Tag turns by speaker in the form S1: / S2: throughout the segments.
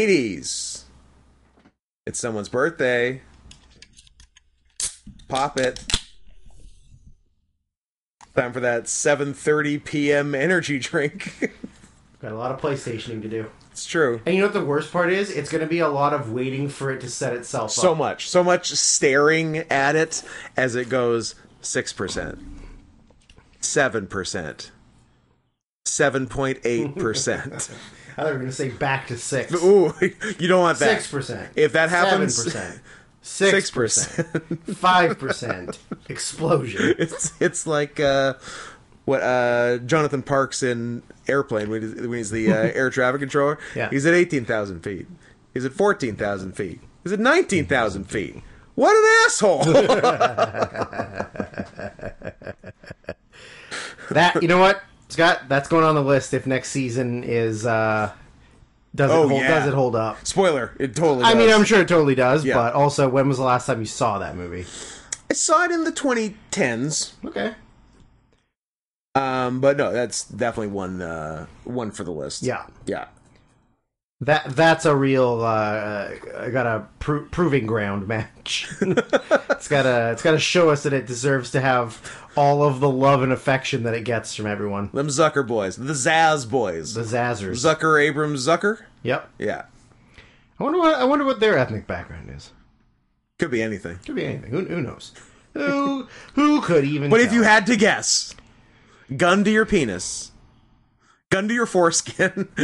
S1: Ladies, it's someone's birthday. Pop it. Time for that 7:30 p.m. energy drink.
S2: Got a lot of PlayStationing to do.
S1: it's true.
S2: And you know what the worst part is? It's going to be a lot of waiting for it to set itself
S1: So
S2: up.
S1: much, so much staring at it as it goes 6%, 7%, 7.8%.
S2: I thought we were going to say back to six.
S1: Ooh, you don't want that.
S2: Six percent.
S1: If that happens,
S2: seven percent. Six
S1: 6%.
S2: percent. Five percent. Explosion.
S1: it's it's like uh, what uh, Jonathan Parks in Airplane when he's, when he's the uh, air traffic controller.
S2: Yeah.
S1: He's at eighteen thousand feet. He's at fourteen thousand feet. He's at nineteen thousand feet. What an asshole!
S2: That you know what, Scott? That's going on the list. If next season is uh, does it
S1: Oh,
S2: hold,
S1: yeah.
S2: does it hold up?
S1: Spoiler: It totally.
S2: I mean,
S1: does.
S2: I'm sure it totally does.
S1: Yeah.
S2: But also, when was the last time you saw that movie?
S1: I saw it in the 2010s,
S2: Okay.
S1: um, but no, that's definitely one uh, one for the list.
S2: Yeah.
S1: yeah.
S2: That that's a real uh, uh, I got a pro- proving ground match. it's gotta it's gotta show us that it deserves to have all of the love and affection that it gets from everyone.
S1: Them Zucker boys, the Zaz boys,
S2: The Zazzers.
S1: Zucker Abrams Zucker.
S2: yep.
S1: Yeah,
S2: I wonder what I wonder what their ethnic background is.
S1: could be anything.
S2: Could be anything. Who, who knows? Who who could even?
S1: But if you
S2: tell?
S1: had to guess, gun to your penis, gun to your foreskin,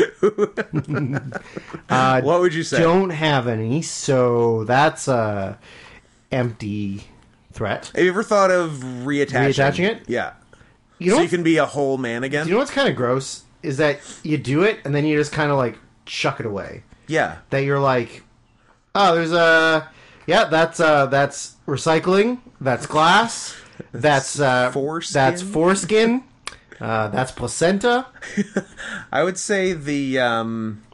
S2: Uh,
S1: what would you say?
S2: don't have any, so that's a empty threat.
S1: Have you ever thought of reattaching?
S2: Reattaching it?
S1: Yeah.
S2: You know,
S1: So you
S2: what's-
S1: can be a whole man again?
S2: you know what's kind of gross is that you do it and then you just kind of like chuck it away.
S1: yeah.
S2: that you're like, oh, there's a yeah, that's uh, that's recycling, that's glass, that's uh,
S1: foreskin?
S2: that's foreskin, uh, that's placenta.
S1: I would say the um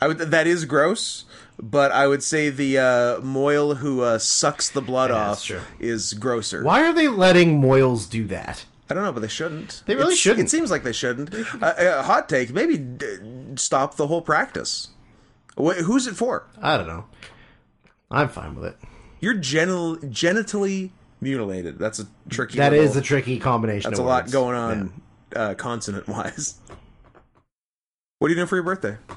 S1: I would that is gross, but I would say the uh Moyle who uh, sucks the blood
S2: Yeah, that's
S1: off
S2: true.
S1: is grosser.
S2: Why are they letting Moyles do that?
S1: I don't know, but they shouldn't.
S2: They really
S1: It's-
S2: shouldn't.
S1: It seems like they shouldn't. Uh, uh, hot take, maybe d- stop the whole practice. Wh- who's it for?
S2: I don't know. I'm fine with it.
S1: You're genital, genitally mutilated. That's a tricky.
S2: That
S1: little-
S2: is a tricky combination.
S1: That's a
S2: of
S1: lot
S2: words.
S1: going on, uh, consonant wise. What are you doing for your birthday?
S2: Yeah.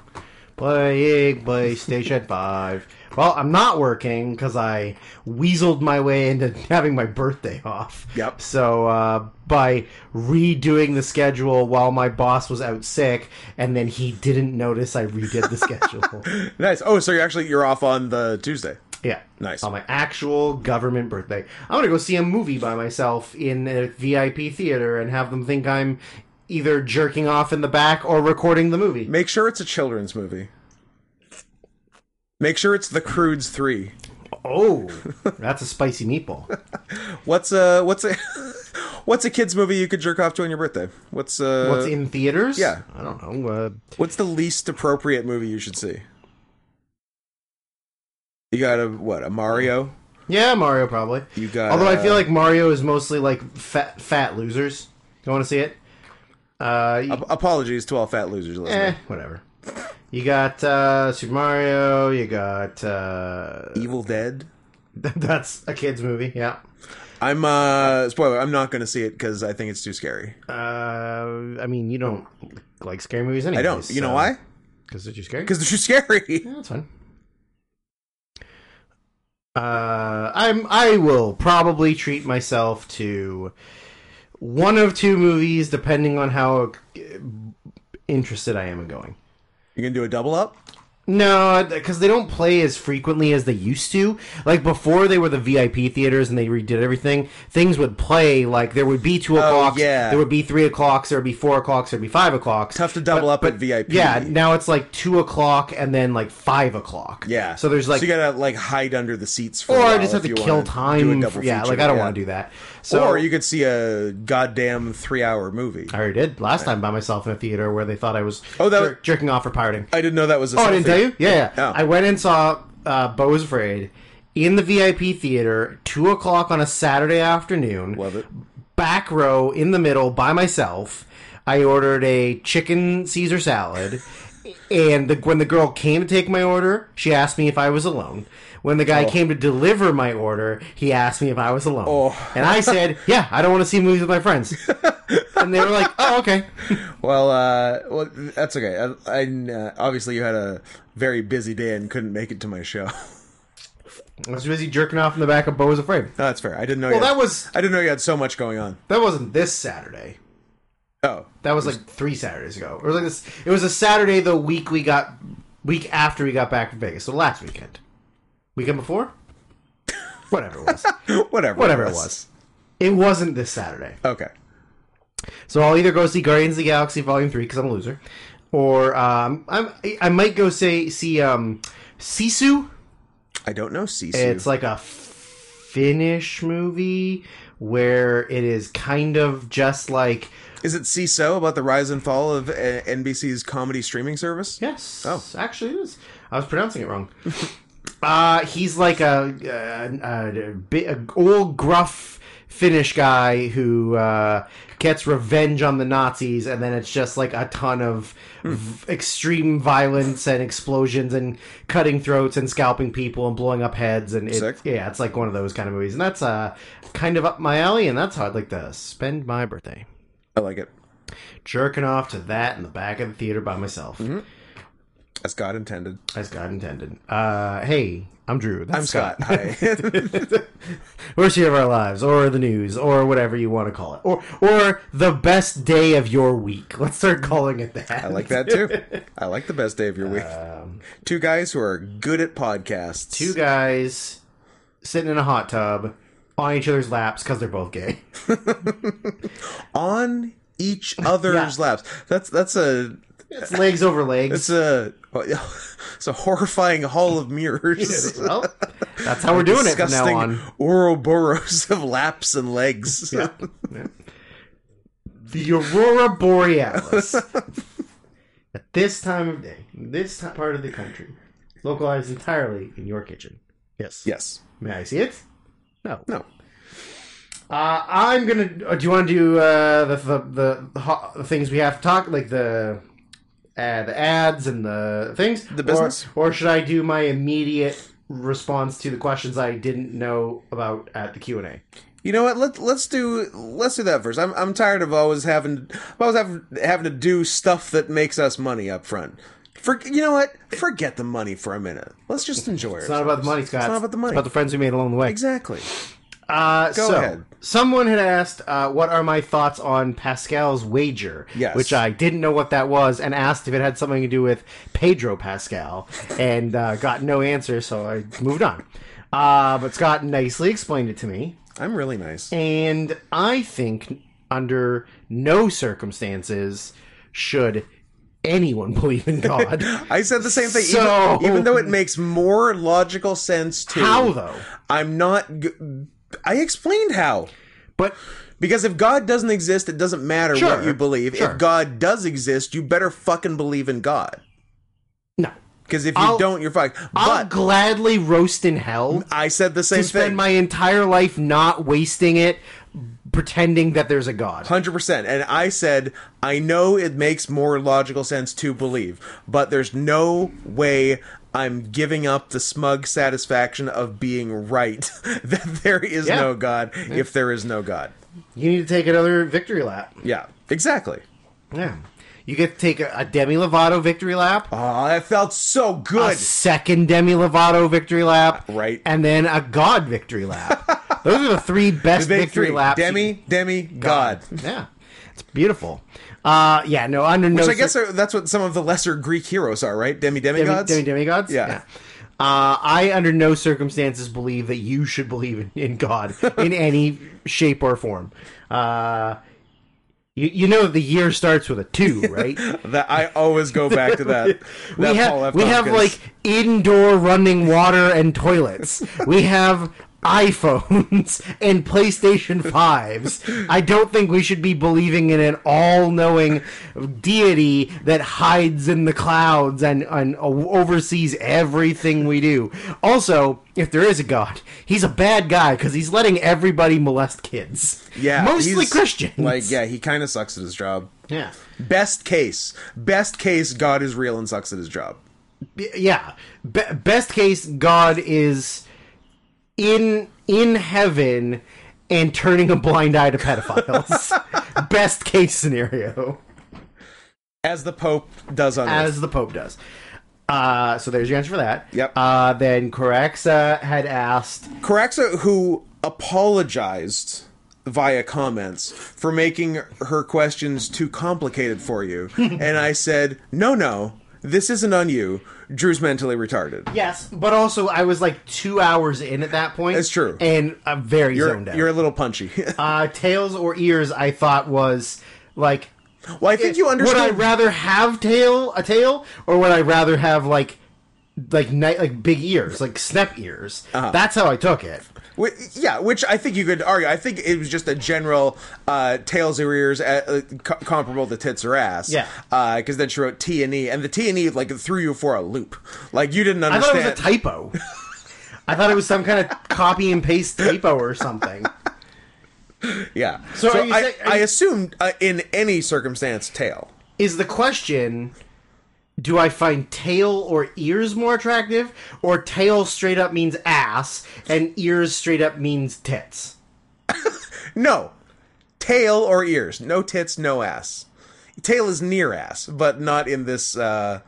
S2: Playing PlayStation Five. Well, I'm not working because I weaseled my way into having my birthday off.
S1: Yep.
S2: So uh, by redoing the schedule while my boss was out sick, and then he didn't notice I redid the schedule.
S1: Nice. Oh, so you're actually you're off on the Tuesday.
S2: Yeah.
S1: Nice.
S2: On my actual government birthday, I'm gonna go see a movie by myself in a VIP theater and have them think I'm either jerking off in the back or recording the movie.
S1: Make sure it's a children's movie. Make sure it's The Crudes Three.
S2: Oh, that's a spicy meatball.
S1: What's a what's a what's a kids movie you could jerk off to on your birthday? What's uh
S2: What's in theaters?
S1: yeah.
S2: I don't know. Uh,
S1: What's the least appropriate movie you should see? You got a what? A Mario?
S2: yeah, Mario probably.
S1: You got
S2: Although I
S1: uh,
S2: feel like Mario is mostly like fat fat losers. You want to see it? Uh, you-
S1: Ap- apologies to all fat losers listening.
S2: eh, whatever. You got uh, Super Mario. You got uh,
S1: Evil Dead.
S2: that's a kids movie. Yeah.
S1: I'm uh spoiler. I'm not going to see it because I think it's too scary.
S2: Uh, I mean, you don't like scary movies anyway.
S1: I don't.
S2: uh,
S1: You know why?
S2: Because they're too scary.
S1: Because they're too scary.
S2: yeah, that's fine. Uh, I'm. I will probably treat myself to one of two movies, depending on how uh, interested I am in going.
S1: You gonna do a double up?
S2: No, because they don't play as frequently as they used to. Like before, they were the VIP theaters and they redid everything. Things would play like there would be two o'clocks,
S1: yeah.
S2: there would be three o'clocks, there would be four o'clocks, there would be five o'clocks.
S1: Tough to double up at VIP.
S2: Yeah, now it's like two o'clock and then like five o'clock.
S1: Yeah.
S2: So there's like,
S1: so you gotta like hide under the seats for. a
S2: or I
S1: while
S2: just have
S1: if
S2: to
S1: you
S2: kill
S1: wanna do
S2: time.
S1: a
S2: for-
S1: double
S2: yeah,
S1: feature,
S2: like I don't
S1: yeah.
S2: want to do that. So
S1: or you could see a goddamn three-hour movie.
S2: I already did last time by myself in a theater where they thought I was
S1: Oh, that
S2: jer-
S1: was-
S2: jerking off or pirating.
S1: I didn't know that was. a
S2: Oh, I didn't tell you? Yeah, yeah.
S1: Oh.
S2: I went and saw uh, Bo is Afraid in the VIP theater, 2 o'clock on a Saturday afternoon.
S1: Love it.
S2: Back row in the middle by myself. I ordered a chicken Caesar salad And the, when the girl came to take my order, she asked me if I was alone. When the guy came to deliver my order, he asked me if I was alone.
S1: Oh.
S2: And I said, "Yeah, I don't want to see movies with my friends." and they were like, "Oh, okay."
S1: Well, uh, well, that's okay. I, I uh, obviously you had a very busy day and couldn't make it to my show.
S2: I was busy jerking off in the back of Bo was afraid.
S1: No, that's fair. I didn't know.
S2: Well,
S1: you had,
S2: that was
S1: I didn't know you had so much going on.
S2: that wasn't this Saturday.
S1: Oh,
S2: That was like three Saturdays ago. It was like this. It was a Saturday the week we got week after we got back from Vegas. So last weekend, weekend before, whatever it was.
S1: whatever.
S2: Whatever it was. it wasn't this Saturday.
S1: Okay.
S2: So I'll either go see Guardians of the Galaxy Volume Three because I'm a loser, or um, I'm I might go say see um, Sisu.
S1: I don't know Sisu.
S2: It's like a Finnish movie where it is kind of just like
S1: Is it CISO about the rise and fall of uh, NBC's comedy streaming service?
S2: Yes.
S1: Oh.
S2: actually, it is. I was pronouncing it wrong. uh, he's like a, a, a, bi- a old gruff Finnish guy who uh, gets revenge on the Nazis, and then it's just like a ton of
S1: Hmm.
S2: v- extreme violence and explosions and cutting throats and scalping people and blowing up heads and it,
S1: Sick.
S2: yeah, it's like one of those kind of movies, and that's uh, kind of up my alley, and that's how I'd like to spend my birthday
S1: I like it.
S2: jerking off to that in the back of the theater by myself.
S1: Mm-hmm. As God intended.
S2: As God intended. Uh, hey, I'm Drew. That's
S1: I'm Scott. Hi.
S2: Worst year of our lives, or the news, or whatever you want to call it, or or the best day of your week. Let's start calling it that.
S1: I like that too. I like the best day of your week. two guys who are good at podcasts.
S2: Um, Two guys sitting in a hot tub on each other's laps because they're both gay.
S1: on each other's laps. That's that's a
S2: It's legs over legs.
S1: it's a it's a horrifying hall of mirrors.
S2: well, that's how we're doing it from now
S1: Disgusting
S2: on.
S1: Ouroboros of laps and legs.
S2: The aurora borealis. At this time of day, in this ti- part of the country, localized entirely in your kitchen. Yes.
S1: Yes.
S2: May I see it? No.
S1: No.
S2: Uh, I'm gonna. uh, Do you want to do uh, the, the the the ho- the things we have to talk like the uh, the ads and the things the
S1: business?
S2: or, or should I do my immediate response to the questions I didn't know about at the Q and A?
S1: You know what? Let let's do let's do that first. I'm I'm tired of always having always having, having to do stuff that makes us money up front. For you know what? Forget the money for a minute. Let's just enjoy
S2: It's not
S1: it.
S2: about the money, Scott.
S1: It's not about the money.
S2: It's about the friends we made along the way.
S1: Exactly.
S2: Uh,
S1: Go
S2: so,
S1: ahead.
S2: Someone had asked, uh, "What are my thoughts on Pascal's wager?"
S1: Yes.
S2: which I didn't know what that was, and asked if it had something to do with Pedro Pascal, and uh, got no answer, so I moved on. Uh, but Scott nicely explained it to me,
S1: I'm really nice.
S2: and I think under no circumstances should anyone believe in God.
S1: I said the same thing.
S2: So-
S1: Even, even though it makes more logical sense to
S2: How though?
S1: I'm not. G- I explained how.
S2: But
S1: Because if God doesn't exist, it doesn't matter
S2: Sure,
S1: what you believe.
S2: sure.
S1: If God does exist, you better fucking believe in God.
S2: no,
S1: Because if you
S2: I'll-
S1: don't, you're fucked.
S2: I'll
S1: But
S2: gladly roast in hell.
S1: I said the same
S2: to spend
S1: thing.
S2: my entire life not wasting it pretending that there's a god.
S1: Hundred percent. And I said, I know it makes more logical sense to believe, but there's no way I'm giving up the smug satisfaction of being right that there is
S2: Yeah.
S1: no God if there is no God.
S2: You need to take another victory lap.
S1: Yeah, exactly.
S2: Yeah. You get to take a, a Demi Lovato victory lap,
S1: Oh, that felt so
S2: a
S1: good.
S2: second Demi Lovato victory lap,
S1: Right.
S2: and then a god victory lap. Those are the three best
S1: Big
S2: victory
S1: three.
S2: laps.
S1: Demi, Demi, God.
S2: Yeah. It's beautiful. Uh, yeah, no, under no
S1: Which I guess
S2: cir-
S1: are- that's what some of the lesser Greek heroes are, right? Demi,
S2: Demi,
S1: demigods.
S2: Demi demigods?
S1: Yeah.
S2: Uh, I, under no circumstances, believe that you should believe in, in God in any shape or form. Uh, you, you know the year starts with a two, right?
S1: That I always go back to that.
S2: we
S1: that Paul
S2: have
S1: F.
S2: we have
S1: Tompkins.
S2: like indoor running water and toilets. we have iPhones and PlayStation 5s. I don't think we should be believing in an all-knowing deity that hides in the clouds and, and o- oversees everything we do. Also, if there is a god, he's a bad guy cuz he's letting everybody molest kids.
S1: yeah,
S2: Mostly
S1: he's-
S2: Christians.
S1: Like, yeah, he kind of sucks at his job.
S2: Yeah.
S1: Best case, best case, God is real and sucks at his job.
S2: B- yeah. Be- best case, God is in in heaven and turning a blind eye to pedophiles. best case scenario,
S1: As the Pope does on Earth.
S2: as the Pope does. Uh, so there's your answer for that.
S1: Yep.
S2: Uh, then Coraxa had asked,
S1: Coraxa, who apologized via comments for making her questions too complicated for you, and I said, "No, no, this isn't on you. Drew's mentally retarded.
S2: yes, but also I was like two hours in at that point.
S1: It's true.
S2: and I'm very
S1: You're,
S2: zoned out.
S1: you're a little punchy."
S2: uh, tails or ears? I thought was like
S1: well, I think you
S2: Would I
S1: understood.
S2: rather have tail a tail, or would I rather have like like night like big ears, like snap ears?
S1: Uh-huh.
S2: That's how I took it.
S1: Wh- yeah, which I think you could argue. I think it was just a general uh, tails or ears uh, co- comparable to tits or ass.
S2: Yeah.
S1: Because then she wrote T and E, and the T and E like threw you for a loop. Like you didn't
S2: I
S1: understand.
S2: thought it was a typo. I thought it was some kind of copy and paste typo or something.
S1: Yeah. So,
S2: So are you
S1: I,
S2: say- are
S1: I
S2: you-
S1: assumed uh, in any circumstance, tail.
S2: Is the question: Do I find tail or ears more attractive, or tail straight up means ass and ears straight up means tits?
S1: No, tail or ears. No tits, no ass. Tail is near ass, but not in this. uh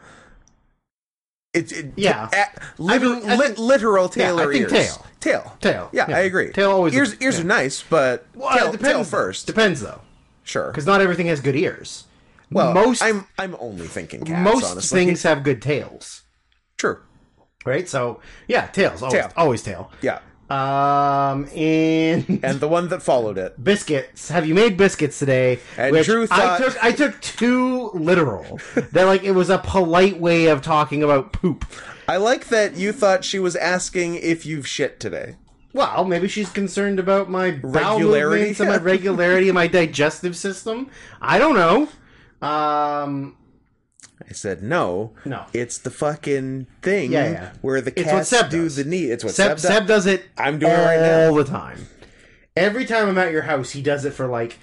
S1: It, it
S2: Yeah.
S1: a- liter-
S2: I mean, I
S1: li-
S2: think-
S1: literal tail
S2: yeah, I
S1: or ears.
S2: think tail.
S1: Tail.
S2: Tail,
S1: Yeah,
S2: yeah.
S1: I agree.
S2: Tail always-
S1: Ears. Ears are nice, but tail, tail first.
S2: Depends though,
S1: sure.
S2: because not everything has good ears.
S1: Well,
S2: most
S1: I'm I'm only thinking cats.
S2: most
S1: honestly.
S2: things have good tails,
S1: True.
S2: right? So yeah, tails always
S1: Tail.
S2: always tail.
S1: Yeah.
S2: Um, and
S1: And the one that followed it.
S2: biscuits. Have you made biscuits today?
S1: And uh, Drew thought-
S2: I took I took too literal. that like it was a polite way of talking about poop.
S1: I like that you thought she was asking if you've shit today.
S2: Well, maybe she's concerned about my bowel
S1: Regularity?
S2: movements and my regularity and my digestive system. I don't know. Um,
S1: I said, no.
S2: No.
S1: It's the fucking thing
S2: Yeah, yeah.
S1: Mm-hmm. where the
S2: It's what
S1: cats
S2: Seb
S1: do
S2: does.
S1: the knee. It's what Seb,
S2: Seb, Seb
S1: does.
S2: does it.
S1: I'm doing it
S2: all
S1: right now.
S2: the time. Every time I'm at your house, he does it for like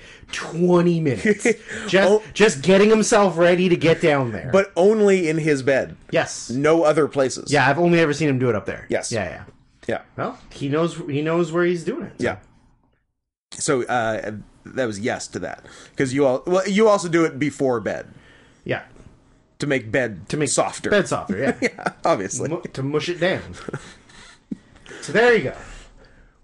S2: 20 minutes, just
S1: Oh.
S2: just getting himself ready to get down there.
S1: But only in his bed.
S2: yes,
S1: No other places.
S2: yeah, I've only ever seen him do it up there.
S1: Yes.
S2: yeah, yeah.
S1: Yeah.
S2: Well, he knows he knows where he's doing it.
S1: Yeah. So uh, that was yes to that. Because you all, well, you also do it before bed
S2: yeah.
S1: to make bed
S2: To make
S1: softer.
S2: bed softer. Yeah,
S1: Obviously.
S2: Mu- to mush it down. so there you go.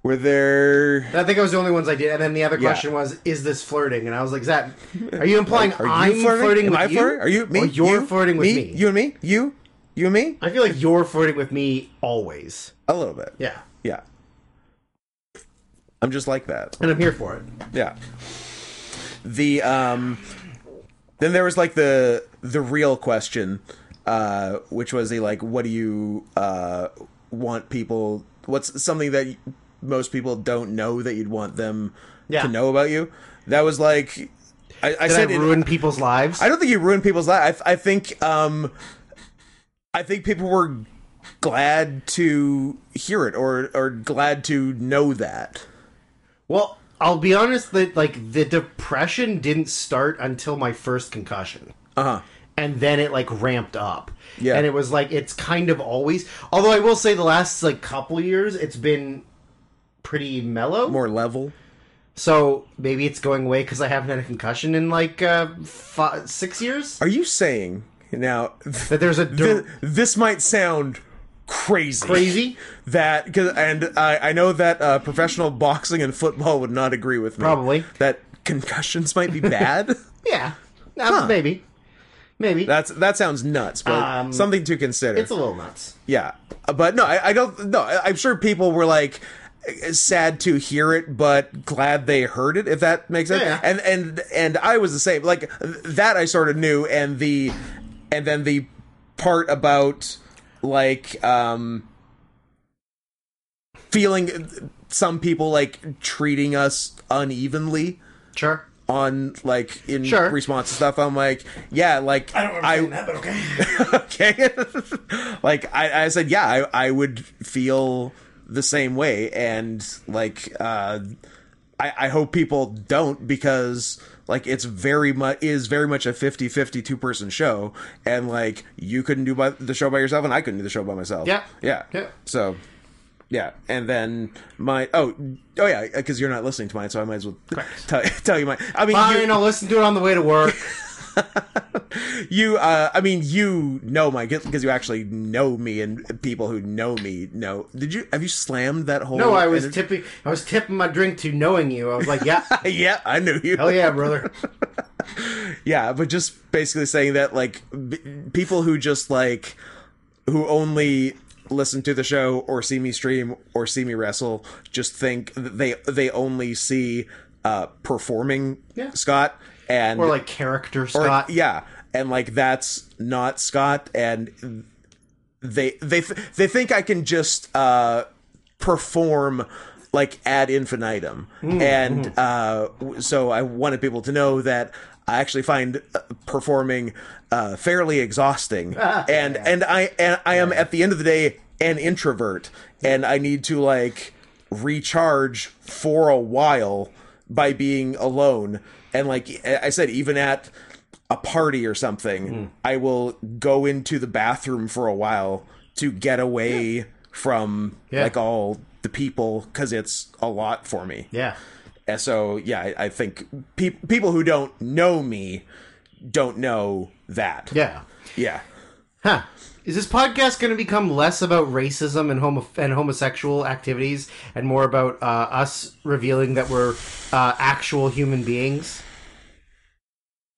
S1: Were there.
S2: And I think I was the only ones I did. And then the other question was, "Is this flirting?" And I was like, "Zach, are you implying
S1: Are you
S2: I'm flirting,
S1: Am
S2: with
S1: I
S2: you?
S1: flirting? Are you me?
S2: Or you're
S1: you,
S2: flirting with me?
S1: You and me? You? You and me?
S2: I feel like you're flirting with me always.
S1: A little bit.
S2: Yeah.
S1: Yeah. I'm just like that.
S2: And I'm here for it.
S1: Yeah. The um then there was like the the real question uh which was the like what do you uh want people what's something that y- most people don't know that you'd want them
S2: Yeah.
S1: to know about you? That was like I, I
S2: Did I
S1: said it-
S2: ruin people's lives?
S1: I don't think you ruin people's life. I, I think um, I think people were glad to hear it or or glad to know that.
S2: well, I'll be honest that like the depression didn't start until my first concussion.
S1: Uh huh.
S2: And then it like ramped up.
S1: Yeah.
S2: And it was like it's kind of always although I will say the last like couple years it's been pretty mellow.
S1: More level.
S2: So maybe it's going away cuz I haven't had a concussion in like uh fi 6 years.
S1: Are you saying now?
S2: That there's a
S1: Th-
S2: dir-
S1: this might sound crazy.
S2: crazy
S1: That cause, and I I know that uh, professional boxing and football would not agree with me.
S2: Probably.
S1: that concussions might be bad.
S2: Yeah. Uh, Maybe. Maybe.
S1: That's that sounds nuts, but
S2: Um,
S1: something to consider.
S2: it's a little nuts.
S1: Yeah, Uh, but no, I, I don't. No, I- I'm sure people were like sad to hear it, but glad they heard it. If that makes sense.
S2: Yeah.
S1: And and and I was the same. Like that, I sort of knew, and the and then the part about like um feeling some people like treating us unevenly
S2: Sure.
S1: on like in
S2: Sure.
S1: response to stuff i'm like yeah like i
S2: that, but okay.
S1: okay like I, I said yeah I, I would feel the same way and like uh I, I hope people don't because like it's very much is very much a 50 50 two person show and like you couldn't do by- the show by yourself and i couldn't do the show by myself
S2: Yeah.
S1: yeah
S2: Yeah.
S1: so yeah and then my oh oh yeah because you're not listening to mine so i might as well tell, tell you mine i mean you,
S2: Fine, I'll listen to it on the way to work.
S1: you uh i mean you know my because you actually know me and people who know me know did you have you slammed that whole
S2: No, I was tipping. I was tipping my drink to knowing you. I was like, yeah,
S1: yeah i knew you
S2: hell yeah, brother.
S1: yeah but just basically saying that like b- people who just like who only listen to the show or see me stream or see me wrestle just think that they they only see uh performing
S2: Yeah.
S1: scott and
S2: Or like character
S1: Or- e
S2: Scott.
S1: yeah, and like that's not Scott, and they they th- they think I can just uh, perform like ad infinitum, and uh, w- so I wanted people to know that. I actually find uh, performing uh, fairly exhausting, and and I and I am at the end of the day an introvert, and I need to like recharge for a while by being alone. And like I I said, even at a party or something, I will go into the bathroom for a while to get away from
S2: Yeah.
S1: like all the people because it's a lot for me.
S2: Yeah.
S1: And so yeah, I, I think pe- people who don't know me don't know that.
S2: Yeah.
S1: yeah.
S2: Huh. Is this podcast going to become less about racism and homo- and homosexual activities and more about uh, us revealing that we're uh, actual human beings?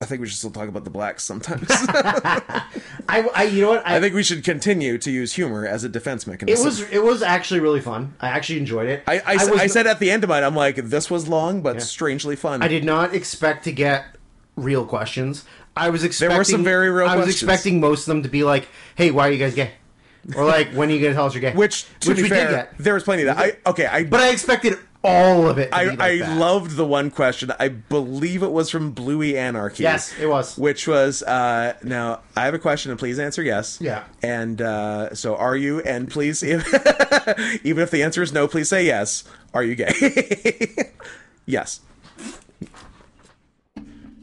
S1: I think we should still talk about the blacks sometimes.
S2: I, I you know what? I,
S1: I think we should continue to use humor as a defense mechanism.
S2: it was it was actually really fun. I actually enjoyed it.
S1: I, I, s-
S2: was-
S1: I said at the end of mine, I'm like, this was long, but strangely fun.
S2: I did not expect to get real questions. I was expecting
S1: were some very real
S2: I was
S1: questions.
S2: expecting most of them to be like, "Hey, why are you guys gay?" Or like, "When are you going to tell us you're gay?"
S1: Which, to be
S2: we
S1: fair,
S2: did get.
S1: there was plenty of that. I, okay, I
S2: But I expected all of it. To
S1: I,
S2: be like
S1: I
S2: that.
S1: loved the one question. I believe it was from Bluey Anarchy.
S2: Yes, it was.
S1: Which was uh, now I have a question and please answer yes.
S2: Yeah.
S1: And uh, so are you? And please, if, even if the answer is no, please say yes. Are you gay? yes.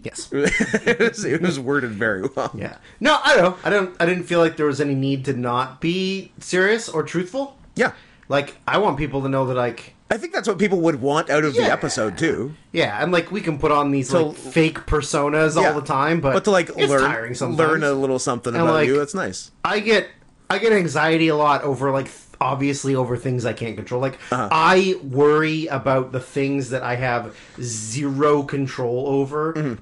S2: yes.
S1: it, was, it was worded very well.
S2: Yeah. No, I don't know. I don't. I didn't feel like there was any need to not be serious or truthful.
S1: Yeah.
S2: Like I want people to know that like
S1: I think that's what people would want out of the
S2: Yeah.
S1: episode too.
S2: yeah, and like we can put on these like
S1: To-
S2: fake personas
S1: Yeah.
S2: all the time, but
S1: But to like
S2: it's
S1: learn
S2: tiring sometimes.
S1: learn a little something about
S2: like,
S1: you, that's nice.
S2: I get I get anxiety a lot over like th- obviously over things I can't control. Like
S1: Uh-huh.
S2: I worry about the things that I have zero control over
S1: Mm-hmm.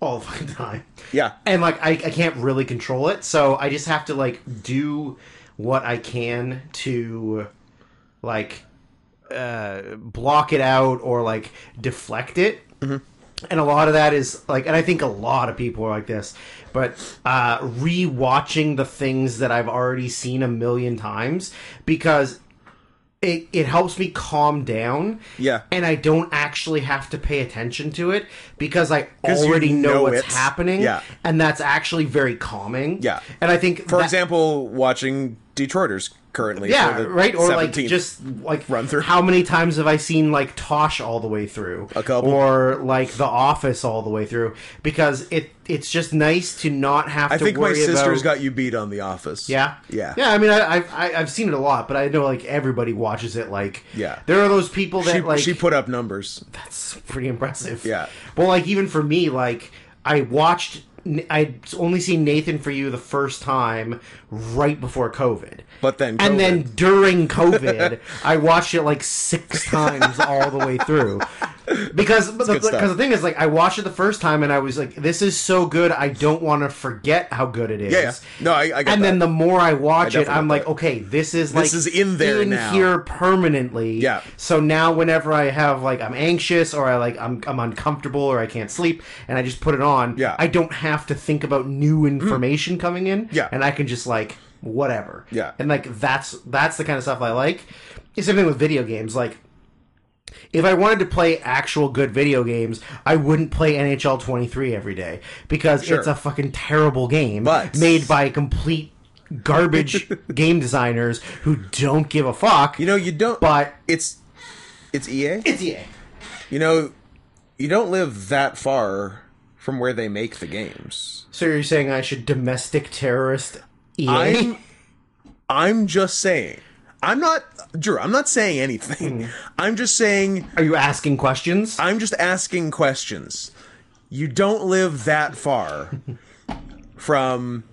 S2: all the fucking time.
S1: Yeah.
S2: And like I, I can't really control it, so I just have to like do what I can to like uh, block it out or like deflect it.
S1: Mm-hmm.
S2: And a lot of that is like, and I think a lot of people are like this, but uh, rewatching the things that I've already seen a million times because it, it helps me calm down.
S1: Yeah.
S2: And I don't actually have to pay attention to it because I
S1: 'Cause you
S2: already know,
S1: know
S2: what's
S1: it's-
S2: happening.
S1: yeah.
S2: And that's actually very calming.
S1: Yeah.
S2: And I think,
S1: For
S2: that-
S1: example, watching Detroiters currently.
S2: yeah,
S1: for the
S2: right. Or like
S1: 17th.
S2: just like
S1: run through.
S2: How many times have I seen like Tosh all the way through?
S1: A couple.
S2: Or like The Office all the way through because it it's just nice to not have
S1: I
S2: to
S1: think my
S2: worry
S1: sister's
S2: about.
S1: got you beat on The Office.
S2: Yeah,
S1: Yeah.
S2: yeah. I mean, I, I've I, I've seen it a lot, but I know like everybody watches it. Like,
S1: Yeah.
S2: there are those people that
S1: She,
S2: like
S1: she put up numbers.
S2: that's pretty impressive.
S1: Yeah.
S2: Well, like even for me, like I watched, I only seen Nathan for you the first time right before COVID.
S1: But then COVID.
S2: and then during COVID, I watched it like six times all the way through. Because the,
S1: stuff.
S2: because the thing is, like, I watched it the first time and I was like, "This is so good, I don't want to forget how good it is."
S1: Yeah, yeah. No, I, I got
S2: and
S1: that.
S2: then the more I watch
S1: I
S2: it,
S1: definitely
S2: I'm
S1: got
S2: like,
S1: that.
S2: okay, this is like
S1: is in there
S2: in
S1: now.
S2: here permanently.
S1: Yeah.
S2: So now whenever I have like I'm anxious or I like I'm I'm uncomfortable or I can't sleep and I just put it on,
S1: Yeah. Mm.
S2: I don't have to think about new information coming in.
S1: Yeah.
S2: And I can just like whatever.
S1: Yeah.
S2: And like that's that's the kind of stuff I like. It's the same thing with video games, like if I wanted to play actual good video games, I wouldn't play NHL 23 every day because it's a fucking terrible game
S1: But-
S2: made by complete garbage game designers who don't give a fuck. E
S1: you know, you don't.
S2: but
S1: it's it's EA.
S2: it's EA.
S1: You E know, you don't live that far from where they make the games.
S2: So you're saying I should domestic terrorist E EA?
S1: I'm I'm just saying. I'm not Drew, I'm not saying
S2: Hmm.
S1: anything. I'm just saying
S2: Are you asking questions?
S1: I'm just asking questions. You don't live that far from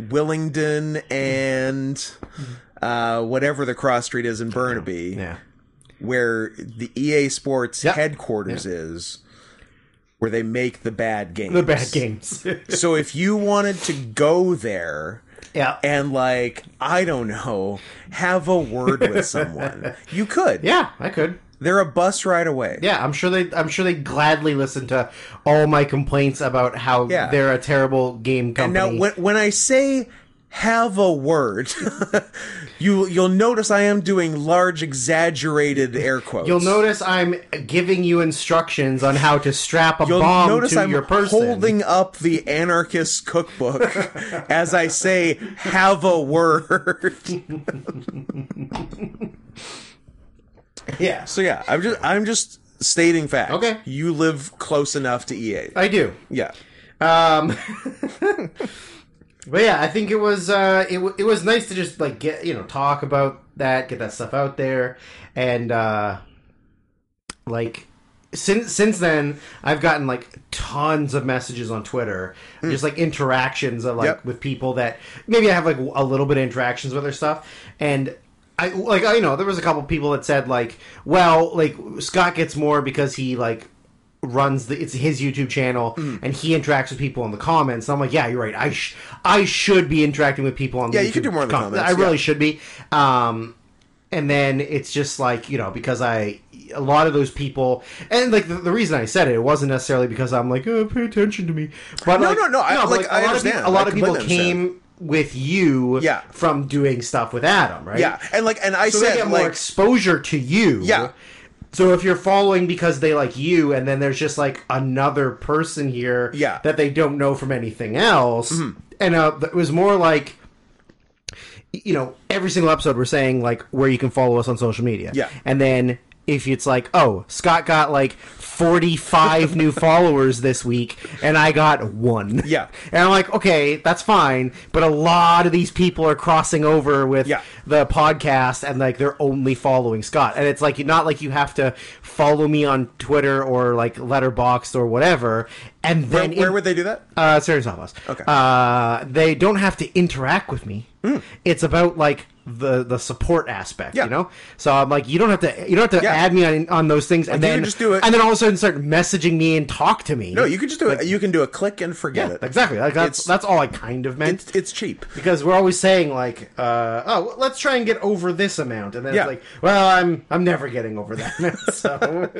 S1: Willingdon and uh, whatever the cross street is in Burnaby,
S2: yeah.
S1: where the EA Sports
S2: Yeah.
S1: headquarters is, where they make the bad games.
S2: The bad games.
S1: so if you wanted to go there
S2: yeah.
S1: and like I don't know, have a word with someone, you could.
S2: yeah, I could.
S1: They're a bus ride away.
S2: Yeah, I'm sure they. I'm sure they gladly listen to all my complaints about how
S1: Yeah.
S2: they're a terrible game company.
S1: Now, when, when I say have a word, you you'll notice I am doing large, exaggerated air quotes.
S2: You'll notice I'm giving you instructions on how to strap a
S1: You'll
S2: bomb
S1: notice
S2: to
S1: I'm
S2: your person.
S1: holding up the anarchist cookbook as I say have a word.
S2: Yeah,
S1: So yeah, I'm just I'm just stating facts.
S2: Okay.
S1: you live close enough to EA.
S2: I do.
S1: yeah.
S2: Um, but yeah, I think it was uh, it, w- it was nice to just like get you know talk about that, get that stuff out there, and uh, like since since then I've gotten like tons of messages on Twitter, just like interactions of like
S1: Hmm. Yep.
S2: with people that maybe I have like a little bit of interactions with their stuff, and. I like I know there was a couple people that said like well like Scott gets more because he like runs the it's his YouTube channel
S1: Hmm.
S2: and he interacts with people in the comments. I'm like, yeah, you're right. I sh- I should be interacting with people on the
S1: Yeah, you could
S2: YouTube
S1: do more in the
S2: com-
S1: comments,
S2: I really
S1: yeah.
S2: should be. Um, and then it's just like you know because I a lot of those people and like the, the reason I said it it wasn't necessarily because I'm like oh, pay attention to me, but
S1: No,
S2: like,
S1: no, no, I-
S2: but,
S1: like, I
S2: a lot of
S1: understand.
S2: people, a lot
S1: I
S2: of people
S1: completely understand.
S2: came with you
S1: Yeah.
S2: from doing stuff with Adam, right?
S1: Yeah, and like, and I
S2: so
S1: said,
S2: they get more
S1: like,
S2: exposure to you.
S1: Yeah.
S2: So if you're following because they like you, and then there's just like another person here
S1: Yeah. Mm-hmm.
S2: that they don't know from anything else, and uh, it was more like you know every single episode we're saying like where you can follow us on social media,
S1: Yeah.
S2: and then if it's like oh Scott got like 45 new followers this week and I got one,
S1: Yeah.
S2: and I'm like okay that's fine, but a lot of these people are crossing over with
S1: Yeah.
S2: the podcast and like they're only following Scott. And it's like not like you have to follow me on Twitter or like Letterboxd or whatever. And
S1: where,
S2: then
S1: where
S2: in-
S1: would they do that?
S2: uh, Serious Novels.
S1: Okay. Hmm.
S2: Uh, they don't have to interact with me. It's about like the the support aspect,
S1: Yeah.
S2: you know. So I'm like, you don't have to you don't have to
S1: Yeah.
S2: add me on on those things, and
S1: you
S2: then
S1: can just do it.
S2: and then all of a sudden start messaging me and talk to me.
S1: No, you can just do it. You can do a click and forget it.
S2: exactly. Like that's
S1: It's-
S2: that's all I kind of meant
S1: It's, it's cheap.
S2: because we're always saying like uh, oh well, let's try and get over this amount and then
S1: Yeah.
S2: it's like well i'm i'm never getting over that amount, so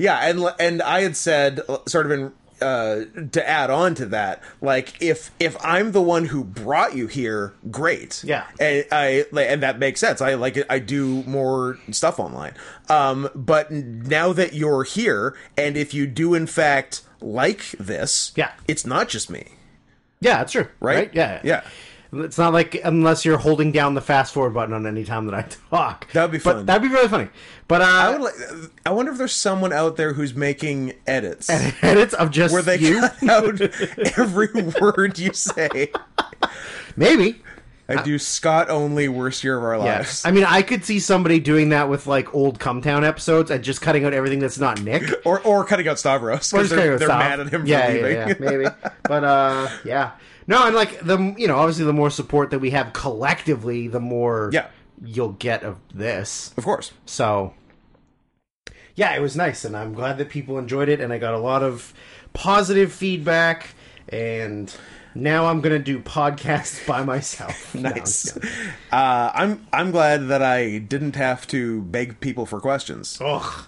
S1: Yeah, and and I had said sort of in uh, to add on to that, like if if I'm the one who brought you here, great.
S2: Yeah.
S1: and I like, and that makes sense. I like I do more stuff online. Um, but now that you're here, and if you do in fact like this,
S2: Yeah.
S1: it's not just me,
S2: yeah it's true
S1: right?
S2: yeah
S1: yeah.
S2: it's not like unless you're holding down the fast forward button on any time that i talk
S1: That'd be
S2: But
S1: fun.
S2: that'd be really funny but uh
S1: I would like. I wonder if there's someone out there who's making edits.
S2: edits of just
S1: Where they
S2: you
S1: cut out every word you say.
S2: maybe
S1: I do Scott only worst year of our lives.
S2: yes Uh, i mean i could see somebody doing that with like old cumtown episodes and just cutting out everything that's not nick
S1: Or or cutting out Stavros because
S2: Or just
S1: they're,
S2: kinda
S1: they're
S2: go south.
S1: mad at him
S2: yeah,
S1: for
S2: yeah,
S1: leaving.
S2: Yeah, maybe. But uh, yeah, no, and like the you know obviously the more support that we have collectively, the more
S1: Yeah.
S2: you'll get of this.
S1: of course.
S2: So yeah, it was nice, and I'm glad that people enjoyed it, and I got a lot of positive feedback, and now I'm gonna do podcasts by myself. No, I'm
S1: Nice.
S2: kidding.
S1: Uh, I'm I'm glad that I didn't have to beg people for questions
S2: Ugh.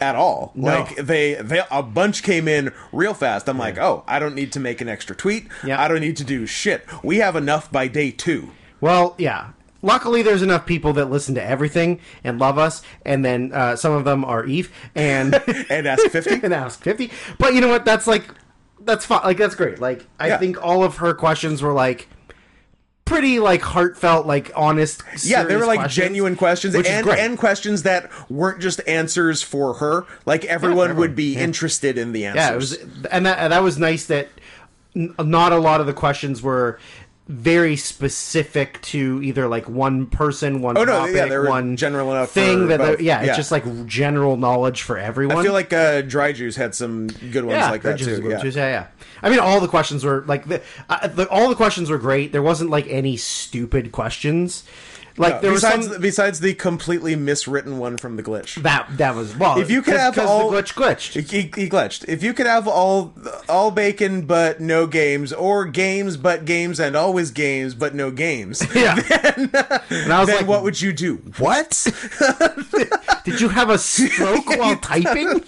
S1: at all. Like they they a bunch came in real fast. I'm like, oh, I don't need to make an extra tweet.
S2: Yeah.
S1: I don't need to do shit. We have enough by day two.
S2: Well, yeah. Luckily, there's enough people that listen to everything and love us, and then uh, some of them are Eve and.
S1: And ask fifty.
S2: and ask 50 but you know what that's like that's fine like that's great like i
S1: Yeah.
S2: think all of her questions were like pretty like heartfelt, like honest.
S1: Yeah, they
S2: serious
S1: were like
S2: questions,
S1: genuine questions
S2: which is
S1: and
S2: great.
S1: and questions that weren't just answers for her. Like everyone would be interested in the answers.
S2: Yeah, it was, and that and that was nice that n- not a lot of the questions were very specific to either like one person, one
S1: Oh, no,
S2: topic,
S1: yeah, they were
S2: one
S1: general enough for
S2: thing that
S1: both.
S2: they're- yeah,
S1: Yeah.
S2: it's just like general knowledge for everyone.
S1: I feel like uh, Dry Juice had some good ones like that
S2: just-
S1: too. Yeah.
S2: just- yeah, yeah. I mean, all the questions were like the, uh, the all the questions were great. There wasn't like any stupid questions. Like there was
S1: besides,
S2: some
S1: besides the completely miswritten one from the glitch.
S2: that that was well.
S1: If you could
S2: 'cause-
S1: have
S2: 'cause
S1: all-
S2: the glitch glitched.
S1: He, he- he glitched. If you could have all all bacon but no games, or games but games and always games but no games,
S2: Yeah, and I was
S1: then
S2: like,
S1: what would you do? What?
S2: Did you have a stroke while typing?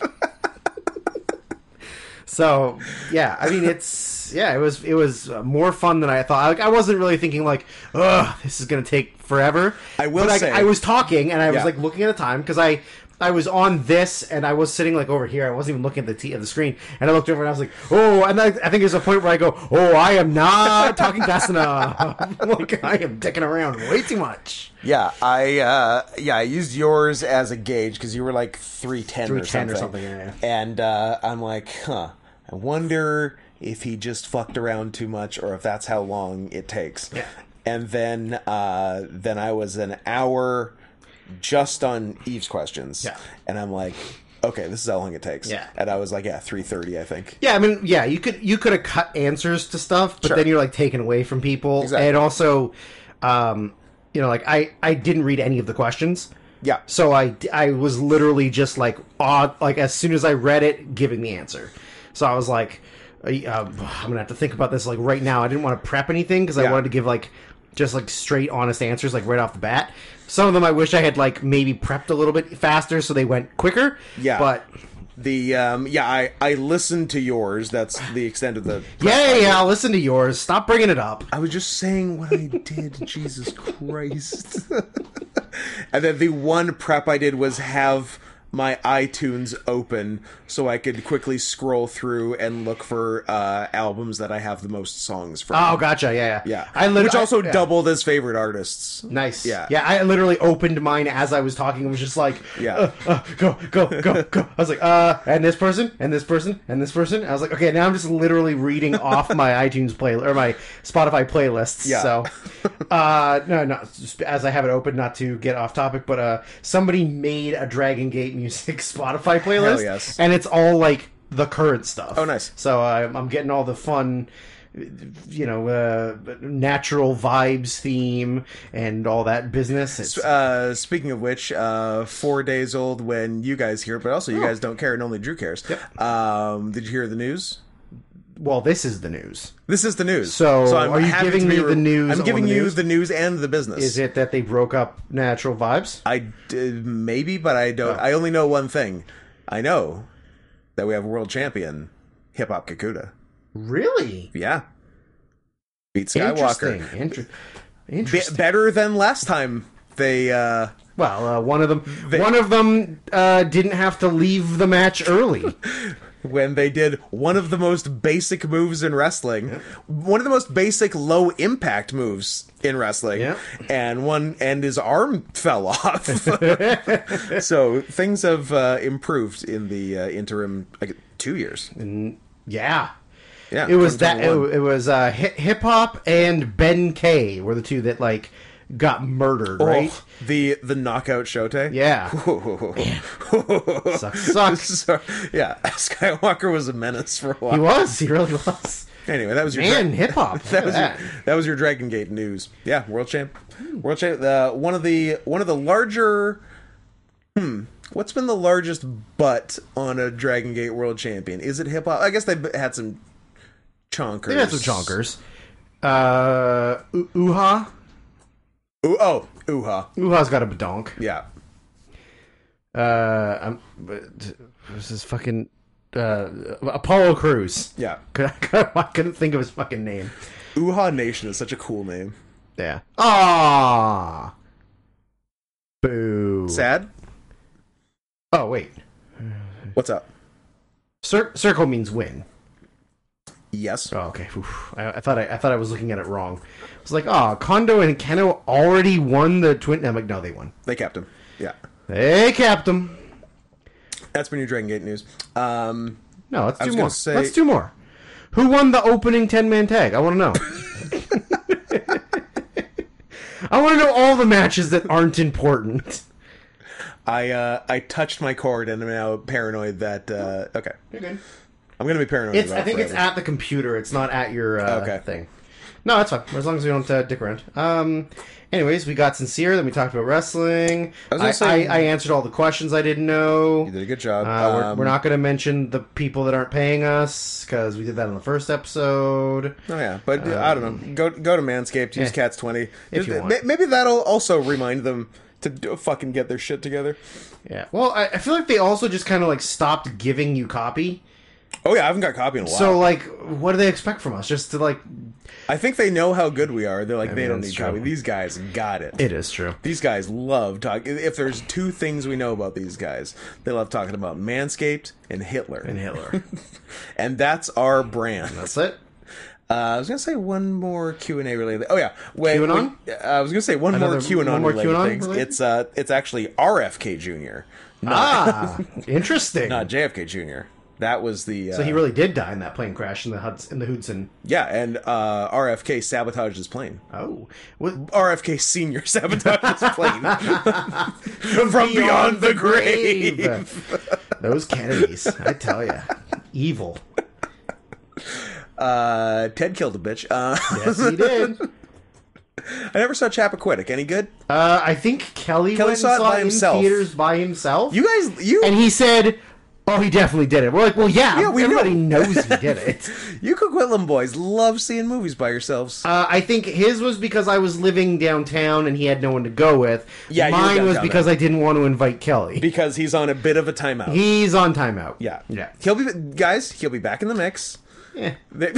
S2: so yeah, I mean it's yeah, it was it was uh, more fun than I thought. Like, I wasn't really thinking like, ugh, this is gonna take forever.
S1: I will
S2: but
S1: say-
S2: I, was talking and I
S1: Yeah.
S2: was like looking at the time because I. I was on this, and I was sitting like over here. I wasn't even looking at the t- at the screen, and I looked over, and I was like, "Oh!" And I, I think there's a point where I go, "Oh, I am not talking fast enough. like I am dicking around way too much."
S1: yeah, I uh, yeah I used yours as a gauge because you were like three ten or something.
S2: 310 or something, yeah,
S1: And uh, I'm like, huh. I wonder if he just fucked around too much, or if that's how long it takes.
S2: Yeah.
S1: And then uh, then I was an hour just on Eve's questions.
S2: Yeah.
S1: And I'm like, okay, this is how long it takes.
S2: Yeah.
S1: And I was like, yeah, three thirty, I think.
S2: Yeah, I mean, yeah, you could you could have cut answers to stuff, but
S1: Sure.
S2: then you're like taken away from people,
S1: Exactly.
S2: and also, um, you know, like I I didn't read any of the questions,
S1: Yeah.
S2: so I I was literally just like odd, like as soon as I read it, giving the answer, so I was like, I- um, I'm gonna have to think about this like right now. I didn't want to prep anything because
S1: Yeah.
S2: I wanted to give like just like straight honest answers like right off the bat. Some of them I wish I had like maybe prepped a little bit faster so they went quicker.
S1: Yeah.
S2: but
S1: The um yeah, I I listened to yours. That's the extent of the
S2: yeah, yeah, I'll listen to yours. Stop bringing it up.
S1: I was just saying what I did, Jesus Christ. and then the one prep I did was have my iTunes open so I could quickly scroll through and look for uh, albums that I have the most songs from.
S2: Oh, gotcha. Yeah, yeah.
S1: yeah.
S2: I lit-
S1: Which also
S2: I- yeah.
S1: doubled as favorite artists.
S2: Nice.
S1: Yeah.
S2: Yeah. I literally opened mine as I was talking. and was just like,
S1: Yeah.
S2: uh, uh, go, go, go, go. I was like, uh, and this person, and this person, and this person. I was like, okay, now I'm just literally reading off my iTunes play or my Spotify playlists.
S1: Yeah.
S2: So, uh, no, not as I have it open, not to get off topic, but uh, somebody made a Dragon Gate music Spotify playlist.
S1: yes.
S2: And it's all like the current stuff.
S1: Oh, nice.
S2: So I'm, I'm getting all the fun, you know, uh, natural vibes theme and all that business. It's,
S1: Uh, speaking of which, uh, four days old when you guys hear, it, but
S2: Oh.
S1: also you guys don't care, and only Drew cares. Um, did you hear the news?
S2: well, this is the news.
S1: This is the news.
S2: So,
S1: I'm
S2: are you
S1: happy
S2: giving
S1: to be
S2: me the news
S1: I'm
S2: on
S1: giving
S2: the
S1: you
S2: news?
S1: the news and the business.
S2: Is it that they broke up natural vibes?
S1: I d- maybe, but I don't. I only know one thing. I know that we have a world champion, Hip Hop Kakuta.
S2: Really?
S1: Yeah, beat
S2: Interesting.
S1: Skywalker.
S2: Inter-
S1: Be-
S2: interesting.
S1: better than last time. They uh,
S2: well, uh, one of them, one of them uh, didn't have to leave the match early.
S1: when they did one of the most basic moves in wrestling, one of the most basic low impact moves in wrestling,
S2: Yeah.
S1: and one and his arm fell off. so things have uh, improved in the uh, interim like, two years.
S2: yeah.
S1: Yeah,
S2: It was that. It,
S1: 2021.
S2: it was uh, hip hop and Ben K were the two that like got murdered, right?
S1: Oh, the the knockout Shote.
S2: Yeah. Sucks. Sucks.
S1: So, yeah, Skywalker was a menace for a while.
S2: He was. He really was.
S1: Anyway, that was your
S2: And
S1: dra-
S2: hip hop.
S1: that was your, that was your Dragon Gate news. Yeah, world champ, world champ. Uh, one of the one of the larger. Hmm. What's been the largest butt on a Dragon Gate world champion? Is it hip hop? I guess they had some chonkers.
S2: They had some chonkers. Uh, U- Uha.
S1: Ooh, oh, ooh ha.
S2: Uha's got a badonk.
S1: Yeah.
S2: Uh, I'm, but- this is fucking uh, Apollo Cruz.
S1: Yeah.
S2: Could- I couldn't think of his fucking name.
S1: Ooh ha Nation is such a cool name.
S2: Yeah. Ah. Boo.
S1: Sad?
S2: Oh wait.
S1: What's up?
S2: Cir- circle means win.
S1: Yes.
S2: Oh, okay. Oof. I, I thought I, I thought I was looking at it wrong. I was like, oh, Kondo and Keno already won the twin. I'm like, no, they won.
S1: They kept him. Yeah.
S2: They capped them.
S1: That's my new Dragon Gate news. Um,
S2: No, let's do
S1: was
S2: more.
S1: gonna say-
S2: Let's do more. Who won the opening ten man tag? I want to know. I want to know all the matches that aren't important.
S1: I uh, I touched my cord and I'm now paranoid that. Uh, okay. I'm gonna be paranoid.
S2: It's.
S1: about
S2: I
S1: it
S2: think it's
S1: forever.
S2: at the computer. It's not at your uh,
S1: Okay.
S2: thing. No, that's fine. As long as we don't uh, dick around. Um. Anyways, we got sincere. Then we talked about wrestling. I,
S1: was gonna say-
S2: I, I answered all the questions I didn't know.
S1: You did a good job.
S2: Uh, we're-
S1: Um,
S2: we're not going to mention the people that aren't paying us because we did that on the first episode.
S1: Oh yeah, but uh, I don't know. Go go to Manscaped. Use Cats twenty.
S2: um, if you
S1: Just-
S2: want.
S1: ma- Maybe that'll also remind them to do, fucking get their shit together.
S2: Yeah. Well, I, I feel like they also just kind of like stopped giving you copy.
S1: Oh yeah, I haven't got copy in a while.
S2: So like, what do they expect from us? Just to like,
S1: I think they know how good we are. They're like, they
S2: mean,
S1: don't
S2: that's
S1: need
S2: true.
S1: copy. These guys got it.
S2: it is true.
S1: These guys love talking. If there's two things we know about these guys, they love talking about Manscaped and Hitler,
S2: And
S1: and,
S2: Hitler.
S1: that's our brand.
S2: That's it.
S1: Uh, I was gonna say one more Q and A related. Oh yeah, wait.
S2: QAnon?
S1: wait, uh, I was gonna say one
S2: Another-
S1: more Q and
S2: one
S1: A
S2: more
S1: related
S2: QAnon
S1: things.
S2: related?
S1: It's uh, it's actually RFK Jr.
S2: Ah, interesting.
S1: not JFK Jr. That was the uh,
S2: so he really did die in that plane crash in the Huds in the Hudson.
S1: yeah, and uh, RFK sabotaged his plane.
S2: Oh, what,
S1: RFK Senior sabotaged his plane from, beyond the grave.
S2: Those Kennedys, I tell you, evil.
S1: Uh, Ted killed a bitch. Uh,
S2: Yes, he did.
S1: I never saw Chappaquiddick. Any good?
S2: Uh, I think Kelly,
S1: Kelly
S2: went
S1: saw it
S2: and saw
S1: by
S2: it in
S1: himself.
S2: theaters by himself.
S1: You guys, you
S2: and he said, "Oh, he definitely did it." We're like, "Well, yeah,
S1: we
S2: everybody knows he did it."
S1: you Coquitlam boys love seeing movies by yourselves.
S2: Uh, I think his was because I was living downtown and he had no one to go with.
S1: Yeah, you were
S2: mine was
S1: downtown
S2: because I didn't want to invite Kelly.
S1: because he's on a bit of a timeout.
S2: He's on timeout.
S1: yeah,
S2: yeah.
S1: He'll be guys. He'll be back in the mix.
S2: Eh.
S1: They-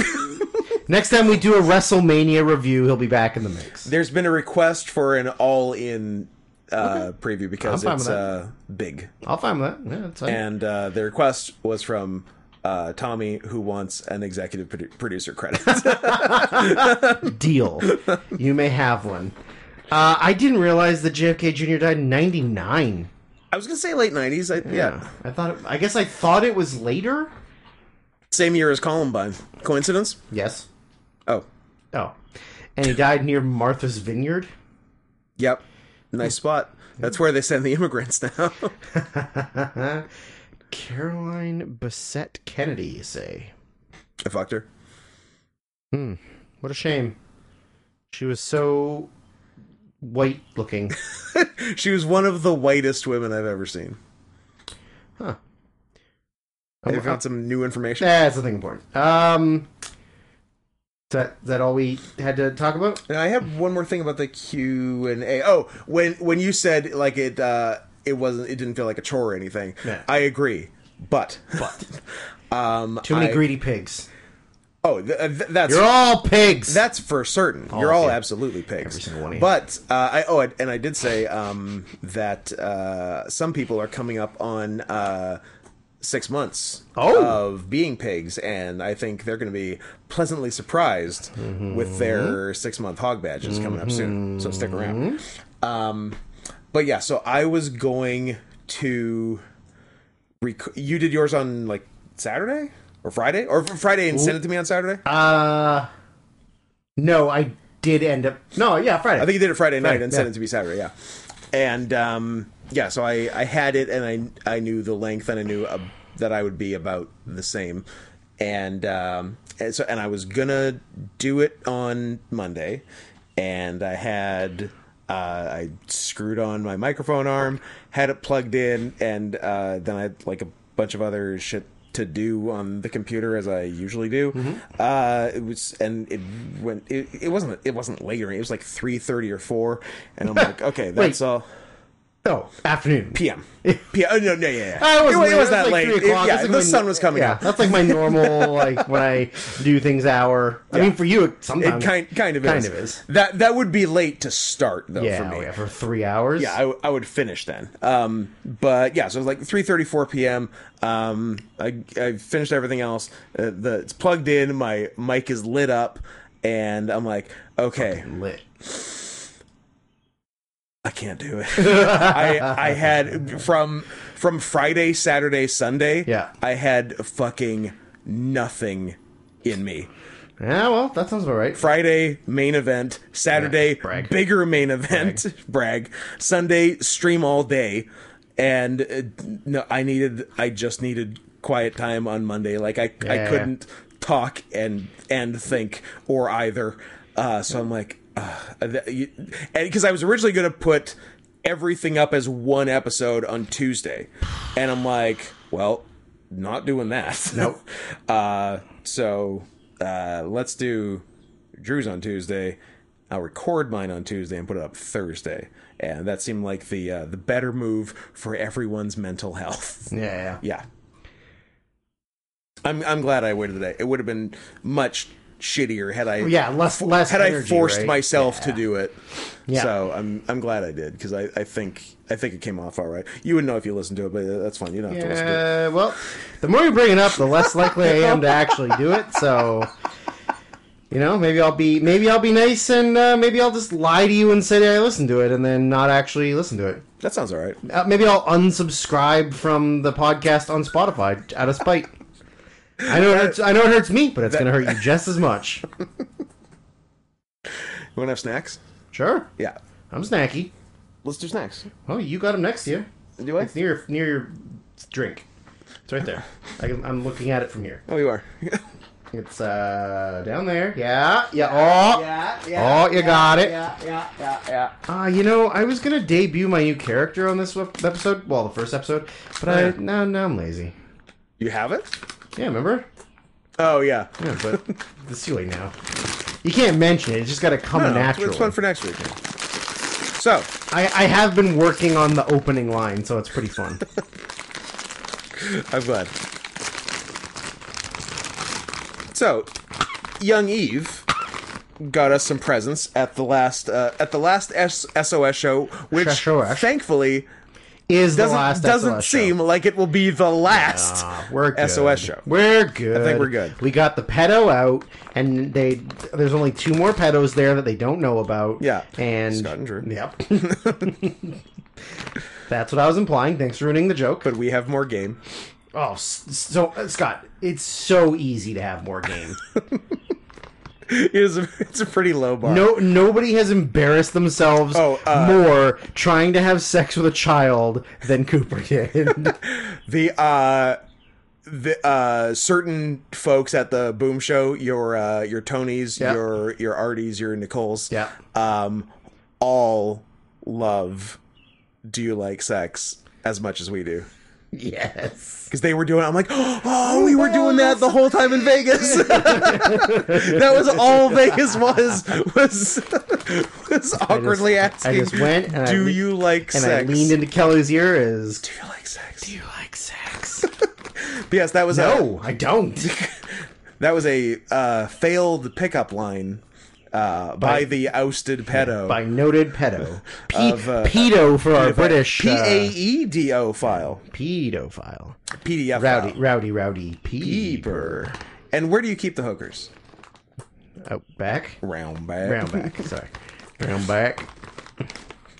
S2: Next time we do a WrestleMania review, he'll be back in the mix.
S1: There's been a request for an all-in uh, preview because
S2: I'm fine
S1: it's
S2: with
S1: uh, big,
S2: I'll find that. Yeah, that's fine.
S1: and uh, the request was from uh, Tommy, who wants an executive produ- producer credit.
S2: Deal. you may have one. Uh, I didn't realize that JFK Jr. died in '99.
S1: I was gonna say late '90s. I, yeah.
S2: I thought. It, I guess I thought it was later.
S1: same year as Columbine. Coincidence?
S2: Yes.
S1: Oh,
S2: Oh, and he died near Martha's Vineyard.
S1: yep. Nice spot. That's where they send the immigrants now.
S2: Caroline Bassett Kennedy, you say.
S1: I fucked her.
S2: What a shame. She was so white looking.
S1: She was one of the whitest women I've ever seen. I
S2: Um,
S1: found some new information.
S2: That's nothing important. Um, is that is that all we had to talk about?
S1: And I have one more thing about the Q and A. Oh, when when you said like it, uh, it wasn't, it didn't feel like a chore or anything.
S2: Yeah.
S1: I agree, but um,
S2: Too many
S1: I-
S2: greedy pigs.
S1: Oh, th- th- that's
S2: You're all pigs.
S1: That's for certain. You're
S2: of
S1: all
S2: you.
S1: absolutely pigs.
S2: Oh, Every single one of you.
S1: But uh, I oh, and I did say um, that uh, some people are coming up on uh, six months
S2: Oh.
S1: of being pigs, and I think they're going to be pleasantly surprised
S2: Mm-hmm.
S1: with their six month hog badges coming up soon. So
S2: Mm-hmm.
S1: stick around. Um, but yeah, so I was going to. Rec- you did yours on like Saturday or Friday or Friday and sent it to me on Saturday.
S2: uh, no, I did end up. No, yeah, Friday.
S1: I think he did it Friday night and sent
S2: yeah.
S1: it to me Saturday. Yeah, and um, yeah, so I, I had it and I I knew the length and I knew uh, that I would be about the same, and um, and so and I was gonna do it on Monday, and I had. Uh, I screwed on my microphone arm, had it plugged in, and uh, then I had like a bunch of other shit to do on the computer as I usually do.
S2: Mm-hmm.
S1: Uh, it was, and it went. It, it wasn't. It wasn't later. It was like three thirty or four. And I'm like, okay, that's all.
S2: No, afternoon.
S1: PM. PM. Oh, no, no, yeah, yeah.
S2: I wasn't
S1: it,
S2: there.
S1: was that
S2: like
S1: late.
S2: Three
S1: It-
S2: o'clock.
S1: yeah,
S2: That's like
S1: the
S2: my-
S1: sun was coming
S2: yeah,
S1: up.
S2: That's like my normal, like when I do things hour. I mean, for you, it
S1: It
S2: sometimes
S1: kind kind of
S2: Um, kind
S1: is.
S2: of is.
S1: That that would be late to start though
S2: Yeah,
S1: for me.
S2: yeah, for three hours.
S1: Yeah, I, w- I would finish then. Um, but yeah, so it was like 3:34 p.m. Um, I, I finished everything else. Uh, the it's plugged in. My mic is lit up, and I'm like, okay,
S2: lit.
S1: I can't do it. I I had from from Friday, Saturday, Sunday.
S2: Yeah.
S1: I had fucking nothing in me.
S2: Yeah, well, that sounds about right.
S1: Friday main event, Saturday
S2: brag.
S1: bigger main event, brag. Sunday stream all day, and uh, no, I needed, I just needed quiet time on Monday. Like I, I
S2: Yeah.
S1: couldn't talk and and think or either. Uh, so I'm like, because I was originally gonna put everything up as one episode on Tuesday, and I'm like, well, not doing that.
S2: Nope.
S1: uh, so uh, let's do Drew's on Tuesday. I'll record mine on Tuesday and put it up Thursday, and that seemed like the uh, the better move for everyone's mental health.
S2: Yeah, yeah.
S1: yeah, I'm I'm glad I waited today. It would have been much shittier had I
S2: Yeah, less less.
S1: had I
S2: energy,
S1: forced
S2: right?
S1: myself to do it.
S2: Yeah.
S1: So I'm I'm glad I did because I, I think I think it came off all right. You wouldn't know if you listened to it, but that's fine. You don't have to listen to it.
S2: Uh, well, the more you bring it up, the less likely I am to actually do it. So, you know, maybe I'll be maybe I'll be nice and uh, maybe I'll just lie to you and say that I listened to it and then not actually listen to it.
S1: That sounds all right.
S2: Uh, maybe I'll unsubscribe from the podcast on Spotify out of spite. I know it hurts, I know it hurts me, but it's going to hurt you just as much.
S1: You want to have snacks?
S2: Sure,
S1: Yeah.
S2: I'm snacky.
S1: Let's do snacks.
S2: Oh, you got him next to you.
S1: Do I?
S2: It's near near your drink. It's right there. I can, I'm looking at it from here.
S1: Oh, you are.
S2: It's uh down there. Yeah, yeah. Oh,
S3: Yeah,
S2: yeah, Oh, you yeah, got it.
S3: Yeah, yeah, yeah, yeah.
S2: Uh, you know, I was gonna debut my new character on this wep- episode, well, the first episode, but I
S1: Yeah.
S2: now now I'm lazy.
S1: you have it?
S2: Yeah, remember?
S1: Oh yeah.
S2: Yeah, but it's too late now. You can't mention it. It's just gotta come
S1: No, no, it's-
S2: naturally.
S1: it's fun for next week. So
S2: I, I have been working on the opening line, so it's pretty fun.
S1: I'm glad. So, young Eve got us some presents at the last uh, at the last S- SOS show, which
S2: SOS.
S1: thankfully
S2: Is the
S1: doesn't
S2: last
S1: doesn't
S2: SOS show.
S1: seem like it will be the last
S2: Ah, we're good.
S1: SOS show.
S2: We're good. I
S1: think we're good.
S2: We got the pedo out, and they there's only two more pedos there that they don't know about.
S1: Yeah.
S2: and
S1: Scott and Drew.
S2: Yep. That's what I was implying. Thanks for ruining the joke.
S1: But we have more game.
S2: Oh, s- so uh, Scott, it's so easy to have more game.
S1: It is a, it's a pretty low bar.
S2: No, nobody has embarrassed themselves
S1: Oh, uh,
S2: more trying to have sex with a child than Cooper did.
S1: The uh the uh certain folks at the boom show, your uh your Tonys,
S2: Yeah.
S1: your your Arties, your Nicoles,
S2: Yeah.
S1: um all love do you like sex as much as we do.
S2: yes.
S1: Because they were doing I'm like, oh we were doing that the whole time in Vegas. that was all Vegas was was was awkwardly
S2: I
S1: asking
S2: just went and I
S1: Do
S2: le-
S1: you like
S2: And
S1: sex?
S2: I leaned into Kelly's ear as
S1: do you like sex?
S2: you like sex?
S1: But yes, that was a-
S2: no, I don't.
S1: That was a uh, failed pickup line uh, by, the ousted pedo.
S2: By noted pedo. P-
S1: Of, uh,
S2: pedo for our British
S1: P A
S2: uh,
S1: E D O file.
S2: pedophile.
S1: PDF.
S2: Rowdy,
S1: file.
S2: rowdy, rowdy. Peeper.
S1: Peeper. And where do you keep the hookers?
S2: Out Oh, back.
S1: Round back.
S2: Round back. Sorry. Round back.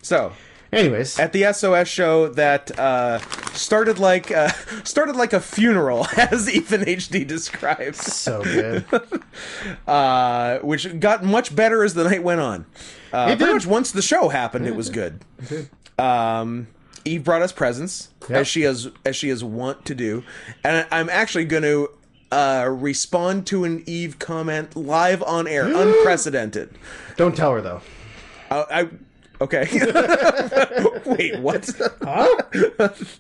S1: So,
S2: Anyways.
S1: at the SOS show that uh, started like uh, started like a funeral, as Ethan HD describes,
S2: so good.
S1: uh, which got much better as the night went on. Uh,
S2: It
S1: pretty
S2: did.
S1: much once the show happened, it was good. Um, Eve brought us presents
S2: Yeah.
S1: as she is as she is wont to do, and I- I'm actually going to uh, respond to an Eve comment live on air, unprecedented.
S2: Don't tell her though.
S1: Uh, I, I okay. Wait, what?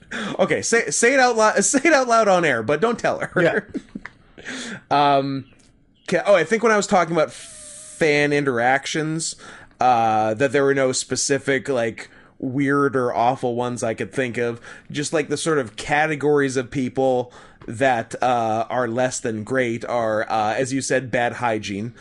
S1: okay, say say it out loud. Say it out loud on air, but don't tell her.
S2: Yeah.
S1: Um, 'kay- oh, I think when I was talking about fan interactions, uh, that there were no specific like weird or awful ones I could think of, just like the sort of categories of people that uh, are less than great are, uh, as you said, bad hygiene,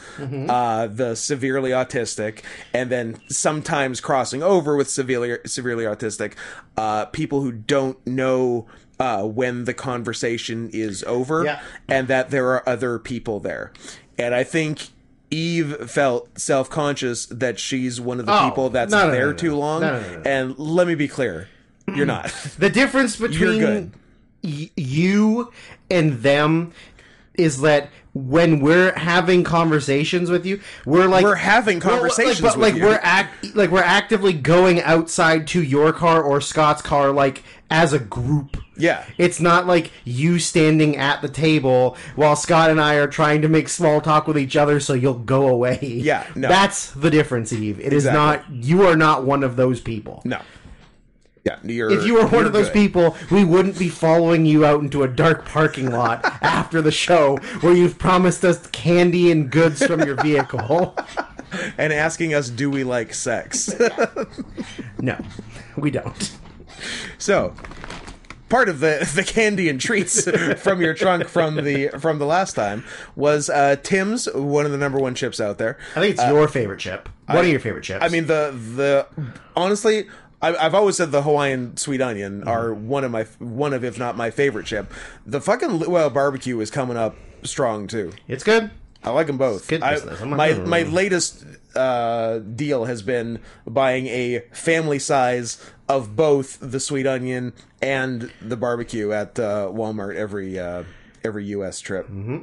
S1: uh, the severely autistic, and then sometimes crossing over with severely severely autistic uh, people who don't know. Uh, when the conversation is over,
S2: Yeah.
S1: and that there are other people there, and I think Eve felt self conscious that she's one of the
S2: Oh,
S1: people that's
S2: no, no, no,
S1: there
S2: no, no.
S1: too long.
S2: No, no, no, no.
S1: And let me be clear, you're not.
S2: The difference
S1: good.
S2: between y- you and them is that when we're having conversations with you, we're like
S1: We're having
S2: Well,
S1: conversations
S2: like, but
S1: with
S2: like
S1: you.
S2: we're act like we're actively going outside to your car or Scott's car, like as a group.
S1: Yeah.
S2: It's not like you standing at the table while Scott and I are trying to make small talk with each other so you'll go away.
S1: Yeah, no.
S2: That's the difference, Eve. It is
S1: Exactly.
S2: not you are not one of those people.
S1: No. Yeah, you're.
S2: If you were one
S1: you're
S2: of those
S1: good.
S2: people, we wouldn't be following you out into a dark parking lot after the show where you've promised us candy and goods from your vehicle.
S1: and asking us, do we like sex?
S2: No, we don't.
S1: so, part of the the candy and treats from your trunk from the from the last time was uh, Tim's, one of the number one chips out there.
S2: I think it's your favorite chip. One of your favorite chips.
S1: I mean the the honestly, I, I've always said the Hawaiian sweet onion are one of my one of if not my favorite chip. The fucking Luau barbecue is coming up strong too.
S2: it's good.
S1: I like them both.
S2: good
S1: I-
S2: business. I'm not
S1: my
S2: gonna-
S1: my latest uh, deal has been buying a family size of both the sweet onion and the barbecue at uh, Walmart every uh, every U.S. trip.
S2: Mm-hmm.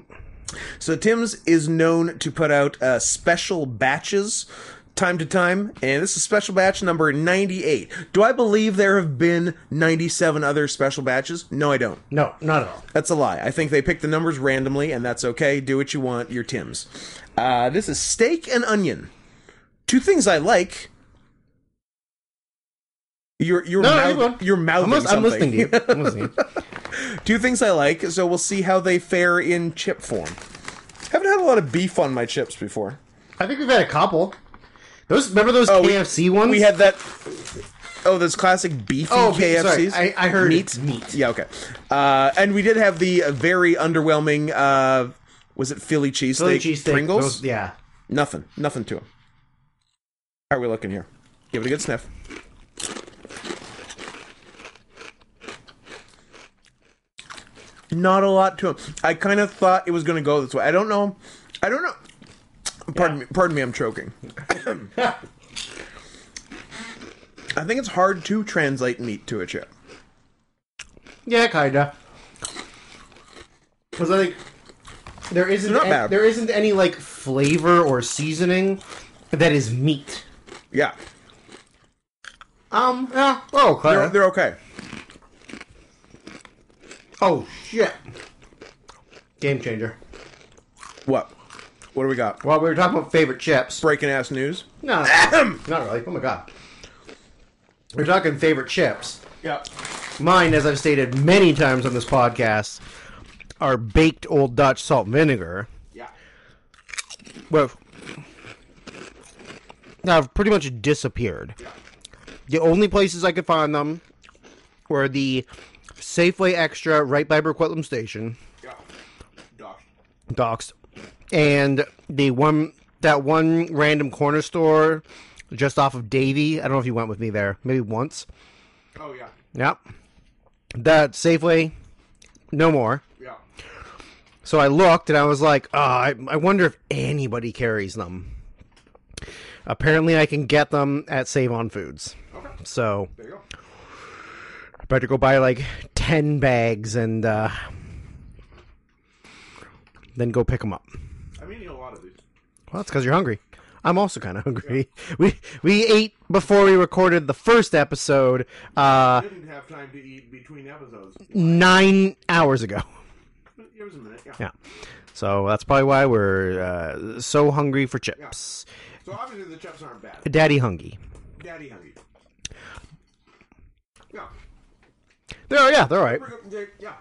S1: So Tim's is known to put out uh, special batches time to time, and this is special batch number 98. Do I believe there have been 97 other special batches? No, I don't.
S2: No, not at all.
S1: That's a lie. I think they picked the numbers randomly, and that's okay. Do what you want. You're Tim's. Uh, this is steak and onion. Two things I like. You're you're
S2: No, no, keep going.
S1: you're
S2: I'm,
S1: mouthing
S2: lis- I'm
S1: something.
S2: listening to you. I'm listening.
S1: Two things I like. So we'll see how they fare in chip form. Haven't had a lot of beef on my chips before.
S2: I think we've had a couple. Those remember those
S1: we-
S2: KFC ones?
S1: We had that. Oh, those classic beefy
S2: Oh, okay, sorry.
S1: KFCs.
S2: I, I heard
S1: meat.
S2: it's meat.
S1: Yeah, okay. Uh, and we did have the uh, very underwhelming. Uh, was it Philly cheesesteak?
S2: Philly cheesesteak.
S1: Pringles.
S2: those- yeah.
S1: Nothing. Nothing to him. How are we looking here? Give it a good sniff. Not a lot to him. I kind of thought it was going to go this way. I don't know. I don't know. Pardon me. Pardon me. I'm choking. I think it's hard to translate meat to a chip.
S2: Yeah, kinda. Because I think there isn't
S1: not
S2: an-
S1: bad.
S2: there isn't any like flavor or seasoning that is meat.
S1: Yeah,
S2: Um. Yeah. Oh,
S1: they're,
S2: Clara.
S1: they're okay.
S2: Oh shit. Game changer.
S1: What? What do we got?
S2: Well, we were talking about favorite chips.
S1: Breaking ass news.
S2: No,
S1: Ah.
S2: not really. Oh my god. We're talking favorite chips.
S1: Yeah.
S2: Mine, as I've stated many times on this podcast, are baked old Dutch salt and vinegar.
S1: Yeah.
S2: Well, have pretty much disappeared. The only places I could find them were the Safeway Extra right by Burquitlam Station,
S1: Yeah. Dosh.
S2: docks, and the one that one random corner store just off of Davy. I don't know if you went with me there, maybe once.
S1: Oh yeah.
S2: Yep. That Safeway, no more.
S1: Yeah.
S2: So I looked and I was like, oh, I, I wonder if anybody carries them. Apparently, I can get them at Save on Foods. So
S1: There you go.
S2: I better go buy like 10 bags and uh, then go pick them up.
S1: I'm eating a lot of these.
S2: Well, that's because you're hungry. I'm also kind of hungry. We we ate before we recorded the first episode uh,
S1: didn't have time to eat between episodes.
S2: nine hours ago.
S1: Give us a minute.
S2: Yeah. So that's probably why we're uh, so hungry for chips.
S1: So obviously the chips aren't bad.
S2: Daddy hungry.
S1: Daddy hungry. Yeah.
S2: They're yeah, they're all right.
S1: Yeah.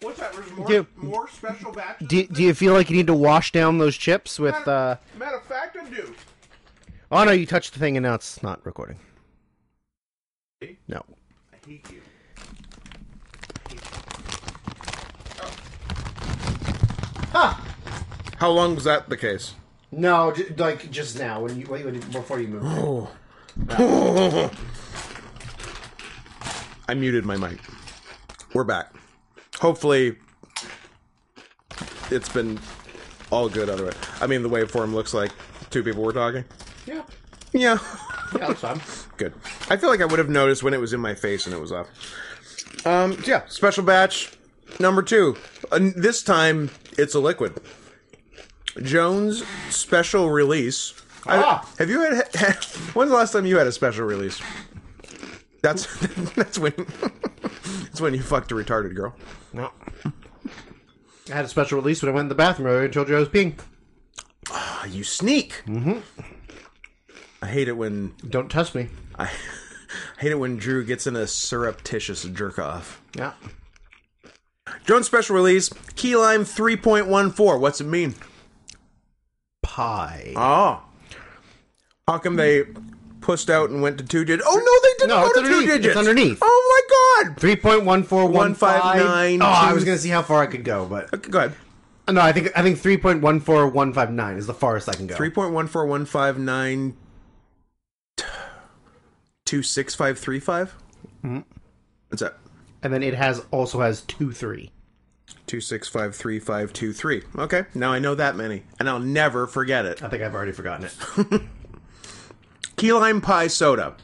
S1: What's that? There's more,
S2: Yeah.
S1: more special batches.
S2: Do, do you feel like you need to wash down those chips with uh
S1: Matter of fact, I do.
S2: Oh no, you touched the thing and now it's not recording. No.
S3: I hate you.
S1: Oh.
S4: How long was that the case?
S2: No, j- like just now when you wait, wait, before you move.
S1: I muted my mic. We're back. Hopefully, it's been all good otherwise. I mean, the waveform looks like two people were talking.
S2: Yeah.
S1: Yeah,
S2: Yeah, that's fine.
S1: good. I feel like I would have noticed when it was in my face and it was off. Um, yeah, special batch number two. And this time, it's a liquid. Jones special release. I-
S2: Ah.
S1: have you had? when's the last time you had a special release? That's that's when that's when you fucked a retarded girl.
S2: No. I had a special release when I went in the bathroom earlier and told you I was peeing.
S1: Ah, you sneak. Mm-hmm. I hate it when
S2: Don't touch me.
S1: I, I hate it when Drew gets in a surreptitious jerk off.
S2: Yeah.
S1: Drone special release, key lime 3.14. What's it mean?
S2: Pie.
S1: Oh. How come they pussed out and went to two digits? Oh, no, they didn't
S2: No,
S1: go
S2: it's
S1: to two
S2: underneath. It's
S1: digits.
S2: underneath.
S1: Oh, my God.
S2: Three point one four one five nine.
S1: 159,
S2: Oh, I
S1: two-
S2: was gonna see how far I could go, but
S1: Okay, go ahead.
S2: no, I think I think three point one four one five nine is the farthest I can go.
S1: 3.14159. 26535?
S2: Mm-hmm.
S1: What's that?
S2: And then it has also has two three.
S1: 2653523. Okay, now I know that many, and I'll never forget it.
S2: I think I've already forgotten it.
S1: Key lime pie soda.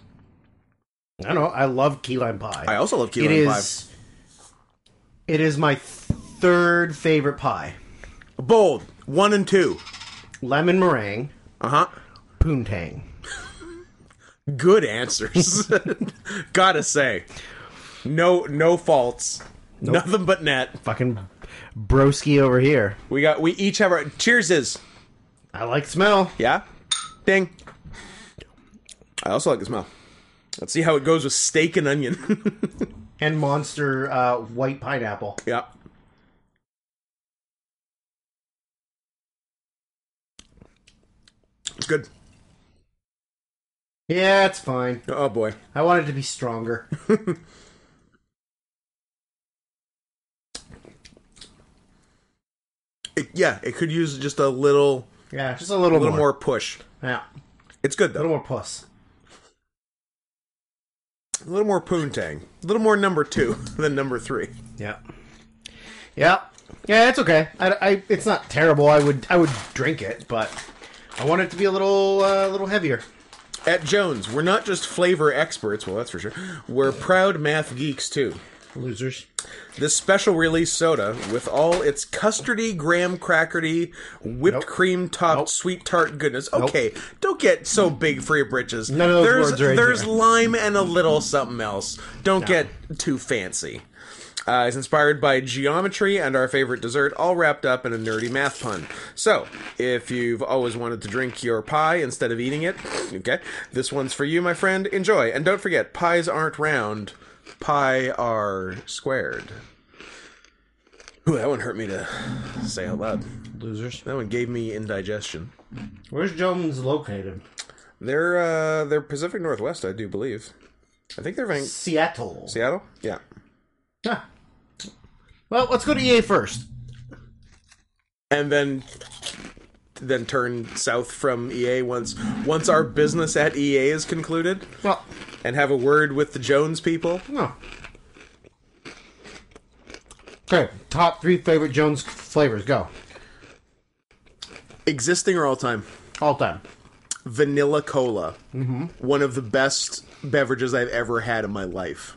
S2: I don't know. I love key lime pie.
S1: I also love key
S2: it
S1: lime
S2: is. It is my third favorite pie:
S1: pie. Bold. One and two.
S2: lemon meringue,
S1: Uh huh.
S2: poontang.
S1: good answers. Gotta say, no, no faults, nothing but net.
S2: Fucking broski over here.
S1: We got, we each have our cheerses.
S2: I like smell.
S1: Yeah, ding. I also like the smell. Let's see how it goes with steak and onion.
S2: And monster uh, white pineapple.
S1: yeah. It's good.
S2: Yeah, it's fine.
S1: Oh boy.
S2: I want it to be stronger.
S1: It, yeah, it could use just a little,
S2: Yeah, just a little,
S1: a little
S2: more.
S1: more push.
S2: Yeah,
S1: It's good
S2: a
S1: though.
S2: little more puss.
S1: A little more poontang. A little more number two than number three.
S2: Yeah. Yeah. Yeah, it's okay. I, I- it's not terrible. I would I would drink it, but I want it to be a little uh, little heavier.
S1: At Jones, we're not just flavor experts, well, that's for sure. We're proud math geeks, too.
S2: Losers.
S1: This special release soda, with all its custardy, graham crackerty, whipped
S2: Nope.
S1: cream topped sweet tart goodness. Okay, don't get so big for your britches.
S2: None of those
S1: there's
S2: words are in
S1: there's
S2: here.
S1: lime and a little something else. Don't get too fancy. Uh, is inspired by geometry and our favorite dessert, all wrapped up in a nerdy math pun. So, if you've always wanted to drink your pie instead of eating it, okay, this one's for you, my friend. Enjoy. And don't forget, pies aren't round, pie are squared. Ooh, that one hurt me to say out loud.
S2: Losers.
S1: That one gave me indigestion.
S2: Where's Jones located?
S1: They're uh, they're Pacific Northwest, I do believe. I think they're Van-
S2: Seattle.
S1: Seattle. Yeah.
S2: Huh. Well, let's go to EA first.
S1: and then then turn south from EA once once our business at EA is concluded
S2: Well,
S1: and have a word with the Jones people.
S2: no. Okay, top three favorite Jones flavors. Go.
S1: Existing or all time?
S2: All time.
S1: Vanilla cola. Mm-hmm. One of the best beverages I've ever had in my life.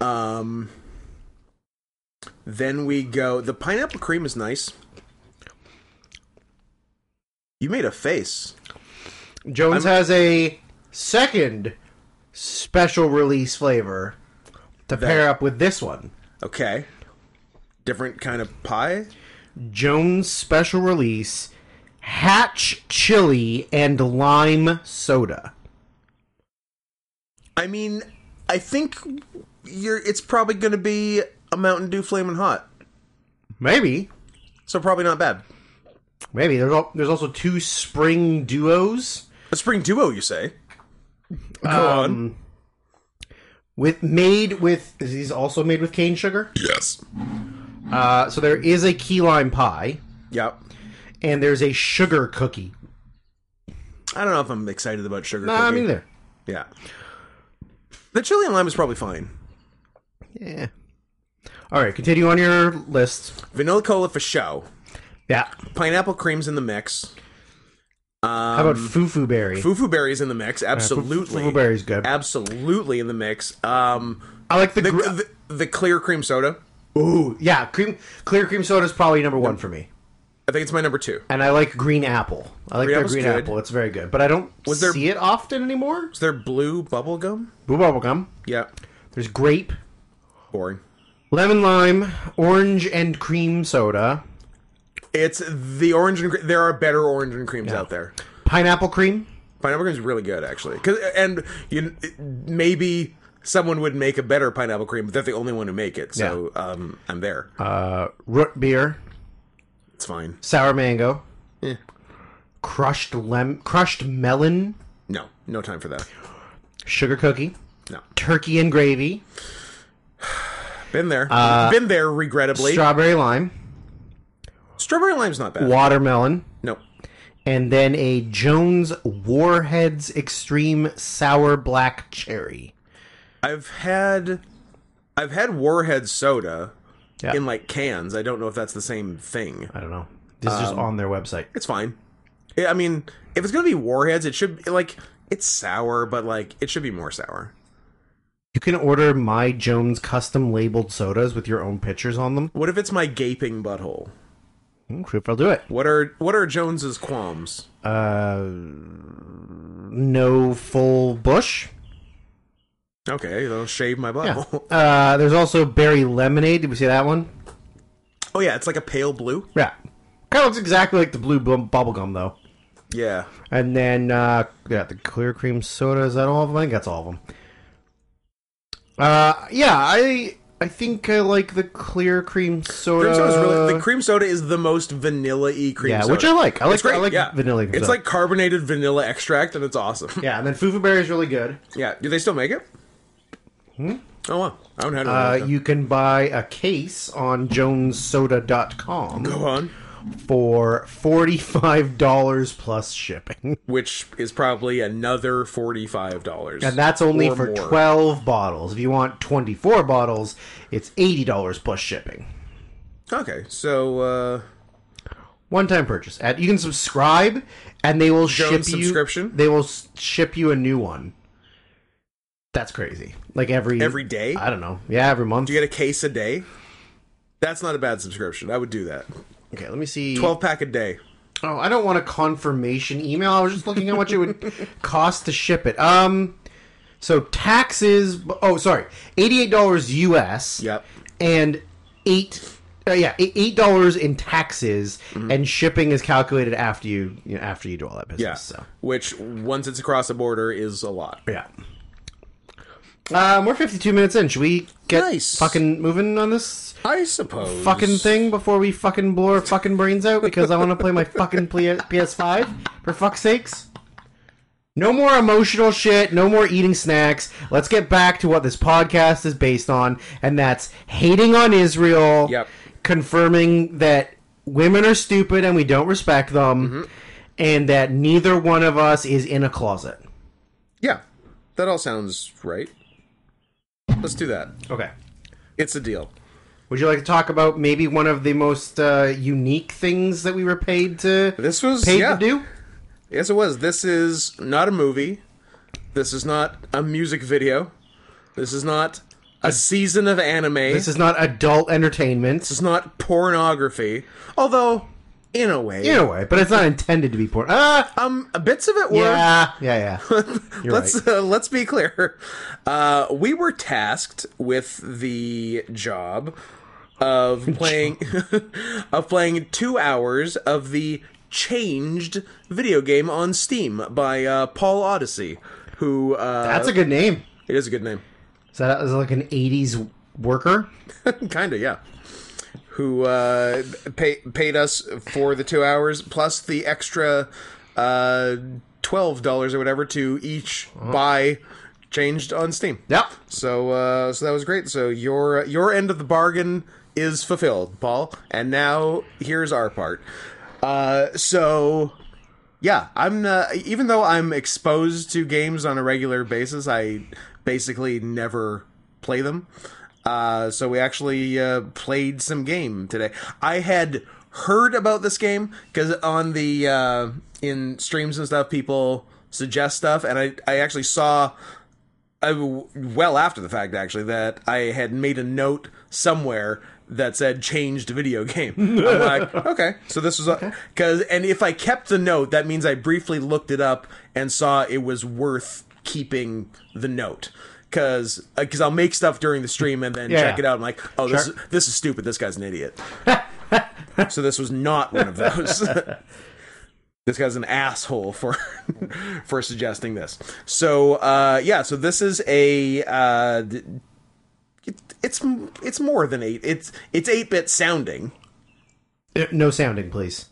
S1: Um then we go the pineapple cream is nice. You made a face.
S2: Jones has a second special release flavor to pair up with this one.
S1: Okay. Different kind of pie?
S2: Jones special release Hatch chili and lime soda.
S1: I mean, I think you're. It's probably going to be a Mountain Dew Flamin' Hot,
S2: Maybe.
S1: so probably not bad.
S2: Maybe there's al- there's also two spring duos
S1: A spring duo, you say? Go on.
S2: with made with is these also made with cane sugar.
S1: Yes.
S2: Uh, so there is a key lime pie
S1: Yep.
S2: and there's a sugar cookie.
S1: I don't know if I'm excited about sugar.
S2: Nah, I'm
S1: cookie.
S2: either.
S1: Yeah. The chili and lime is probably fine.
S2: Yeah. All right, continue on your list.
S1: Vanilla cola for show.
S2: Yeah.
S1: Pineapple cream's in the mix.
S2: How
S1: Um,
S2: about fufu berry?
S1: Fufu berries in the mix. Absolutely.
S2: Fufu berry's good.
S1: Absolutely in the mix. Um,
S2: I like the,
S1: the,
S2: gr-
S1: the, the clear cream soda.
S2: ooh yeah cream clear cream soda is probably number one for me.
S1: I think it's my number two.
S2: And I like green apple. I like
S1: Green
S2: their
S1: apple's
S2: green
S1: good.
S2: apple. It's very good. But I don't
S1: Was there-
S2: see it often anymore.
S1: Is there blue bubble gum?
S2: Blue bubble gum.
S1: Yeah.
S2: There's grape,
S1: Boring.
S2: lemon lime, orange and cream soda,
S1: It's the orange and cre- there are better orange and creams
S2: Yeah.
S1: out there.
S2: pineapple cream.
S1: Pineapple cream is really good actually. 'Cause- and you maybe someone would make a better pineapple cream, but they're the only one who make it. So um, I'm there.
S2: root beer,
S1: it's fine.
S2: sour mango, crushed lem, crushed melon,
S1: No, no time for that.
S2: sugar cookie,
S1: No,
S2: turkey and gravy,
S1: been there, been there. Regrettably,
S2: strawberry lime,
S1: strawberry lime's not bad.
S2: watermelon,
S1: no,
S2: and then a Jones Warheads Extreme Sour Black Cherry.
S1: I've had, I've had Warhead soda
S2: Yeah.
S1: in like cans. I don't know if that's the same thing.
S2: I don't know. This is just on their website.
S1: It's fine. I I mean, if it's gonna be Warheads, it should like it's sour, but like it should be more sour.
S2: You can order my Jones custom labeled sodas with your own pictures on them.
S1: What if it's my gaping butthole?
S2: Hmm, see if I'll do it.
S1: What are what are Jones's qualms?
S2: Uh, no full bush.
S1: Okay, they'll shave my
S2: Yeah.
S1: butthole.
S2: Uh, there's also berry lemonade. Did we see that one?
S1: Oh yeah, it's like a pale blue.
S2: Yeah. Kind of looks exactly like the blue bu- bubble gum though.
S1: Yeah,
S2: And then uh, yeah, the clear cream soda. Is that all of them? I think that's all of them. Uh, yeah, I I think I like the clear cream soda.
S1: cream soda's really the cream soda is the most vanilla y cream
S2: Uh, yeah,
S1: soda.
S2: which I like. I like
S1: It's great.
S2: I like
S1: yeah.
S2: vanilla. cream
S1: It's
S2: soda.
S1: like carbonated vanilla extract, and it's awesome.
S2: yeah, and then fufu berry is really good.
S1: Yeah. Do they still make it? Hmm? Oh wow, I don't know.
S2: Uh,
S1: Uh,
S2: you can buy a case on jonessoda.com
S1: Go on.
S2: for $45 plus shipping.
S1: Which is probably another forty-five dollars.
S2: And that's only
S1: Or
S2: for
S1: more.
S2: 12 bottles. If you want 24 bottles, it's $80 plus shipping.
S1: Okay, so uh,
S2: One time purchase. At you can subscribe and they will
S1: Jones
S2: ship you
S1: subscription?
S2: They will s- ship you a new one. That's crazy. Like every
S1: every day
S2: I don't know. Yeah, every month.
S1: you get a case a day. That's not a bad subscription. I would do that.
S2: okay, let me see.
S1: Twelve pack a day.
S2: Oh, I don't want a confirmation email. I was just looking how much it would cost to ship it. Um, so taxes. Oh, sorry, eighty-eight dollars U.S.
S1: Yep.
S2: And eight. Uh, yeah, eight eight dollars in taxes,
S1: Mm-hmm.
S2: and shipping is calculated after you, you know, after you do all that business.
S1: Yeah.
S2: So
S1: Which once it's across the border is a lot.
S2: yeah. Um, we're fifty-two minutes in. Should we get
S1: Nice.
S2: fucking moving on this
S1: I suppose.
S2: fucking thing before we fucking blow our fucking brains out because I want to play my fucking play- PS5 for fuck's sakes. No more emotional shit, no more eating snacks. Let's get back to what this podcast is based on, and that's hating on Israel,
S1: Yep.
S2: confirming that women are stupid and we don't respect them, and that neither one of us is in a closet.
S1: Yeah, that all sounds right. Let's do that.
S2: Okay.
S1: It's a deal.
S2: Would you like to talk about maybe one of the most uh, unique things that we were paid to
S1: This was
S2: paid
S1: yeah.
S2: to do?
S1: Yes, it was. This is not a movie. This is not a music video. This is not a season of anime.
S2: This is not adult entertainment
S1: This is not pornography. Although, in a way,
S2: in a way, but it's not intended to be porn. Ah,
S1: um, bits of it were.
S2: yeah, yeah, yeah. You're
S1: let's
S2: right.
S1: uh, let's be clear. Uh, we were tasked with the job of playing of playing two hours of the changed video game on Steam by uh, Paul Odyssey, who uh,
S2: That's a good name.
S1: it is a good name,
S2: Is that is that like an '80s worker?
S1: kind of yeah. who uh, pay, paid us for the two hours plus the extra uh, twelve dollars or whatever to each
S2: Uh-huh.
S1: buy changed on Steam.
S2: Yep.
S1: So uh, so that was great. So your your end of the bargain is fulfilled, Paul. And now here's our part. Uh, so yeah, I'm uh, even though I'm exposed to games on a regular basis, I basically never play them. Uh, so we actually uh, played some game today. I had heard about this game because on the uh, in streams and stuff, people suggest stuff, and I I actually saw I, uh, well after the fact actually that I had made a note somewhere that said changed video game. I'm like, okay, so this was because and if I kept the note, that means I briefly looked it up and saw it was worth keeping the note. Because because I'll make stuff during the stream and then
S2: Yeah.
S1: check it out. I'm like, oh, this
S2: Sure.
S1: is, this is stupid. This guy's an idiot. so this was not one of those. this guy's an asshole for for suggesting this. So uh, yeah, so this is a uh, d- it, it's it's more than eight. It's it's eight bit sounding.
S2: Uh, No sounding, please.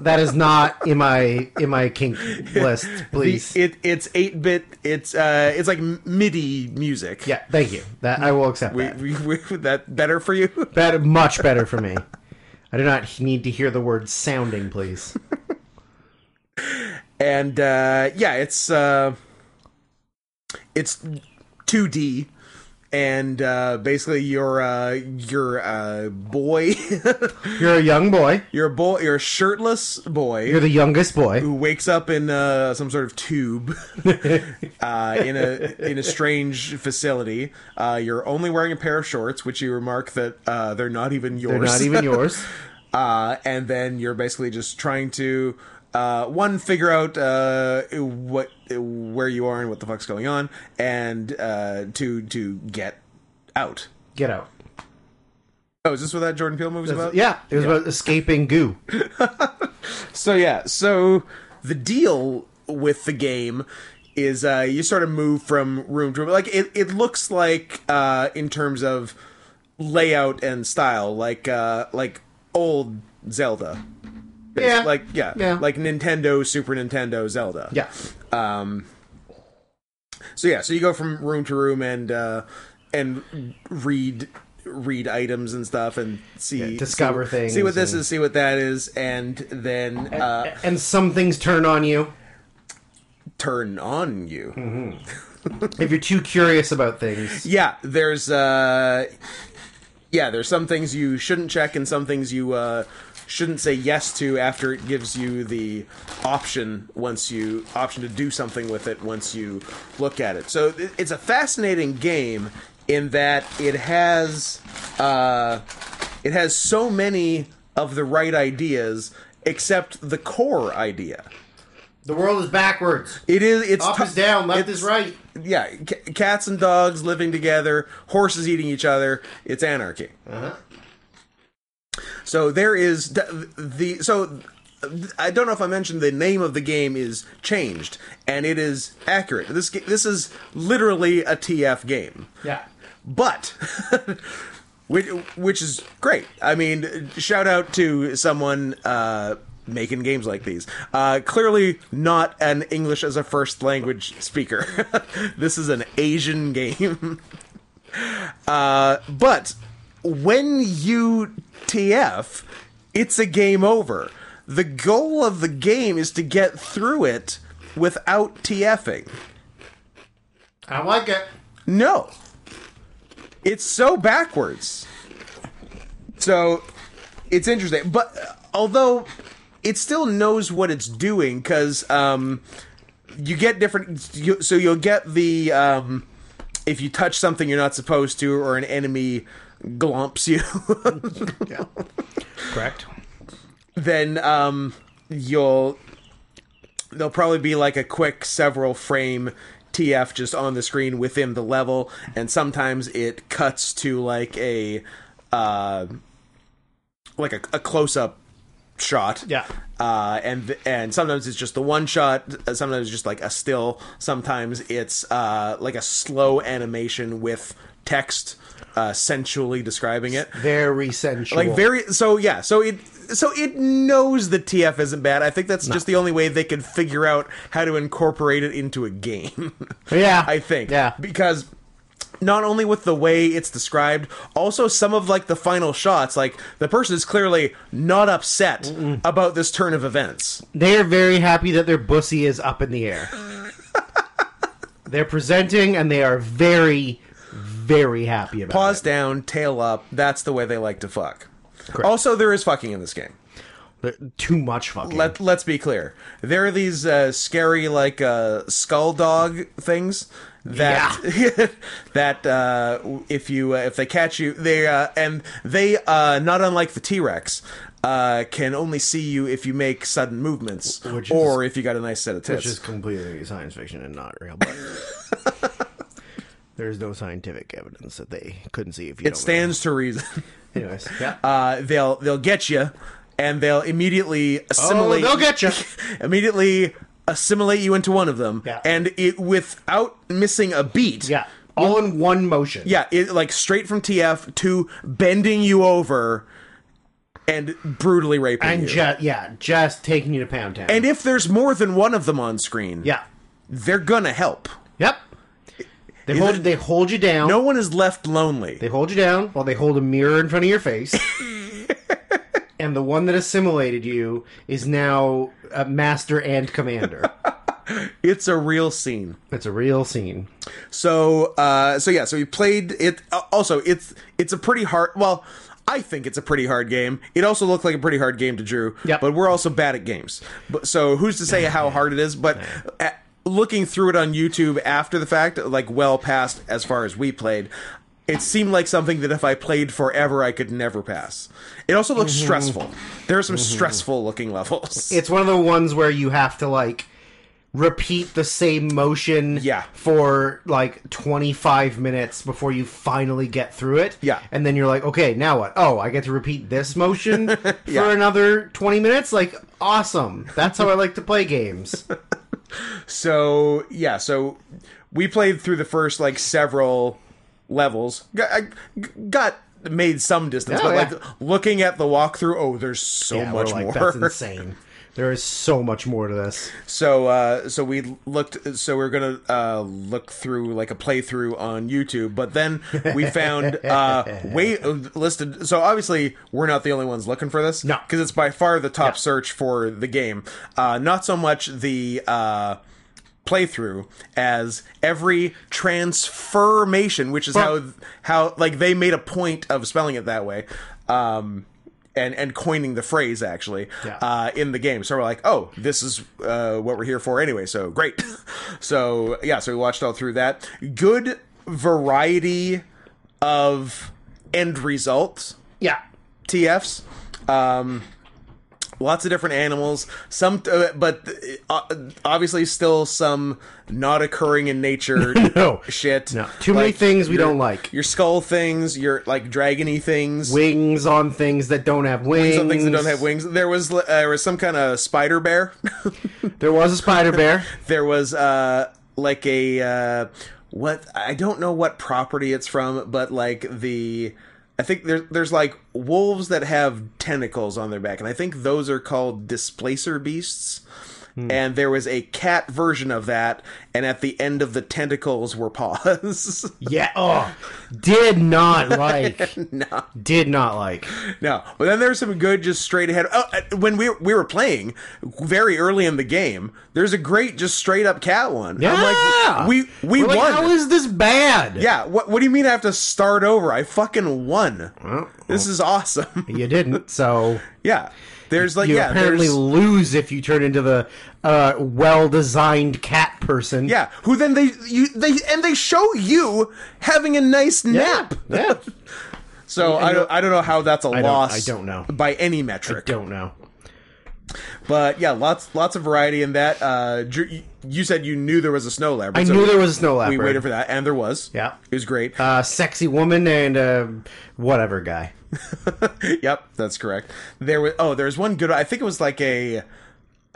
S2: that is not in my in my kink list, please.
S1: It it's eight bit. It's uh it's like MIDI music.
S2: yeah, thank you. That I will accept that.
S1: we, we, that better for you.
S2: Better, much better for me. I do not he- need to hear the word sounding, please.
S1: and uh, yeah, it's uh, it's 2D, and uh, basically you're uh, you're a boy,
S2: You're a young boy.
S1: you're a boy, you're a shirtless boy
S2: You're the youngest boy.
S1: who wakes up in uh, some sort of tube uh, in a in a strange facility. Uh, you're only wearing a pair of shorts, which you remark that uh, they're not even yours.
S2: They're not even yours.
S1: uh, and then you're basically just trying to uh, one figure out uh, what where you are and what the fuck's going on, and uh, to to get out.
S2: Get out.
S1: Oh, is this what that Jordan Peele movie's about?
S2: Yeah, it was about escaping goo.
S1: So yeah, so the deal with the game is uh, you sort of move from room to room. Like it, it looks like uh, in terms of layout and style, like uh, like old Zelda.
S2: Yeah.
S1: Like yeah,
S2: Yeah.
S1: like Nintendo, Super Nintendo, Zelda.
S2: Yeah.
S1: So yeah, so you go from room to room and uh, and read read items and stuff and see
S2: discover
S1: see-
S2: things
S1: see what this
S2: and-
S1: is, see what that is, and then uh,
S2: and some things turn on you.
S1: turn on you.
S2: If you're too curious about things,
S1: Yeah, there's uh yeah, there's some things you shouldn't check and some things you uh shouldn't say yes to after it gives you the option once you option to do something with it once you look at it. So it- it's a fascinating game in that it has uh it has so many of the right ideas except the core idea.
S2: the world is backwards.
S1: It is it's
S2: Up
S1: tou-
S2: is down, left
S1: it's-
S2: is right.
S1: yeah, c- cats and dogs living together, horses eating each other. It's anarchy. So there is th- the so th- I don't know if I mentioned the name of the game is changed, and it is accurate. This ga- this is literally a TF game
S2: Yeah.
S1: but which which is great. I mean, shout out to someone uh, making games like these. Uh, clearly, not an English as a first language speaker. this is an Asian game. uh, but when you TF, it's a game over. The goal of the game is to get through it without TFing.
S2: I like it.
S1: No. It's so backwards. So it's interesting, but uh, although it still knows what it's doing cuz um you get different you, so you'll get the um if you touch something you're not supposed to or an enemy glomps you
S2: Correct.
S1: then um you'll there'll probably be like a quick several frame TF just on the screen within the level, and sometimes it cuts to like a uh, like a, a close up shot.
S2: Yeah.
S1: Uh, and and sometimes it's just the one shot. Sometimes it's just like a still. Sometimes it's uh, like a slow animation with text uh, sensually describing it.
S2: Very sensual.
S1: Like very so yeah, so it so it knows that TF isn't bad. I think that's just the only way they could figure out how to incorporate it into a game.
S2: Yeah.
S1: I think.
S2: Yeah.
S1: Because not only with the way it's described, also some of like the final shots, like the person is clearly not upset about this turn of events.
S2: They're very happy that their bussy is up in the air. They're presenting and they are very, very happy about
S1: Paws down, tail up, that's the way they like to fuck. Also there is fucking in this game.
S2: it. They're Too much fucking.
S1: Let Let's be clear. There are these uh, scary like uh, skull dog things that that uh, if you uh, if they catch you they uh, and they uh, not unlike the T Rex. Uh, can only see you if you make sudden movements,
S2: Which is-
S1: or if you got a nice set of tits.
S2: which is completely science fiction and not real. But there's no scientific evidence that they couldn't see if you.
S1: it stands to reason.
S2: Anyways, yeah.
S1: Uh, they'll they'll get you, and they'll immediately assimilate.
S2: oh, they'll get ya.
S1: immediately assimilate you into one of them,
S2: Yeah.
S1: and it without missing a beat.
S2: yeah. All in one motion.
S1: Yeah, it like straight from TF to bending you over and brutally raping
S2: And
S1: you.
S2: just yeah, just taking you to Pound Town.
S1: and if there's more than one of them on screen,
S2: yeah.
S1: they're gonna help.
S2: Yep. They hold
S1: it-
S2: they hold you down.
S1: No one is left lonely.
S2: They hold you down while they hold a mirror in front of your face. and the one that assimilated you is now a master and commander.
S1: It's a real scene.
S2: it's a real scene.
S1: So, uh, so yeah, so we played it. uh, Also, it's it's a pretty hard. Well, I think it's a pretty hard game. It also looked like a pretty hard game to Drew.
S2: Yep.
S1: But we're also bad at games. But so who's to say how hard it is? But uh, looking through it on YouTube after the fact, like well past as far as we played. It seemed like something that if I played forever, I could never pass. It also looks stressful. There are some stressful looking levels.
S2: It's one of the ones where you have to like repeat the same motion
S1: Yeah.
S2: for like 25 minutes before you finally get through it.
S1: Yeah.
S2: And then you're like, "Okay, now what? Oh, I get to repeat this motion for another 20 minutes? Like awesome. That's how I like to play games."
S1: So yeah, so we played through the first like several levels. Got, I g- got made some distance,
S2: Oh,
S1: but
S2: yeah.
S1: like looking at the walkthrough, oh, there's so
S2: Yeah, we're
S1: much
S2: like,
S1: more.
S2: That's insane. There is so much more to this.
S1: So uh, so we looked. So we are gonna uh, look through like a playthrough on YouTube, but then we found uh, way listed. So obviously we're not the only ones looking for this.
S2: No.
S1: because it's by far the top search for the game. Uh, not so much the. Uh, playthrough as every transformation which is how how like they made a point of spelling it that way um and and coining the phrase actually
S2: Yeah.
S1: uh, in the game. So we're like, oh, this is uh, what we're here for anyway. So great. so yeah, so we watched all through that. Good variety of end results
S2: Yeah.
S1: TFs. Um, lots of different animals. Some, uh, but uh, obviously still some not occurring in nature.
S2: No.
S1: Shit.
S2: No. Too many things we
S1: your-
S2: don't like.
S1: Your skull things, your like dragony things
S2: Wings on things that don't have wings.
S1: some things that don't have wings. There was uh, there was some kind of spider bear.
S2: There was a spider bear.
S1: there was uh like a uh what I don't know what property it's from, but like the I think there's there's like wolves that have tentacles on their back, and I think those are called displacer beasts.
S2: Hmm.
S1: And there was a cat version of that, and at the end of the tentacles were paws.
S2: yeah. Oh, did not like.
S1: no.
S2: Did not like.
S1: No, but then there's some good, just straight ahead. Oh, uh, when we we were playing very early in the game, there's a great, just straight up cat one. I'm
S2: Yeah!
S1: Ah, like, we we
S2: We're
S1: won.
S2: like, how is this bad?
S1: yeah, what what do you mean I have to start over? I fucking won. this is awesome.
S2: You didn't. So
S1: yeah, there's like
S2: you
S1: yeah,
S2: apparently
S1: there's,
S2: lose if you turn into the uh, well-designed cat person.
S1: yeah. Who then they you they and they show you having a nice nap.
S2: Yeah.
S1: So I don't I don't know how that's a
S2: don't-
S1: loss.
S2: I don't know.
S1: by any metric.
S2: don't know.
S1: But yeah, lots lots of variety in that. Uh, Drew, you- you said you knew there was a snow leopard.
S2: I
S1: so
S2: knew there was a snow leopard.
S1: We waited for that, and there was.
S2: Yeah.
S1: it was great.
S2: uh, sexy woman and uh, whatever guy.
S1: yep, that's correct. There was oh, there was one good. I think it was like a,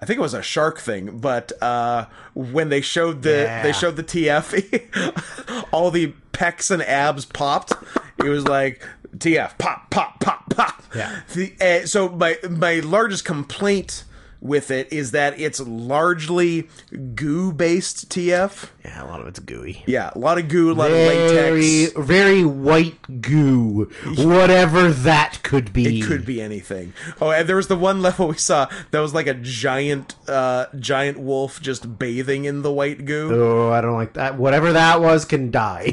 S1: I think it was a shark thing. But uh, when they showed the
S2: Yeah.
S1: they showed the TF, all the pecs and abs popped. It was like TF pop pop pop pop.
S2: Yeah.
S1: The, uh, so my my largest complaint with it is that it's largely goo based TF.
S2: Yeah, a lot of it's gooey.
S1: Yeah, a lot of goo, a lot of
S2: Very,
S1: latex.
S2: very white goo. Whatever that could be.
S1: It could be anything. Oh, and there was the one level we saw that was like a giant, uh, giant wolf just bathing in the white goo.
S2: Oh, I don't like that. Whatever that was can die.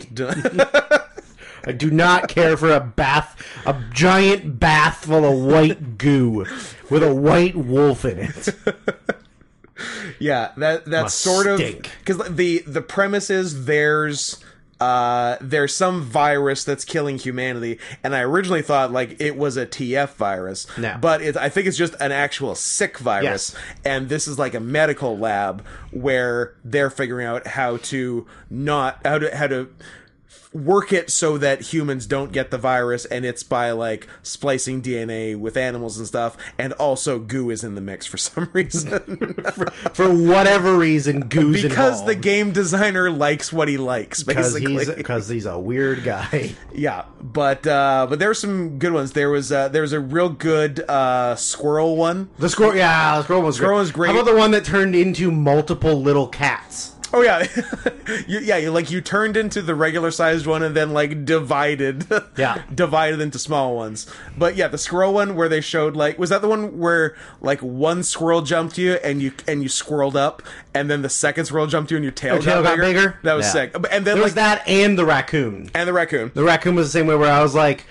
S2: I do not care for a bath, a giant bath full of white goo with a white wolf in it.
S1: Yeah, that that's
S2: Must
S1: sort of
S2: stink.
S1: because the the premise is there's. Uh, there's some virus that's killing humanity, and I originally thought like it was a TF virus,
S2: No.
S1: but it, I think it's just an actual sick virus, and this is like a medical lab where they're figuring out how to not how to how to work it so that humans don't get the virus and it's by like splicing DNA with animals and stuff and also goo is in the mix for some reason
S2: For whatever reason, goo's
S1: because the
S2: involved.
S1: game designer likes what he likes
S2: because he's
S1: basically
S2: because he's a weird guy.
S1: yeah but uh but there were some good ones there was uh there was a real good uh squirrel one
S2: The squirrel, yeah, the squirrel was
S1: Squirrel
S2: great.
S1: was great.
S2: How about the one that turned into multiple little cats?
S1: oh yeah you, yeah you, like you turned into the regular sized one and then like divided
S2: Yeah.
S1: divided into small ones but yeah the squirrel one where they showed like was that the one where like one squirrel jumped you and you and you squirreled up and then the second squirrel jumped you and your tail,
S2: Your tail got bigger?
S1: that was
S2: Yeah.
S1: sick and then
S2: There
S1: like
S2: was that and the raccoon.
S1: and the raccoon
S2: The raccoon was the same way where I was like,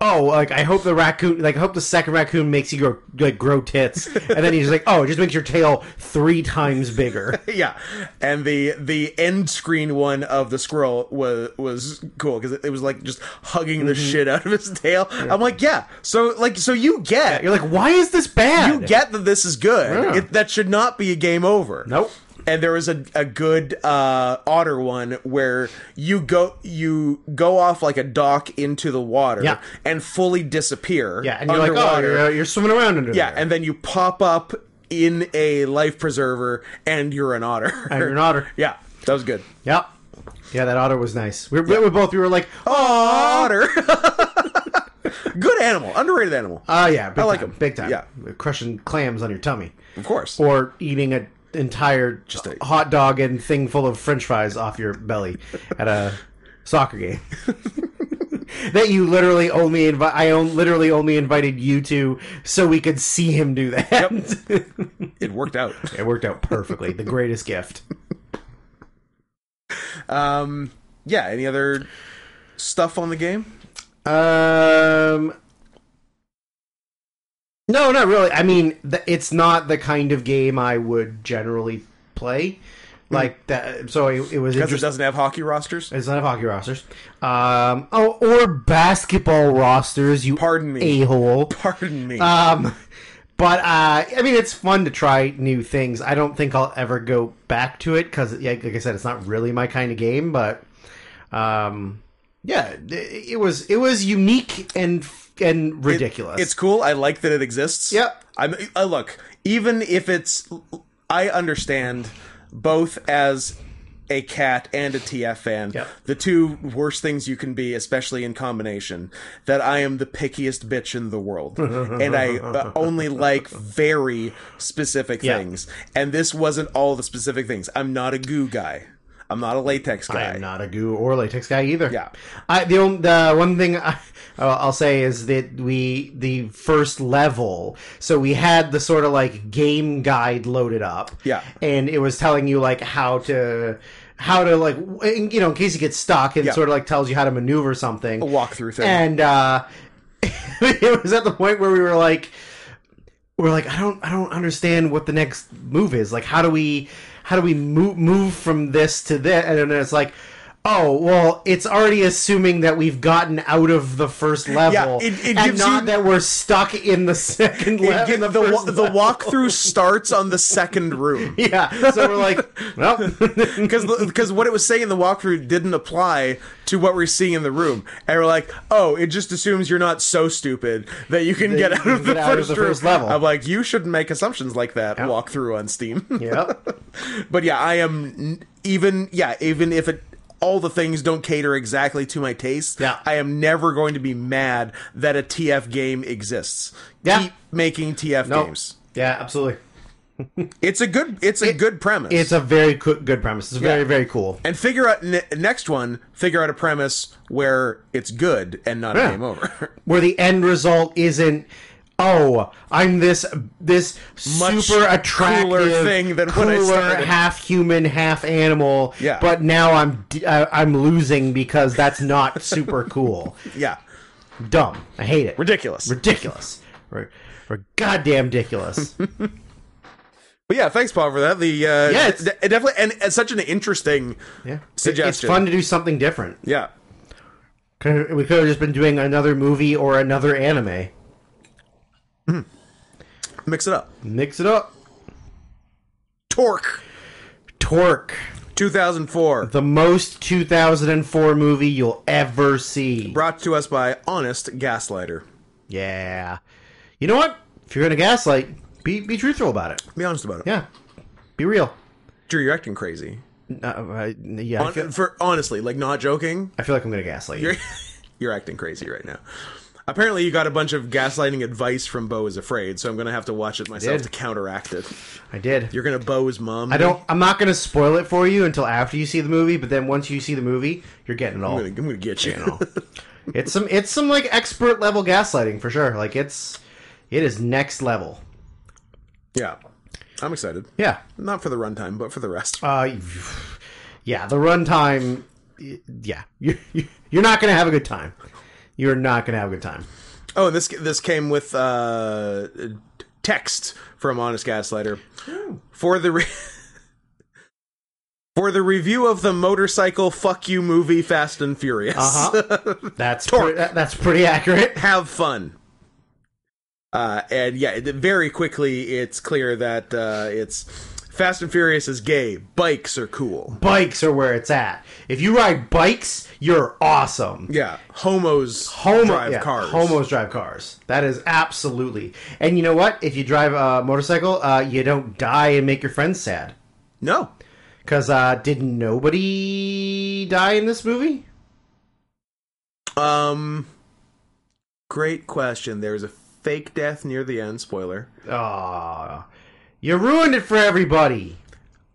S2: oh, like I hope the raccoon, like I hope the second raccoon makes you grow like grow tits, and then he's just like, oh, it just makes your tail three times bigger.
S1: yeah and the the end screen one of the squirrel was was cool because it, it was like just hugging the
S2: Mm-hmm.
S1: shit out of his tail i'm like yeah so like so you get
S2: You're like, why is this bad?
S1: you get that this is good
S2: Yeah.
S1: it, that should not be a game over
S2: Nope.
S1: and there was a, a good uh, otter one where you go you go off like a dock into the water
S2: Yeah.
S1: and fully disappear
S2: yeah, and you're like, oh, you're, you're swimming around under
S1: yeah
S2: there.
S1: and then you pop up in a life preserver and you're an otter
S2: And you're an otter.
S1: yeah that was good
S2: Yep. Yeah, that otter was nice. We, we, we both we were like, oh,
S1: otter. Good animal, underrated animal,
S2: Ah, yeah, big
S1: Oh, I like
S2: time,
S1: 'em.
S2: big time.
S1: Yeah.
S2: crushing clams on your tummy,
S1: of course.
S2: or eating an entire just
S1: a-
S2: hot dog and thing full of French fries off your belly at a soccer game. that you literally only invite. I on- literally only invited you to so we could see him do that.
S1: It worked out.
S2: it worked out perfectly. The greatest gift.
S1: Um, yeah. Any other stuff on the game?
S2: Um. No, not really. I mean, th- it's not the kind of game I would generally play. Like that, so it, it was
S1: Because it
S2: interesting.
S1: doesn't have hockey rosters.
S2: It's not hockey rosters, um, oh, or basketball rosters. You
S1: Pardon me.
S2: a hole.
S1: Pardon me.
S2: Um, but uh, I mean, it's fun to try new things. I don't think I'll ever go back to it because, like, like I said, it's not really my kind of game. But um, yeah, it, it was it was unique and and ridiculous.
S1: it's cool. I like that it exists.
S2: Yep.
S1: I'm. I look. Even if it's, I understand both as a cat and a TF fan.
S2: Yep.
S1: The two worst things you can be, especially in combination, that I am the pickiest bitch in the world, and I uh, only like very specific
S2: Yeah.
S1: things. And this wasn't all the specific things. I'm not a goo guy. I'm not a latex
S2: I
S1: guy.
S2: am not a goo or latex guy either.
S1: Yeah.
S2: I, the only, the one thing I, uh, I'll say is that we the first level, so we had the sort of like game guide loaded up.
S1: Yeah.
S2: and it was telling you like how to how to like w- in- you know in case you get stuck and
S1: Yeah.
S2: sort of like tells you how to maneuver something.
S1: walkthrough thing.
S2: And uh, it was at the point where we were like, we're like, I don't, I don't understand what the next move is. Like, how do we, how do we move move from this to this? And then it's like, oh well it's already assuming that we've gotten out of the first level
S1: it- it
S2: and
S1: gives
S2: not
S1: you-
S2: that we're stuck in the second
S1: It
S2: level
S1: get-
S2: the,
S1: the, wa-
S2: first
S1: the
S2: level.
S1: walkthrough starts on the second room.
S2: yeah so we're like well
S1: because because what it was saying in the walkthrough didn't apply to what we're seeing in the room, and we're like, oh, it just assumes you're not so stupid that you can get
S2: you
S1: out
S2: can
S1: of the,
S2: get
S1: first,
S2: out of the
S1: room.
S2: first level.
S1: I'm like, you shouldn't make assumptions like that walkthrough on Steam.
S2: yep
S1: but yeah, I am n- even yeah even if it. All the things don't cater exactly to my taste.
S2: Yeah.
S1: I am never going to be mad that a TF game exists.
S2: Yeah.
S1: Keep making TF
S2: Nope.
S1: games.
S2: yeah absolutely
S1: It's a good. It's a good premise.
S2: it's a very co- good premise it's very
S1: Yeah.
S2: very cool
S1: and figure out ne- next one figure out a premise where it's good and not a
S2: Yeah.
S1: game over
S2: where the end result isn't oh i'm this this
S1: Much
S2: super attractive
S1: cooler thing than when I
S2: cooler,
S1: started."
S2: half human half animal
S1: Yeah.
S2: but now i'm d- I, am losing because that's not super cool
S1: yeah
S2: dumb i hate it
S1: ridiculous
S2: ridiculous we're, we're goddamn ridiculous
S1: but yeah thanks paul for that the uh
S2: Yeah, it's-
S1: d- definitely and it's such an interesting
S2: yeah
S1: Suggestion.
S2: it's fun to do something different
S1: yeah
S2: Could've- we could have just been doing another movie or another anime
S1: mix it up
S2: mix it up
S1: torque
S2: torque
S1: 2004
S2: the most 2004 movie you'll ever see
S1: brought to us by honest gaslighter
S2: Yeah. You know what? If you're gonna gaslight, be be truthful about it.
S1: be honest about it
S2: Yeah. Be real.
S1: drew you're acting crazy
S2: Uh, I, yeah. I
S1: Hon-
S2: feel,
S1: for honestly like not joking
S2: I feel like I'm gonna gaslight you.
S1: you're acting crazy right now apparently you got a bunch of gaslighting advice from bo is afraid so i'm gonna have to watch it myself
S2: did.
S1: to counteract it
S2: I did.
S1: you're gonna bo his mom
S2: I don't. I'm not gonna spoil it for you until after you see the movie. But then once you see the movie, you're getting it all.
S1: I'm gonna, I'm gonna get you.
S2: It's some. It's some like expert level gaslighting for sure. Like it's. It is next level.
S1: yeah, I'm excited.
S2: Yeah.
S1: Not for the runtime, but for the rest.
S2: Uh. Yeah. The runtime. Yeah. You're you're not gonna have a good time. You're not gonna have a good time.
S1: Oh, and this this came with uh, text from Honest Gaslighter for the. Re- For the review of the motorcycle fuck you movie Fast and Furious.
S2: Uh-huh. That's pre- that- that's pretty accurate.
S1: Have fun. Uh, and yeah, it- very quickly it's clear that uh, it's Fast and Furious is gay. Bikes are cool.
S2: Bikes are where it's at. If you ride bikes, you're awesome.
S1: Yeah, homos
S2: Homo-
S1: drive
S2: yeah,
S1: cars.
S2: Homos drive cars. That is absolutely. And you know what? If you drive a motorcycle, uh, you don't die and make your friends sad.
S1: no,
S2: Cause uh, did nobody die in this movie?
S1: Um, great question. There's a fake death near the end. Spoiler.
S2: Aw, you ruined it for everybody.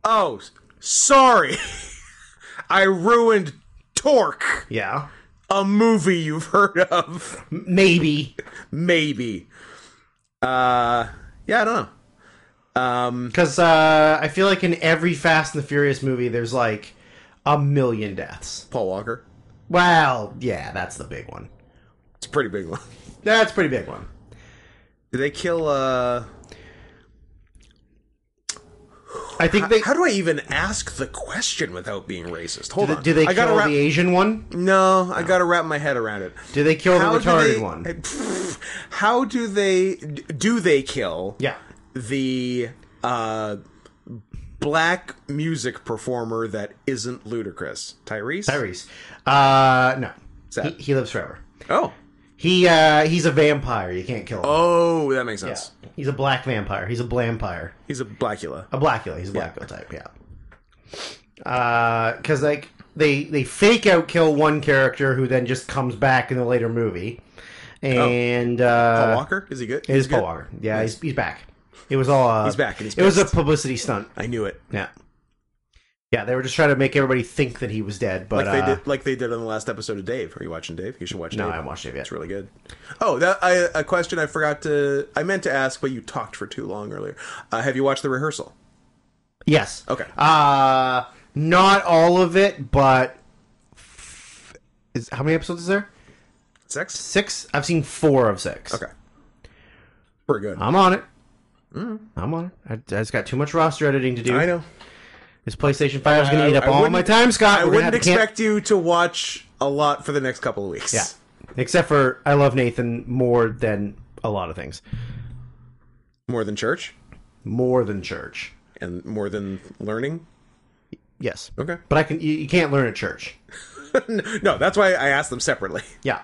S1: Oh, s- sorry. I ruined Torque,
S2: Yeah,
S1: a movie you've heard of.
S2: M- maybe
S1: Maybe. Uh, yeah, I don't know. Um,
S2: because uh, I feel like in every Fast and the Furious movie, there's like a million deaths.
S1: Paul Walker.
S2: Well, yeah, that's the big one.
S1: It's a pretty big one.
S2: That's a pretty big one.
S1: Did they kill, uh,
S2: I think they
S1: how do I even ask the question without being racist? Hold on.
S2: do they
S1: I gotta
S2: kill
S1: wrap-
S2: the Asian one?
S1: No, I gotta wrap my head around it.
S2: Do they kill the
S1: do
S2: retarded
S1: they-
S2: one?
S1: Pfft, How do they do they kill
S2: Yeah.
S1: the uh black music performer that isn't ludicrous? Tyrese?
S2: Tyrese. Uh no.
S1: Sad.
S2: He, he lives forever.
S1: Oh.
S2: He uh he's a vampire. You can't kill him.
S1: Oh, that makes sense.
S2: He's a black vampire. He's a blampire.
S1: He's a blackula.
S2: A blackula. He's a blackula type, yeah. Uh cuz like they they fake out kill one character who then just comes back in the later movie. And uh
S1: Oh. Paul Walker? Is he good?
S2: It is
S1: He's
S2: Paul
S1: good?
S2: Walker. Yeah, he's, he's back. It was all uh,
S1: He's back and he's
S2: It was a
S1: pissed.
S2: publicity stunt.
S1: I knew it.
S2: Yeah. Yeah, they were just trying to make everybody think that he was dead, but
S1: Like they
S2: uh,
S1: did like they did on the last episode of Dave. Are you watching Dave? You should watch
S2: no,
S1: Dave.
S2: I haven't watched it yet.
S1: It's really good. Oh, that I, a question I forgot to I meant to ask, but you talked for too long earlier. Uh, have you watched the rehearsal?
S2: Yes.
S1: Okay.
S2: Uh not all of it, but is how many episodes is there?
S1: Sex?
S2: Six. I've seen four of six.
S1: Okay. Pretty good.
S2: Uh, I'm on it. I'm on it. I, I just got too much roster editing to do.
S1: Mm. I know.
S2: This PlayStation Five is going to eat up
S1: I
S2: all
S1: wouldn't-
S2: my time, Scott.
S1: I
S2: We're gonna have
S1: wouldn't
S2: to can-
S1: expect you to watch a lot for the next couple of weeks.
S2: Yeah. Except for I love Nathan more than a lot of things.
S1: More than church
S2: More than church.
S1: and more than learning.
S2: Yes.
S1: Okay.
S2: But I can you, you can't learn at church.
S1: No, that's why I asked them separately.
S2: Yeah.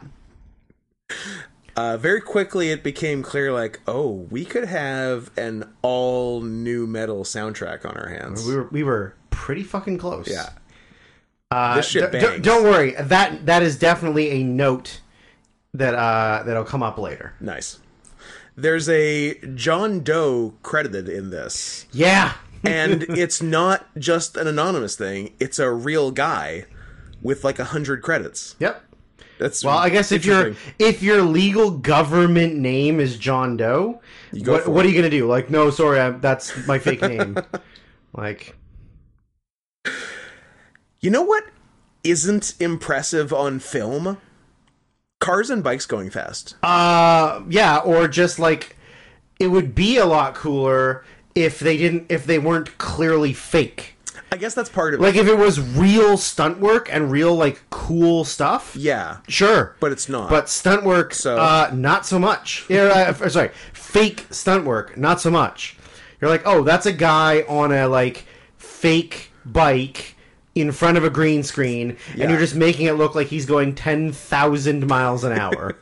S1: Uh, very quickly, it became clear like, oh, we could have an all new metal soundtrack on our hands.
S2: We were we were pretty fucking close.
S1: yeah.
S2: Uh,
S1: This shit
S2: d- d-
S1: bangs.
S2: don't worry. That that is definitely a note that uh that'll come up later.
S1: Nice. There's a John Doe credited in this.
S2: Yeah.
S1: And it's not just an anonymous thing, it's a real guy with like a hundred credits.
S2: Yep.
S1: That's
S2: Well, I guess if your
S1: interesting.
S2: if your legal government name is John Doe,
S1: go
S2: what,
S1: for
S2: what
S1: it.
S2: are you gonna do? Like, no, sorry, I, that's my fake name. like,
S1: You know what isn't impressive on film? Cars and bikes going fast.
S2: Uh, yeah, or just like it would be a lot cooler if they didn't if they weren't clearly fake.
S1: I guess that's part of it.
S2: Like if it was real stunt work and real like cool stuff.
S1: Yeah,
S2: Sure.
S1: but it's not.
S2: but stunt work
S1: So-
S2: uh not so much. Yeah, uh, f- sorry. Fake stunt work, not so much. You're like, "Oh, that's a guy on a like fake bike." In front of a green screen, and
S1: Yeah.
S2: you're just making it look like he's going ten thousand miles an hour.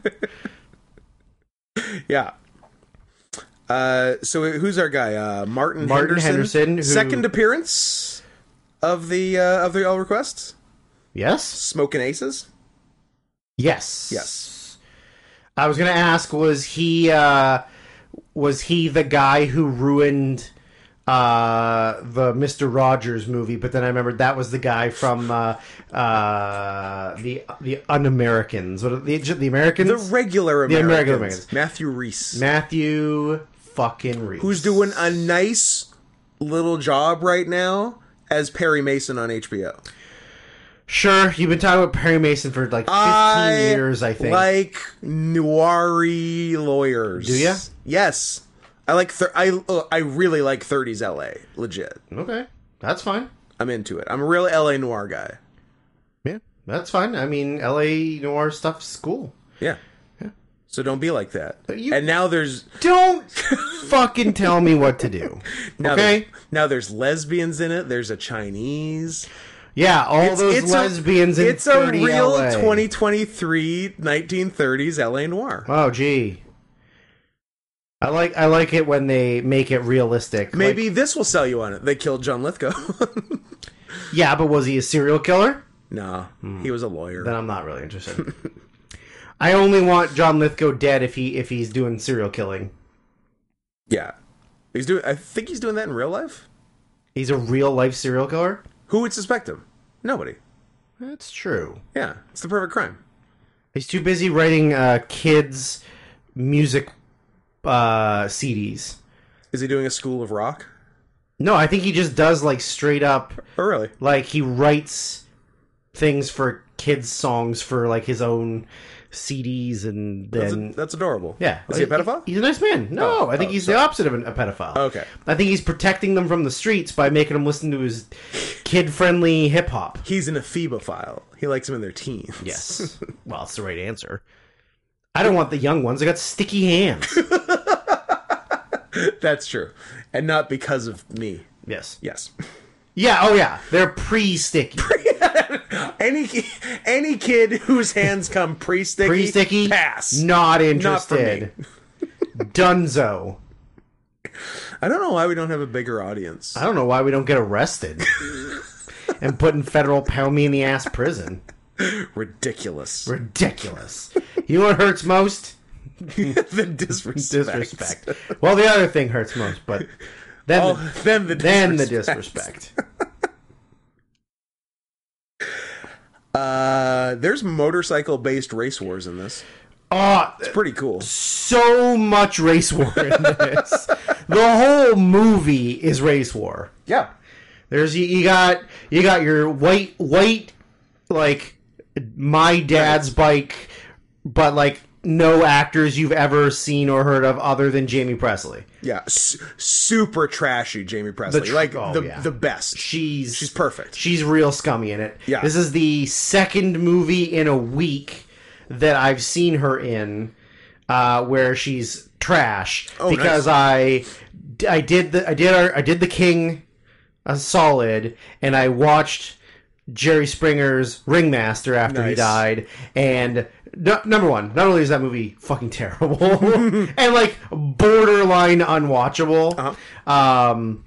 S1: yeah. Uh, so who's our guy? Uh, Martin
S2: Martin Henderson, who-
S1: second appearance of the uh, of the all requests.
S2: yes,
S1: Smoking aces.
S2: Yes.
S1: Yes.
S2: I was gonna ask, was he uh was he the guy who ruined uh the Mr. Rogers movie, but then I remembered that was the guy from uh uh the the Un Americans. What are the the Americans?
S1: The regular
S2: The
S1: Americans.
S2: American
S1: Matthew Reese,
S2: Matthew fucking Reeves.
S1: who's doing a nice little job right now as Perry Mason on HBO.
S2: Sure, you've been talking about Perry Mason for like fifteen
S1: I
S2: years, I think.
S1: Like noiry lawyers.
S2: Do ya?
S1: Yes. I like thir- I uh, I really like 30s LA. Legit.
S2: okay. That's fine.
S1: I'm into it. I'm a real LA noir guy.
S2: Yeah. That's fine. I mean LA noir stuff's cool.
S1: Yeah. So don't be like that.
S2: you-
S1: and now there's
S2: Don't fucking tell me what to do.
S1: now
S2: okay?
S1: there's- now there's lesbians in it. There's a Chinese.
S2: Yeah, all those lesbians
S1: A,
S2: in
S1: it's a
S2: 30
S1: real
S2: LA.
S1: 2023 1930s LA noir.
S2: Oh gee. I like I like it when they make it realistic.
S1: Maybe this will sell you on it. They killed John Lithgow.
S2: Like, yeah, but was he a serial killer?
S1: no, he was a lawyer.
S2: Then I'm not really interested. I only want John Lithgow dead if he if he's doing serial killing.
S1: Yeah. He's doing I think he's doing that in real life.
S2: He's a real life serial killer?
S1: Who would suspect him? Nobody.
S2: That's true.
S1: Yeah. It's the perfect crime.
S2: He's too busy writing uh kids music uh CDs.
S1: Is he doing a school of rock?
S2: No, I think he just does like straight up
S1: Oh really?
S2: like he writes things for kids songs for like his own CDs and
S1: That's,
S2: then
S1: that's adorable.
S2: yeah.
S1: Is he a pedophile?
S2: He's a nice man. No,
S1: Oh,
S2: I think
S1: oh,
S2: he's
S1: sorry.
S2: the opposite of an, a pedophile.
S1: Okay.
S2: I think he's protecting them from the streets by making them listen to his kid-friendly hip hop.
S1: He's an ephebophile. He likes them in their teens.
S2: Yes. well, it's the right answer. I don't want the young ones. I got sticky hands.
S1: that's true. And not because of me.
S2: yes.
S1: Yes.
S2: Yeah. Oh, yeah. They're pre-sticky.
S1: any ki- any kid whose hands come pre-sticky,
S2: Pre-sticky.
S1: pass.
S2: Not
S1: for me.
S2: interested. Dunzo.
S1: I don't know why we don't have a bigger audience.
S2: I don't know why we don't get arrested and put in federal pound me in the ass prison.
S1: Ridiculous.
S2: Ridiculous. You know what hurts most?
S1: the disrespect.
S2: Disrespect. Well, the other thing hurts most, but then
S1: Oh,
S2: the,
S1: then the
S2: then the
S1: disrespect.
S2: disrespect.
S1: Uh, there's motorcycle-based race wars in this.
S2: Oh,
S1: Pretty cool.
S2: so much race war in this. the whole movie is race war.
S1: Yeah.
S2: There's you, you got you got your white white like my dad's bike, but like no actors you've ever seen or heard of other than Jamie Presley.
S1: Yeah, su- super trashy Jamie Presley.
S2: tr-
S1: like
S2: oh,
S1: the
S2: yeah.
S1: the best.
S2: She's
S1: She's perfect.
S2: She's real scummy in it.
S1: Yeah.
S2: This is the second movie in a week that I've seen her in uh, where she's trash
S1: Oh, nice.
S2: because I I did the I did our, I did the King a solid and I watched Jerry Springer's Ringmaster after he
S1: Nice.
S2: died and no, number one not only is that movie fucking terrible and like borderline unwatchable
S1: Uh-huh.
S2: um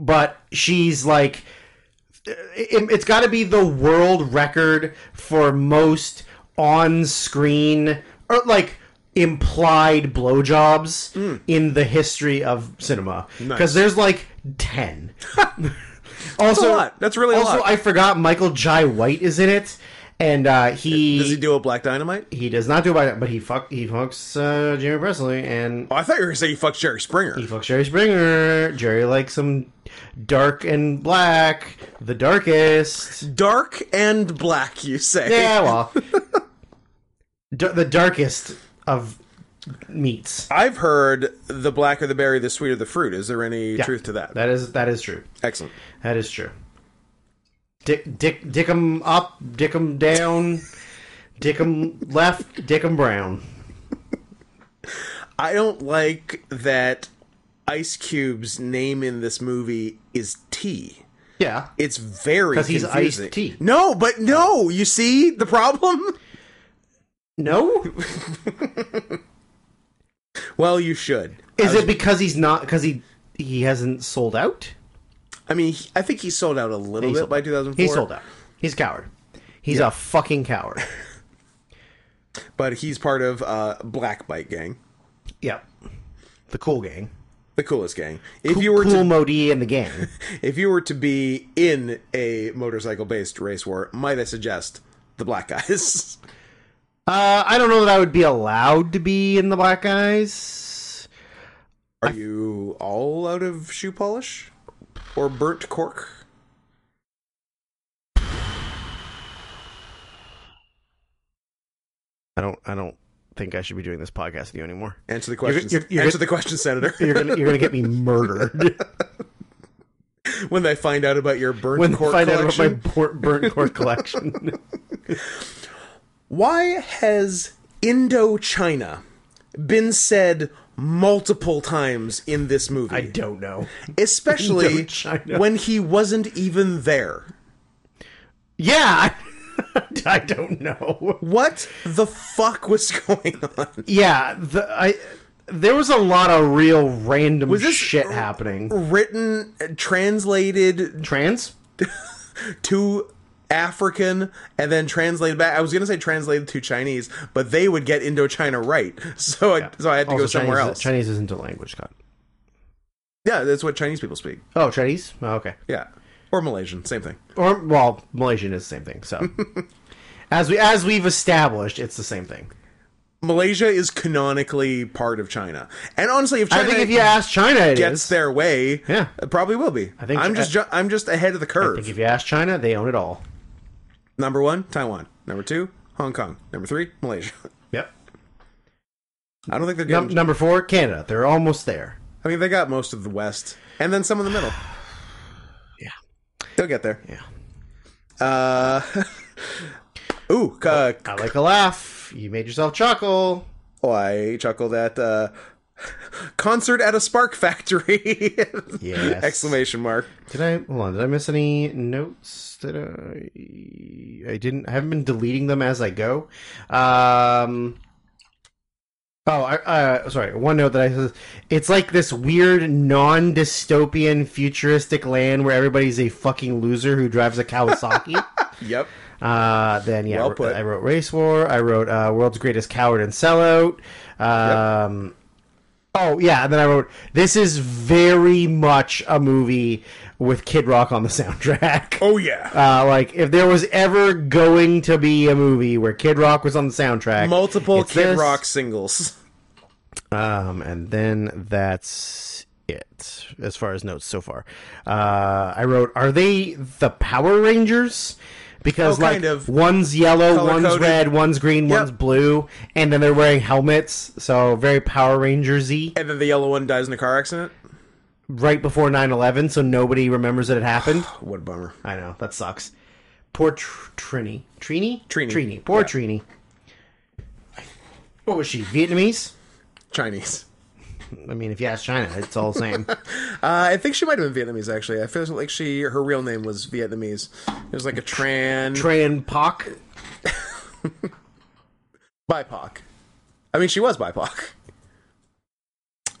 S2: but she's like it, it's got to be the world record for most on-screen or like implied blowjobs
S1: Hmm.
S2: in the history of cinema because there's like 10
S1: a
S2: also
S1: lot. That's really a
S2: also
S1: lot.
S2: i forgot michael jai white is in it and uh he
S1: Does he do a black dynamite?
S2: he does not do about it but he fuck he fucks uh jerry presley and
S1: Oh, I thought you were gonna say he fucks Jerry Springer.
S2: Fuck Jerry Springer. Jerry likes some dark and black, the darkest.
S1: Dark and black, you say?
S2: Yeah, well, D- the darkest of meats.
S1: I've heard the blacker the berry, the sweeter the fruit. Is there any truth to that?
S2: That is that is true.
S1: Excellent.
S2: That is true. Dick dick dick 'em up, dick 'em down, dick 'em left, dick 'em brown.
S1: I don't like that Ice Cube's name in this movie is T.
S2: Yeah,
S1: It's very
S2: 'Cause he's Ice
S1: confusing.
S2: T.
S1: No, but no. You see the problem?
S2: no.
S1: Well, you should.
S2: Is it because he's not? Because he he hasn't sold out.
S1: I mean, he- I think he sold out a little bit
S2: sold
S1: by
S2: out.
S1: 2004.
S2: He sold out. He's a coward. He's a fucking coward.
S1: but he's part of uh, Black Bike Gang,
S2: Yep. The cool gang.
S1: the coolest gang. If you were
S2: cool
S1: to
S2: Modi and the gang.
S1: if you were to be in a motorcycle based race war, might I suggest the black guys?
S2: uh, I don't know that I would be allowed to be in the black eyes.
S1: Are you all out of shoe polish or burnt cork?
S2: I don't. I don't think I should be doing this podcast with you anymore.
S1: Answer the question.
S2: you're- you're-
S1: Answer the question, Senator.
S2: You're gonna, you're gonna get me murdered
S1: when they find out about your burnt
S2: when they
S1: cork
S2: find
S1: collection,
S2: out about my bur- burnt cork collection.
S1: why has Indochina been said multiple times in this movie?
S2: I don't know.
S1: especially
S2: Indochina.
S1: when he wasn't even there.
S2: Yeah, I, I don't know.
S1: What the fuck was going on?
S2: Yeah, the, I there was a lot of real random shit happening.
S1: Written, translated
S2: Trans?
S1: to African, and then translated back. I was gonna say translated to Chinese, but they would get Indochina right, so I, so I had to go
S2: Also,
S1: somewhere
S2: Chinese,
S1: else.
S2: Chinese isn't a language, Scott.
S1: yeah, that's what Chinese people speak.
S2: Oh, Chinese? Oh, okay.
S1: Yeah, or Malaysian, same thing.
S2: Or well, Malaysian is the same thing. So, as we as we've established, it's the same thing.
S1: Malaysia is canonically part of China, and honestly, if
S2: I
S1: China
S2: think if you ask China, it is.
S1: gets their way,
S2: Yeah.
S1: it probably will be. I
S2: think-
S1: I'm just ju- I'm just ahead of the
S2: I
S1: curve.
S2: think if you ask China, they own it all.
S1: Number one, Taiwan. Number two, Hong Kong. Number three, Malaysia.
S2: Yep.
S1: I don't think they're
S2: Num-
S1: getting.
S2: number four, Canada. They're almost there.
S1: I mean, they got most of the West, and then some in the middle.
S2: Yeah.
S1: They'll get there.
S2: Yeah.
S1: Uh, ooh, uh,
S2: I like a laugh. You made yourself chuckle.
S1: oh, I chuckled at uh, concert at a Spark Factory!
S2: Yes.
S1: Exclamation mark.
S2: Did I hold on? Did I miss any notes? Did I? I didn't. I haven't been deleting them as I go. Um. Oh, I, uh, sorry. One note that I it's like this weird non-dystopian futuristic land where everybody's a fucking loser who drives a Kawasaki.
S1: Yep.
S2: uh, then yeah,
S1: Well
S2: I-
S1: put.
S2: I wrote Race War. I wrote uh, World's Greatest Coward and Sellout. Um, Oh yeah, and then I wrote this is very much a movie with Kid Rock on the soundtrack.
S1: Oh yeah.
S2: Uh, like if there was ever going to be a movie where Kid Rock was on the soundtrack,
S1: Multiple
S2: it's
S1: Kid
S2: this.
S1: Rock singles.
S2: Um, and then that's it as far as notes so far. Uh, I wrote, are they the Power Rangers? because
S1: Oh,
S2: like
S1: kind of.
S2: one's yellow, one's
S1: Color-coded.
S2: red, one's green,
S1: Yep.
S2: one's blue, and then they're wearing helmets, so very Power Rangersy.
S1: And then the yellow one dies in a car accident.
S2: Right before 9-11, so nobody remembers that it happened.
S1: What a bummer.
S2: I know that sucks. Poor Tr- Trini, Trini,
S1: Trini,
S2: Trini. Poor
S1: yeah.
S2: Trini. What was she? Vietnamese?
S1: Chinese.
S2: I mean, if you ask China, it's all the same.
S1: Uh, I think she might have been Vietnamese actually. I feel like she her real name was Vietnamese. It was like a Tran
S2: Tran Pak.
S1: BIPOC. I mean, she was BIPOC.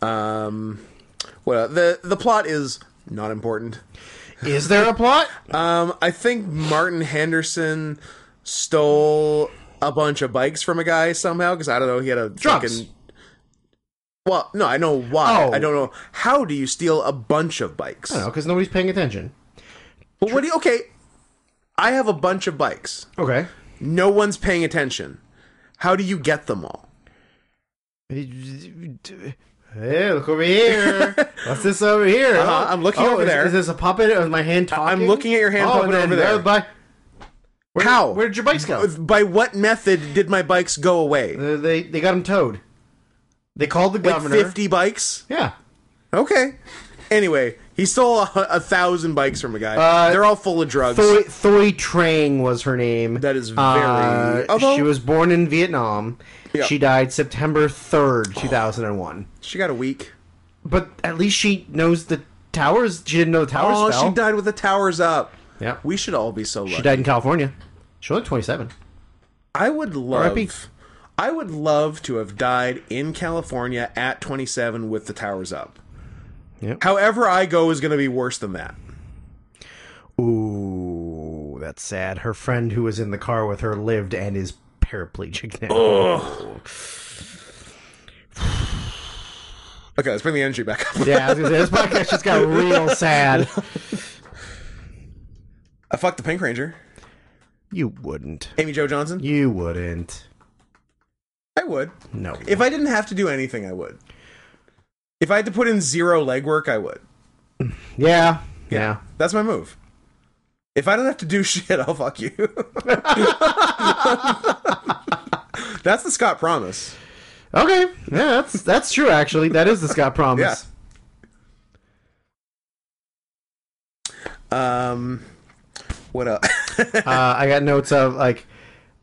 S1: Um, well, the the plot is not important.
S2: Is there a plot?
S1: Um, I think Martin Henderson stole a bunch of bikes from a guy somehow because I don't know he had a
S2: Drugs.
S1: fucking. Well, no, I know why.
S2: Oh.
S1: I don't know how do you steal a bunch of bikes.
S2: No, because nobody's paying attention.
S1: But what do you? Okay, I have a bunch of bikes.
S2: Okay.
S1: No one's paying attention. How do you get them all?
S2: Hey, look over here. What's this over here? Oh,
S1: Uh-huh, I'm looking over
S2: is,
S1: there.
S2: Is this a puppet of my hand talking? Oh,
S1: I'm looking at your hand puppet
S2: and then
S1: over there.
S2: the bi- where,
S1: How?
S2: Where did your bikes go?
S1: By what method did my bikes go away?
S2: Uh, they they got him towed. They called the
S1: Like
S2: governor.
S1: fifty bikes.
S2: Yeah.
S1: Okay. Anyway, he stole a, a thousand bikes from a guy.
S2: Uh,
S1: They're all full of drugs.
S2: Thoy, Thoy Trang was her name.
S1: That is very-
S2: Uh,
S1: although-
S2: she was born in Vietnam.
S1: Yeah.
S2: She died September third, two thousand and one.
S1: she got a week.
S2: But at least she knows the towers. She didn't know the towers
S1: Oh,
S2: fell.
S1: she died with the towers up.
S2: Yeah.
S1: We should all be so lucky.
S2: She died in California. She was only twenty seven.
S1: I would love.
S2: R.I.P..
S1: I would love to have died in California at 27 with the towers up.
S2: Yep.
S1: However, I go is going to be worse than that.
S2: Ooh, that's sad. Her friend who was in the car with her lived and is paraplegic now.
S1: Okay, let's bring the energy back up.
S2: Yeah, I was gonna say this podcast just got real sad.
S1: I fucked the Pink Ranger,
S2: You wouldn't.
S1: Amy Jo Johnson.
S2: You wouldn't.
S1: I would.
S2: No.
S1: If I didn't have to do anything, I would. If I had to put in zero legwork, I would.
S2: Yeah. Yeah.
S1: That's my move. If I don't have to do shit, I'll fuck you. That's the Scott promise.
S2: Okay. Yeah, that's that's true actually. That is the Scott promise.
S1: Um, what up?
S2: Uh, I got notes of like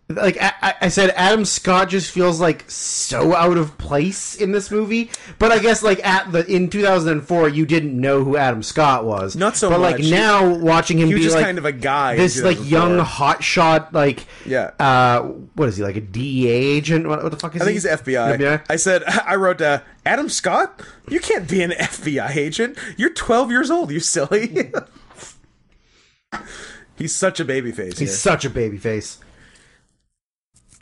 S2: like I- I, I said Adam Scott just feels like so out of place in this movie. But I guess like at the in 2004 you didn't know who Adam Scott was.
S1: Not so
S2: But like
S1: much.
S2: now watching him
S1: he was
S2: be
S1: just
S2: like
S1: kind of a guy. in
S2: this like young
S1: 2004.
S2: hotshot like
S1: Yeah.
S2: uh what is he like a DEA agent? What, what the fuck is
S1: I think
S2: he?
S1: he's FBI.
S2: FBI?
S1: I said, I wrote, uh, Adam Scott, you can't be an FBI agent. You're 12 years old, you silly. he's such a babyface.
S2: He's
S1: Here.
S2: such a baby face.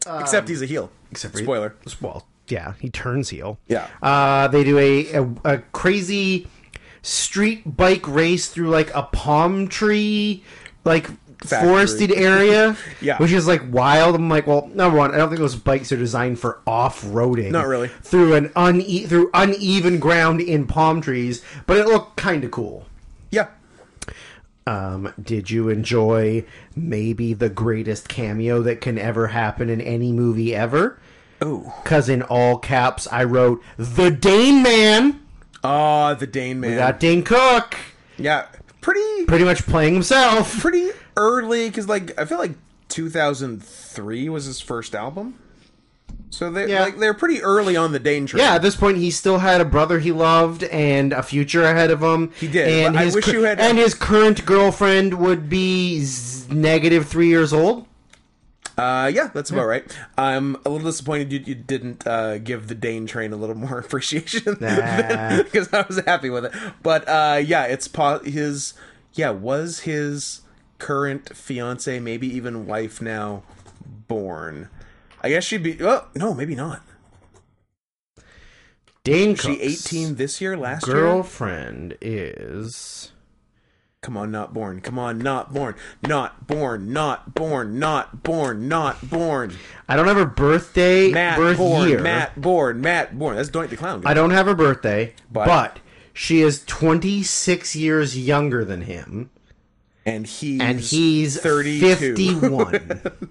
S1: Except he's a heel.
S2: Except for-
S1: Spoiler.
S2: Well, yeah, he turns heel.
S1: Yeah.
S2: Uh, they do a, a a crazy street bike race through like a palm tree, like
S1: Factory.
S2: forested area.
S1: Yeah.
S2: which is like wild. I'm like, well, number one, I don't think those bikes are designed for off roading.
S1: Not really.
S2: Through an une- through uneven ground in palm trees, but it looked kind of cool.
S1: Yeah.
S2: Um, did you enjoy maybe the greatest cameo that can ever happen in any movie ever?
S1: Oh.
S2: Because in all caps, I wrote the Dane Man.
S1: Ah, the Dane man.
S2: Got Dane Cook
S1: yeah. Pretty
S2: pretty much playing himself.
S1: pretty early cuz like I feel like 2003 was his first album. So they
S2: Yeah.
S1: like they're pretty early on the Dane train.
S2: Yeah, at this point, he still had a brother he loved and a future ahead of him. He
S1: did,
S2: And
S1: but I
S2: his
S1: wish
S2: cur-
S1: you had-
S2: And his current girlfriend would be z- negative three years old.
S1: Uh yeah, that's about right. I'm a little disappointed you, you didn't uh give the Dane train a little more appreciation
S2: Nah.
S1: cuz I was happy with it. But uh yeah, it's po- his yeah, was his current fiance, maybe even wife now born. I guess she'd be oh, no, maybe not.
S2: Dane
S1: She
S2: Cook's
S1: 18 this year, last year?
S2: girlfriend is
S1: Come on, not born. Come on, not born. Not born. Not born. Not born. Not born.
S2: I don't have her birthday
S1: Matt
S2: birth
S1: born.
S2: year.
S1: Matt born. Matt born. That's Doink the Clown.
S2: I don't have her birthday,
S1: But-
S2: but she is 26 years younger than him.
S1: and he's
S2: and he's
S1: 32.
S2: 51.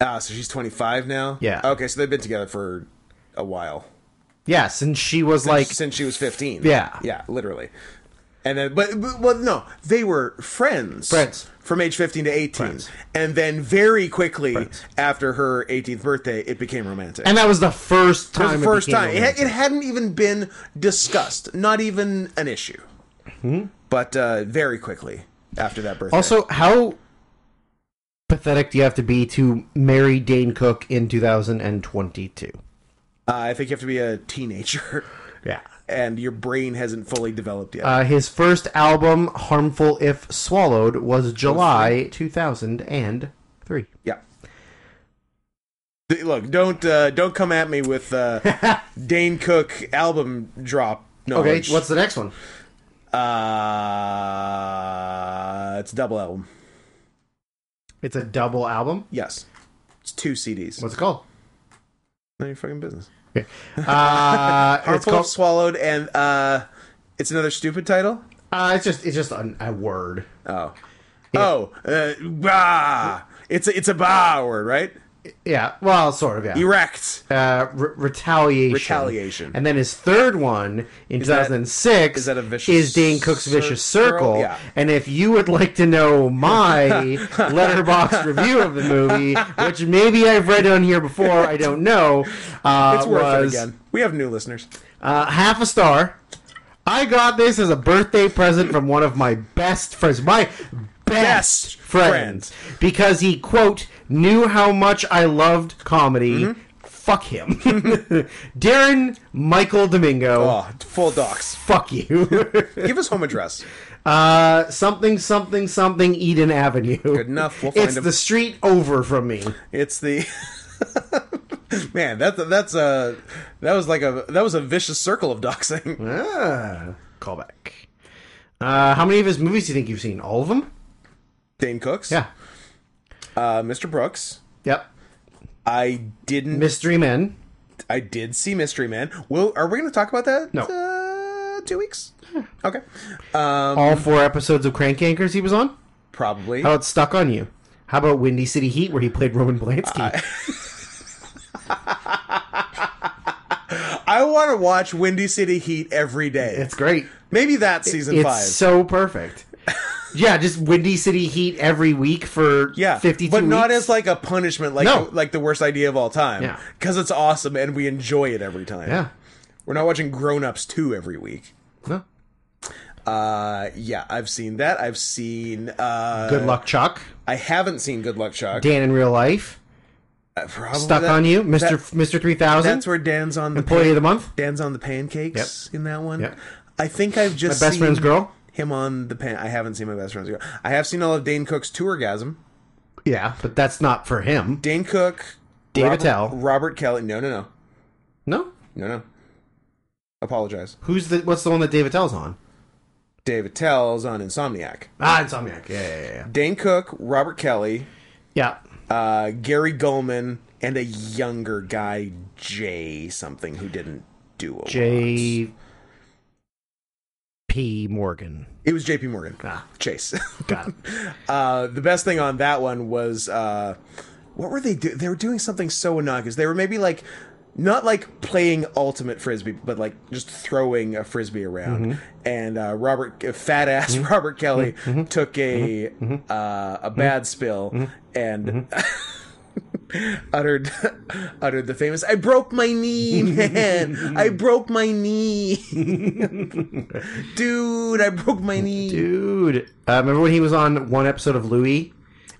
S1: Ah, so she's 25 now.
S2: Yeah.
S1: Okay, so they've been together for a while.
S2: yes, and she was
S1: Like
S2: like,
S1: since she was 15.
S2: Yeah.
S1: Yeah, literally. And then, but, but well, no, they were friends.
S2: Friends.
S1: From age 15 to 18.
S2: Friends.
S1: And then, very quickly after her 18th birthday, it became romantic.
S2: and that was the first
S1: it
S2: time.
S1: was the first
S2: became
S1: time. It,
S2: romantic.
S1: ha- it hadn't even been discussed, not even an issue. But uh, very quickly after that birthday.
S2: Hmm? also, how pathetic do you have to be to marry Dane Cook in 2022?
S1: uh, I think you have to be a teenager.
S2: Yeah.
S1: And your brain hasn't fully developed yet.
S2: Uh, his first album, Harmful If Swallowed, was July 2003.
S1: Yeah. D- Look, don't uh, don't come at me with uh, Dane Cook album drop.
S2: Okay,
S1: Knowledge.
S2: what's the next one?
S1: uh? It's a double album.
S2: It's a double album.
S1: Yes, it's two CDs.
S2: What's it called?
S1: None of your fucking business.
S2: Uh, it's
S1: Harmful
S2: called.
S1: swallowed, and uh, it's another stupid title.
S2: Uh, it's just it's just a, a word.
S1: Oh, oh, uh, bah. It's a, it's a bah word, right?
S2: Yeah, well, sort of. Yeah.
S1: Erect.
S2: uh, re- retaliation.
S1: Retaliation.
S2: And then his third one in
S1: that-
S2: 2006
S1: is that a vicious
S2: is Dane Cook's
S1: cir-
S2: Vicious
S1: circle?
S2: Circle.
S1: Yeah.
S2: And if you would like to know my letterbox review of the movie, which maybe I've read on here before, I don't know, uh,
S1: It's worth
S2: was
S1: it again. We have new listeners.
S2: Uh, half a star. I got this as a birthday present from one of my best friends. My best
S1: Best
S2: friends.
S1: friends.
S2: Because he, quote, knew how much I loved comedy.
S1: Mm-hmm.
S2: Fuck him. Darren Michael Domingo.
S1: Oh, full docs.
S2: Fuck you.
S1: Give us home address.
S2: uh, something, something, something, Eden Avenue. Good
S1: enough, we'll
S2: It's
S1: find him.
S2: the street over from me.
S1: It's the man. That's that's a that was like a that was a vicious circle of doxing.
S2: Ah, callback. Uh, how many of his movies do you think you've seen? All of them?
S1: Dane Cooks,
S2: Yeah.
S1: uh, Mr. Brooks.
S2: Yep.
S1: I didn't.
S2: Mystery Men.
S1: I did see Mystery Man. Will are we going to talk about that?
S2: No.
S1: uh, two weeks. Okay,
S2: all four episodes of Crank Anchors he was on?
S1: probably.
S2: How about Stuck on You? How about Windy City Heat, where he played Roman Polanski?
S1: I want to watch Windy City Heat every day.
S2: it's great.
S1: Maybe that's season
S2: it's
S1: five.
S2: so perfect. yeah, just Windy City Heat every week for
S1: yeah,
S2: 52
S1: but not
S2: weeks.
S1: as like a punishment, like
S2: No.
S1: like the worst idea of all time.
S2: Yeah.
S1: Because it's awesome and we enjoy it every time.
S2: Yeah.
S1: we're not watching Grown Ups two every week.
S2: No.
S1: Uh, yeah, I've seen that. I've seen. Uh,
S2: Good Luck Chuck.
S1: I haven't seen Good Luck Chuck.
S2: Dan in Real Life.
S1: Uh, probably
S2: Stuck
S1: that-
S2: on You. Mr.
S1: that-
S2: Mr. 3000.
S1: that's where Dan's on the
S2: Employee of the Month.
S1: Dan's on the pancakes in that one.
S2: Yep.
S1: I think I've just
S2: My Best
S1: seen
S2: Friend's Girl.
S1: Him on the pan. I haven't seen my best friend's girl. I have seen all of Dane Cook's tourgasm.
S2: Yeah, but that's not for him.
S1: Dane Cook,
S2: Dave
S1: Robert,
S2: Attell.
S1: Robert Kelly. No, no, no,
S2: No?
S1: no, no. Apologize.
S2: Who's the? What's the one that David Tell's on?
S1: Dave Attell's on Insomniac.
S2: Ah, Insomniac. Yeah, yeah, yeah, yeah.
S1: Dane Cook, Robert Kelly,
S2: Yeah.
S1: uh, Gary Goldman, and a younger guy, Jay something, who didn't do a lot.
S2: J. P. Morgan.
S1: It was J.P. Morgan.
S2: Ah.
S1: Chase.
S2: Got it.
S1: uh, the best thing on that one was uh, what were they doing? They were doing something so innocuous. They were maybe like not like playing ultimate frisbee, but like just throwing a frisbee around. And uh, Robert, uh, fat ass Robert Kelly, took a uh, a bad spill and. uttered uttered the famous I broke my knee man I broke my knee dude I broke my knee
S2: Dude, uh, remember when he was on one episode of Louis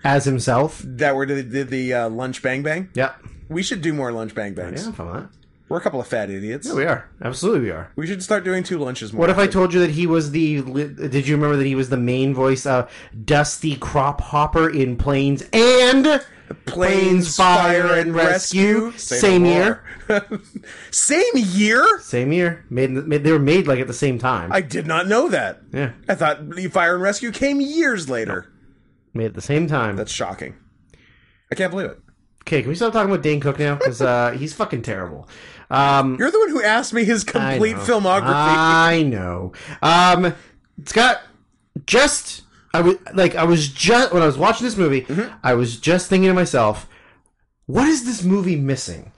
S2: as himself?
S1: that were did the, the uh, lunch bang bang.
S2: Yep.
S1: We should do more lunch bang bangs.
S2: Yeah, if I'm not.
S1: We're a couple of fat idiots.
S2: Yeah, we are. Absolutely, we are.
S1: we should start doing two lunches more.
S2: What if I told you that he was the? li- Did you remember that he was the main voice of Dusty Crop Hopper in Planes and Planes Fire and Rescue?
S1: Say no
S2: Same
S1: more.
S2: year.
S1: same year?
S2: Same year. Made, in the- made they were made like at the same time.
S1: I did not know that.
S2: yeah,
S1: I thought the Fire and Rescue came years later.
S2: made at the same time.
S1: That's shocking. I can't believe it.
S2: Okay, can we stop talking about Dane Cook now? Because uh, he's fucking terrible. Um,
S1: You're the one who asked me his
S2: I Uh,
S1: complete
S2: know.
S1: filmography.
S2: I know. Um, it's got just I was like, I was just when I was watching this movie,
S1: Mm-hmm.
S2: I was just thinking to myself, what is this movie missing?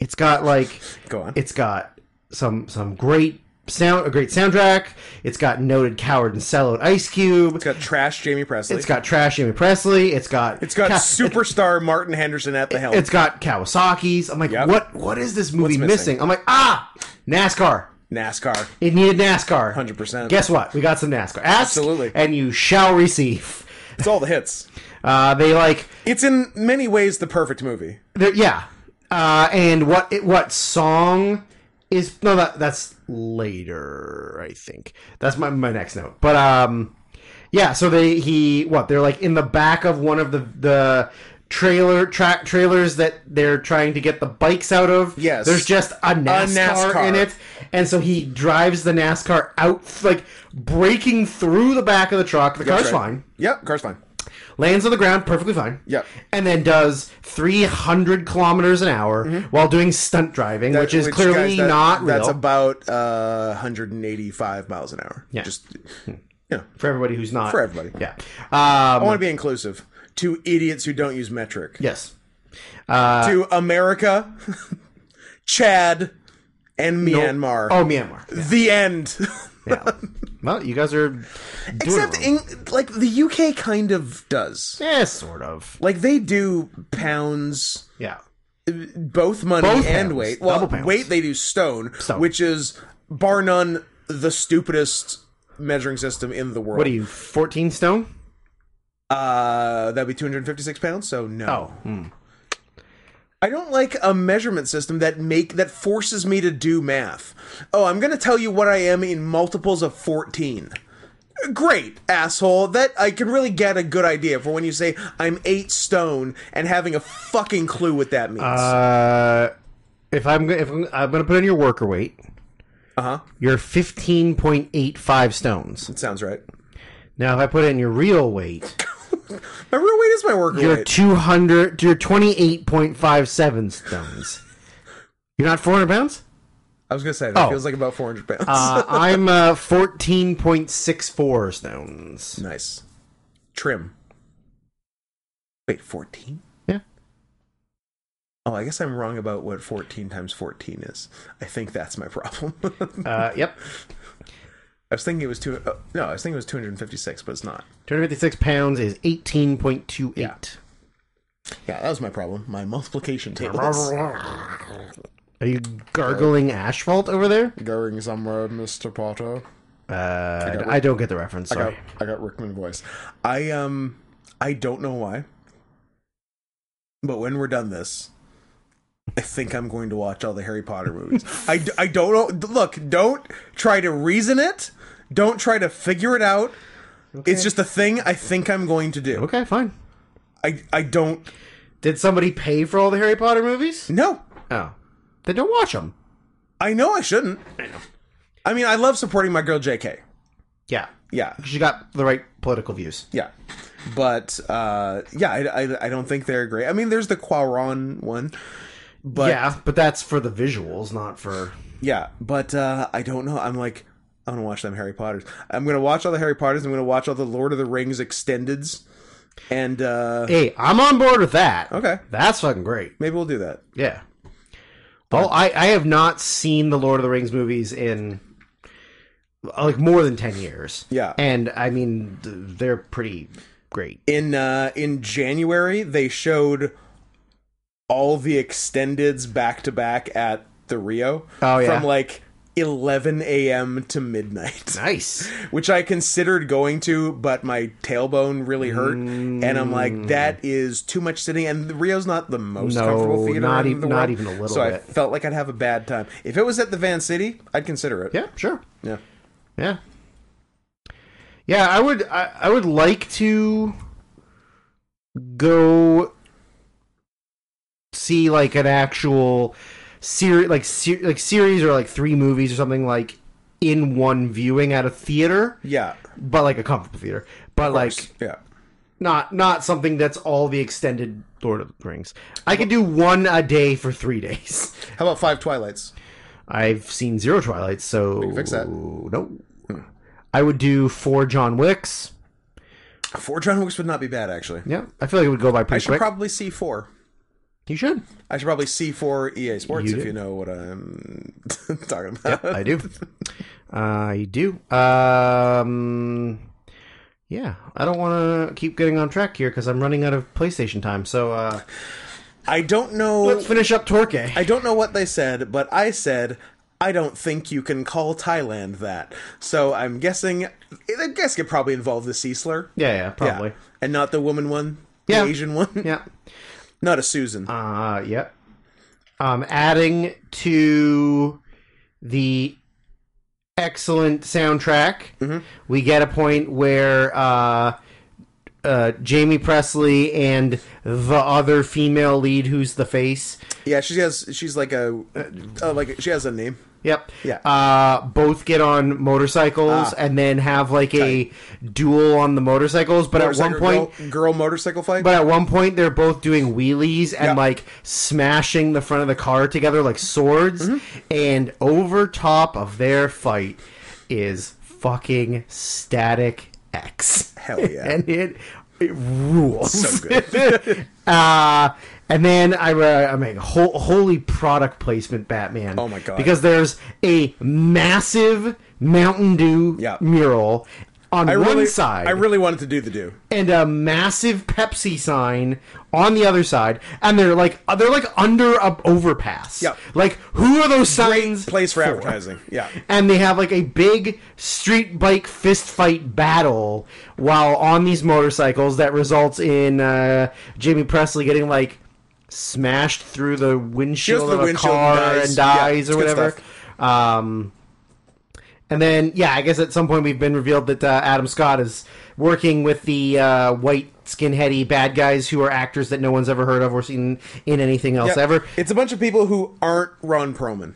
S2: It's got like,
S1: Go on.
S2: it's got some some great sound, a great soundtrack. It's got noted coward and sellout Ice Cube.
S1: It's got trash Jamie Presley.
S2: It's got trash Amy Presley. It's got
S1: It's got
S2: Ca-
S1: superstar Martin Henderson at the helm.
S2: It's got Kawasaki's. I'm like,
S1: Yep.
S2: what? What is this movie
S1: missing?
S2: missing? I'm like, ah, NASCAR.
S1: NASCAR,
S2: It needed NASCAR.
S1: 100%.
S2: Guess what? We got some NASCAR. Ask
S1: Absolutely.
S2: and you shall receive.
S1: It's all the hits.
S2: Uh, they like,
S1: It's in many ways the perfect movie.
S2: they're- yeah. Uh, and what? It, what song is? No, that that's later. I think that's my my next note. But um, yeah. So they he what? They're like in the back of one of the the trailer track trailers that they're trying to get the bikes out of.
S1: Yes.
S2: There's just a NASCAR,
S1: NASCAR.
S2: in it. And so he drives the NASCAR out, like breaking through the back of the truck. The car's
S1: That's right.
S2: fine.
S1: Yep, car's fine.
S2: lands on the ground perfectly fine.
S1: Yep.
S2: And then does 300 kilometers an hour while doing stunt driving, which is clearly
S1: guys, Mm-hmm. that-
S2: not real.
S1: That's about uh, 185 miles an hour.
S2: Yeah.
S1: Just, you know,
S2: for everybody who's not.
S1: for everybody.
S2: Yeah.
S1: I
S2: Um,
S1: want to be inclusive to idiots who don't use metric.
S2: yes. Uh,
S1: To America, Chad, and Myanmar.
S2: Oh, Myanmar.
S1: The end.
S2: Yeah. well, you guys are. Doing
S1: Except,
S2: it wrong.
S1: Eng- like, the UK kind of does.
S2: Yeah, sort of.
S1: Like, they do pounds.
S2: Yeah.
S1: both money
S2: Both
S1: and
S2: pounds.
S1: weight. Well,
S2: Double pounds.
S1: weight they do stone,
S2: Stone.
S1: which is bar none the stupidest measuring system in the world.
S2: What are you, 14 stone?
S1: Uh, that'd be 256 pounds. So no,
S2: Oh. hmm.
S1: I don't like a measurement system that make that forces me to do math. Oh, I'm gonna tell you what I am in multiples of 14. Great, asshole. That I can really get a good idea for when you say I'm eight stone and having a fucking clue what that means.
S2: Uh, if I'm go- if I'm, I'm going to put in your worker weight,
S1: Uh huh.
S2: you're 15.85 stones.
S1: Sounds right.
S2: Now, if I put in your real weight,
S1: My real weight is my worker
S2: You're
S1: weight.
S2: 200, you're 28.57 stones. You're not 400 pounds?
S1: I was gonna say that
S2: Oh.
S1: feels like about 400 pounds.
S2: Uh, I'm uh, 14.64 stones.
S1: nice, trim. Wait, 14?
S2: Yeah.
S1: Oh, I guess I'm wrong about what 14 times 14 is. I think that's my problem. I
S2: Uh, yep.
S1: was thinking it was two. oh, no, I was thinking it was 256, but it's not.
S2: 256 pounds is 18.28.
S1: Yeah, that was my problem. My multiplication tables.
S2: Are you gargling asphalt over there?
S1: Going somewhere, Mr. Potter.
S2: Uh, I don't get the reference. Sorry.
S1: I got Rickman voice. I um I don't know why. But when we're done this, I think I'm going to watch all the Harry Potter movies. I, d- I don't know. Look, don't try to reason it. Don't try to figure it out. It's just a thing I think I'm going to do.
S2: Okay, fine.
S1: I I don't
S2: Did somebody pay for all the Harry Potter movies?
S1: no.
S2: Oh. Then don't watch them.
S1: I know I shouldn't. I know. I mean, I love supporting my girl JK.
S2: Yeah.
S1: Yeah.
S2: She got the right political views.
S1: Yeah. But uh yeah, I, I, I don't think they're great. I mean, there's the Quaron one. But
S2: yeah, but that's for the visuals, not for.
S1: Yeah, but uh, I don't know. I'm like, I'm gonna watch them Harry Potters. I'm gonna watch all the Harry Potters. I'm gonna watch all the Lord of the Rings extendeds, and uh,
S2: Hey, I'm on board with that.
S1: Okay.
S2: That's fucking great.
S1: maybe we'll do that.
S2: Yeah. Well, I, I have not seen the Lord of the Rings movies in like more than 10 years.
S1: Yeah.
S2: And I mean, th- they're pretty great.
S1: In uh, in January, they showed all the extendeds back to back at the Rio.
S2: Oh, yeah.
S1: from like 11 a.m. to midnight.
S2: Nice.
S1: which I considered going to, but my tailbone really hurt, and I'm like, that is too much sitting. And the Rio's not the most
S2: Mm. No,
S1: comfortable theater
S2: not
S1: in
S2: even-
S1: the
S2: not
S1: world,
S2: even a little
S1: So I
S2: bit.
S1: felt like I'd have a bad time. If it was at the Van City, I'd consider it.
S2: Yeah, sure.
S1: yeah.
S2: Yeah. Yeah, I would I, I would like to go see like an actual series like ser- like series or like three movies or something like in one viewing at a theater,
S1: yeah,
S2: but like a comfortable theater. But like
S1: yeah.
S2: not not something that's all the extended Lord of the Rings. I could do one a day for 3 days.
S1: How about Five Twilights?
S2: I've seen Zero Twilight, so
S1: fix that.
S2: no. I would do four John Wicks,
S1: Four John Wicks would not be bad, actually.
S2: Yeah, I feel like it would go by
S1: I
S2: pretty
S1: should
S2: quick.
S1: probably see four.
S2: you should.
S1: I should probably see four EA Sports
S2: You
S1: if
S2: do.
S1: you know what I'm talking about.
S2: I do. Uh, I do. Um, yeah, I don't want to keep getting on track here because I'm running out of PlayStation time. So uh,
S1: I don't know.
S2: let's finish up Torque.
S1: I don't know what they said, but I said I don't think you can call Thailand that. So I'm guessing. I guess it probably involved the sea slur.
S2: Yeah, yeah,
S1: Yeah.
S2: probably.
S1: and not the woman one.
S2: Yeah.
S1: the Asian one,
S2: Yeah.
S1: not a Susan.
S2: Uh, yep. Um, adding to the excellent soundtrack, we get a point where uh, uh, Jamie Presley and the other female lead, who's the face,
S1: yeah, she has. She's like a, uh, like she has a name.
S2: Yep.
S1: Yeah.
S2: Uh, both get on motorcycles and then have like a duel on the motorcycles. But at one point,
S1: girl, girl motorcycle fight.
S2: but at one point, they're both doing wheelies and
S1: Yeah.
S2: like smashing the front of the car together like swords.
S1: Mm-hmm.
S2: And over top of their fight is fucking Static X.
S1: Hell yeah.
S2: and it it rules.
S1: So good.
S2: Uh, and then I, uh, I mean, ho- holy product placement, Batman.
S1: Oh my God.
S2: Because there's a massive Mountain Dew
S1: Yeah.
S2: mural on
S1: I
S2: one
S1: really,
S2: side
S1: I really wanted to do the do.
S2: and a massive Pepsi sign on the other side, and they're like they're like under a overpass.
S1: Yep.
S2: Like who are those signs?
S1: Place for advertising. Yeah.
S2: And they have like a big street bike fist fight battle while on these motorcycles that results in uh, Jamie Presley getting like smashed through the windshield
S1: Just the
S2: of a
S1: windshield
S2: car
S1: dies.
S2: and
S1: Yeah,
S2: dies
S1: it's
S2: or
S1: good
S2: whatever. Um, and then, yeah, I guess at some point we've been revealed that uh, Adam Scott is working with the uh, white skinheady bad guys who are actors that no one's ever heard of or seen in anything else
S1: Yeah.
S2: ever.
S1: It's a bunch of people who aren't Ron Perlman.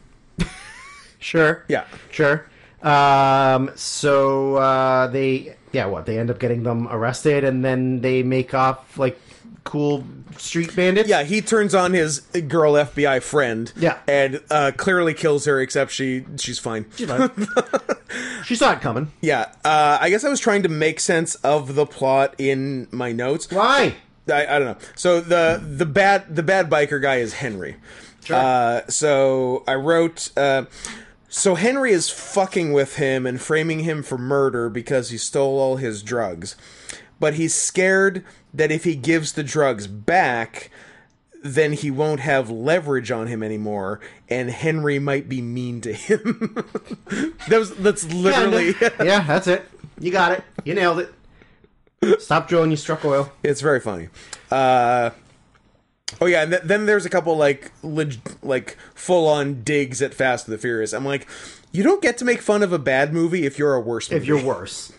S2: Sure.
S1: Yeah.
S2: Sure. Um, so uh, they, yeah, what they end up getting them arrested, and then they make off like cool street bandits.
S1: Yeah, he turns on his girl FBI friend.
S2: Yeah.
S1: and uh, clearly kills her, except she she's fine.
S2: she saw it coming.
S1: Yeah, uh, I guess I was trying to make sense of the plot in my notes.
S2: Why?
S1: I, I don't know. So the the bad the bad biker guy is Henry.
S2: Sure.
S1: Uh, so I wrote. Uh, so Henry is fucking with him and framing him for murder because he stole all his drugs, but he's scared that if he gives the drugs back, then he won't have leverage on him anymore, and Henry might be mean to him. that was that's literally.
S2: yeah, that's it. You got it. You nailed it. Stop drilling. You struck oil.
S1: It's very funny. Uh, oh yeah, and th- then there's a couple like leg- like full on digs at Fast and the Furious. I'm like, you don't get to make fun of a bad movie if you're a worse movie.
S2: If you're worse.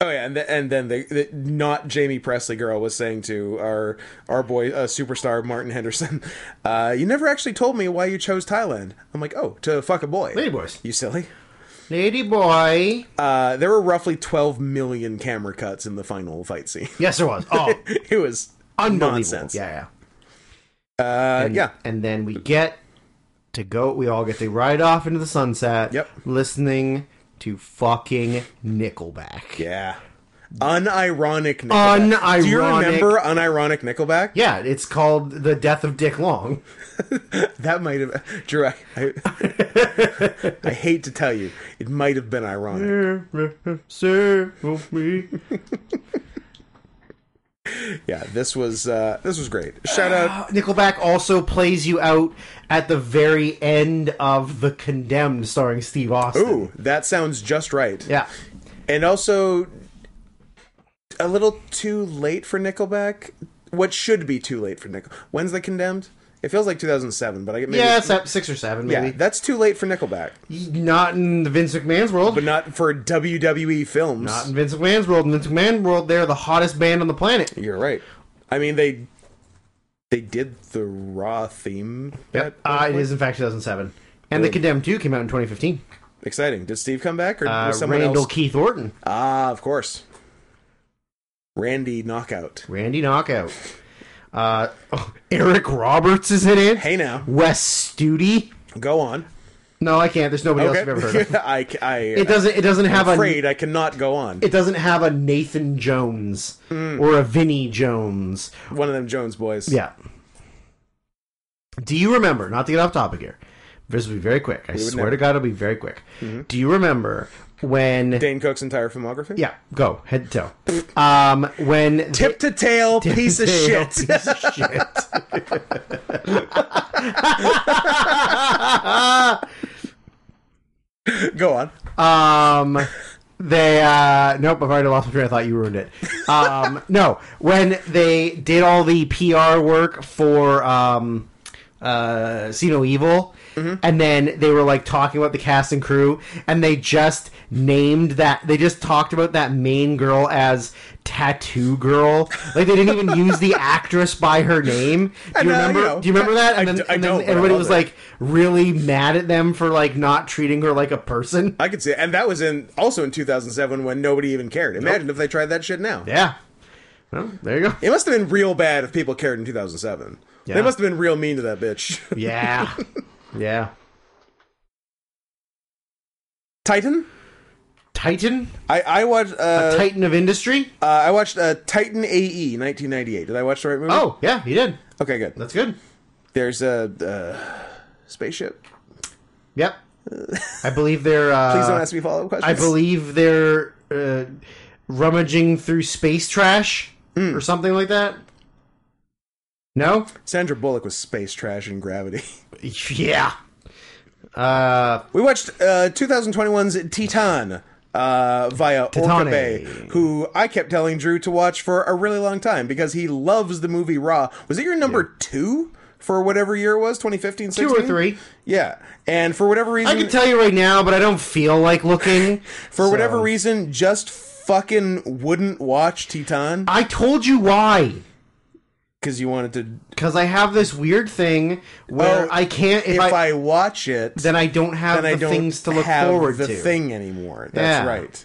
S1: oh yeah, and, th- and then the, the not Jamie Presley girl was saying to our our boy uh, superstar Martin Henderson, uh, you never actually told me why you chose Thailand. I'm like, oh, to fuck a boy.
S2: Lady boys.
S1: You silly.
S2: Lady boy.
S1: Uh, there were roughly 12 million camera cuts in the final fight scene.
S2: Yes, there was. Oh,
S1: it was
S2: unbelievable.
S1: nonsense.
S2: Yeah, yeah.
S1: Uh, yeah.
S2: and then we get to go we all get to ride off into the sunset
S1: Yep.
S2: listening to fucking nickelback
S1: Yeah. Unironic Nickelback.
S2: Unironic-
S1: Do you remember Unironic Nickelback?
S2: yeah it's called the death of dick long
S1: That might have. Drew, I, I, I hate to tell you, it might have been ironic.
S2: nickelback Mm.
S1: Yeah, this was uh, this was great. Shout out.
S2: also plays you out at the very end of the condemned starring steve austin
S1: Ooh, that sounds just right.
S2: yeah
S1: And also, a little too late for Nickelback. What should be too late for Nickel? When's the condemned? It feels like 2007, but I get maybe.
S2: yeah, it's at six or seven,
S1: yeah,
S2: maybe.
S1: that's too late for Nickelback,
S2: Not in the Vince McMahon's world.
S1: but not for WWE films.
S2: Not in Vince McMahon's world. In Vince McMahon's world, they're the hottest band on the planet.
S1: You're right. I mean they they did the raw theme.
S2: Yep.
S1: That-
S2: Uh, it is, in fact, 2007. And The Condemned 2 came out in 2015.
S1: Exciting. Did Steve come back or
S2: Uh,
S1: was someone
S2: Randall
S1: else?
S2: Keith Orton.
S1: Ah, of course. Randy knockout.
S2: Randy Knockout. Uh, oh, Eric Roberts is in it.
S1: Hey now,
S2: Wes Studi.
S1: go on.
S2: No, I can't. There's nobody else I've ever heard of.
S1: I, I,
S2: It doesn't. It doesn't have a.
S1: afraid I cannot go on.
S2: It doesn't have a Nathan Jones
S1: Mm.
S2: or a Vinny Jones.
S1: One of them Jones boys.
S2: Yeah. Do you remember? Not to get off topic here. This will be very quick. I swear to God, it'll be very quick.
S1: Mm-hmm.
S2: Do you remember when?
S1: Dane Cook's entire filmography.
S2: yeah, go head to toe. Um, when
S1: Tip to tail, piece of
S2: Hey, yo,
S1: shit.
S2: Piece of shit.
S1: Go on.
S2: um, they uh, nope. I've already lost my train. I thought you ruined it. Um, no, when they did all the PR work for um, uh, See No Evil,
S1: Mm-hmm.
S2: and then they were like talking about the cast and crew, and they just named that. They just talked about that main girl as Tattoo Girl. Like they didn't even use the actress by her name. Do
S1: know,
S2: you remember?
S1: you know.
S2: do you remember that? And
S1: I
S2: then,
S1: d- I
S2: and then
S1: don't, but I
S2: everybody
S1: love
S2: was
S1: it.
S2: like really mad at them for like not treating her like a person.
S1: I could see it. And that was in also in 2007 when nobody even cared. Imagine if they tried that shit now.
S2: Yeah. Well, there you go.
S1: It must have been real bad if people cared in 2007.
S2: Yeah.
S1: They must have been real mean to that bitch.
S2: Yeah. yeah.
S1: Titan?
S2: Titan?
S1: I, I watched uh,
S2: Titan of industry?
S1: uh, I watched uh, Titan AE 1998. Did I watch the right movie?
S2: Oh, yeah, you did.
S1: Okay, good.
S2: That's good.
S1: There's a uh, spaceship.
S2: Yep. I believe they're uh
S1: Please don't ask me follow up questions.
S2: I believe they're uh, rummaging through space trash
S1: Hmm.
S2: or something like that. No?
S1: Sandra Bullock was space trash in Gravity.
S2: Yeah. Uh
S1: We watched uh, 2021's Titan uh, via Orca
S2: Titane.
S1: Bay, who I kept telling Drew to watch for a really long time because he loves the movie Raw. Was it your number two for whatever year it was, 2015, 16?
S2: two or three.
S1: Yeah. And for whatever
S2: I
S1: reason,
S2: can tell you right now, but I don't feel like looking.
S1: for whatever reason, just fucking wouldn't watch Titan
S2: I told you why.
S1: because you wanted to.
S2: Because I have this weird thing where
S1: Oh,
S2: I can't. If,
S1: If
S2: I,
S1: I, watch it,
S2: then I don't have
S1: then I
S2: the
S1: don't
S2: things to look
S1: have
S2: forward
S1: the
S2: to.
S1: thing anymore. That's
S2: Yeah.
S1: right.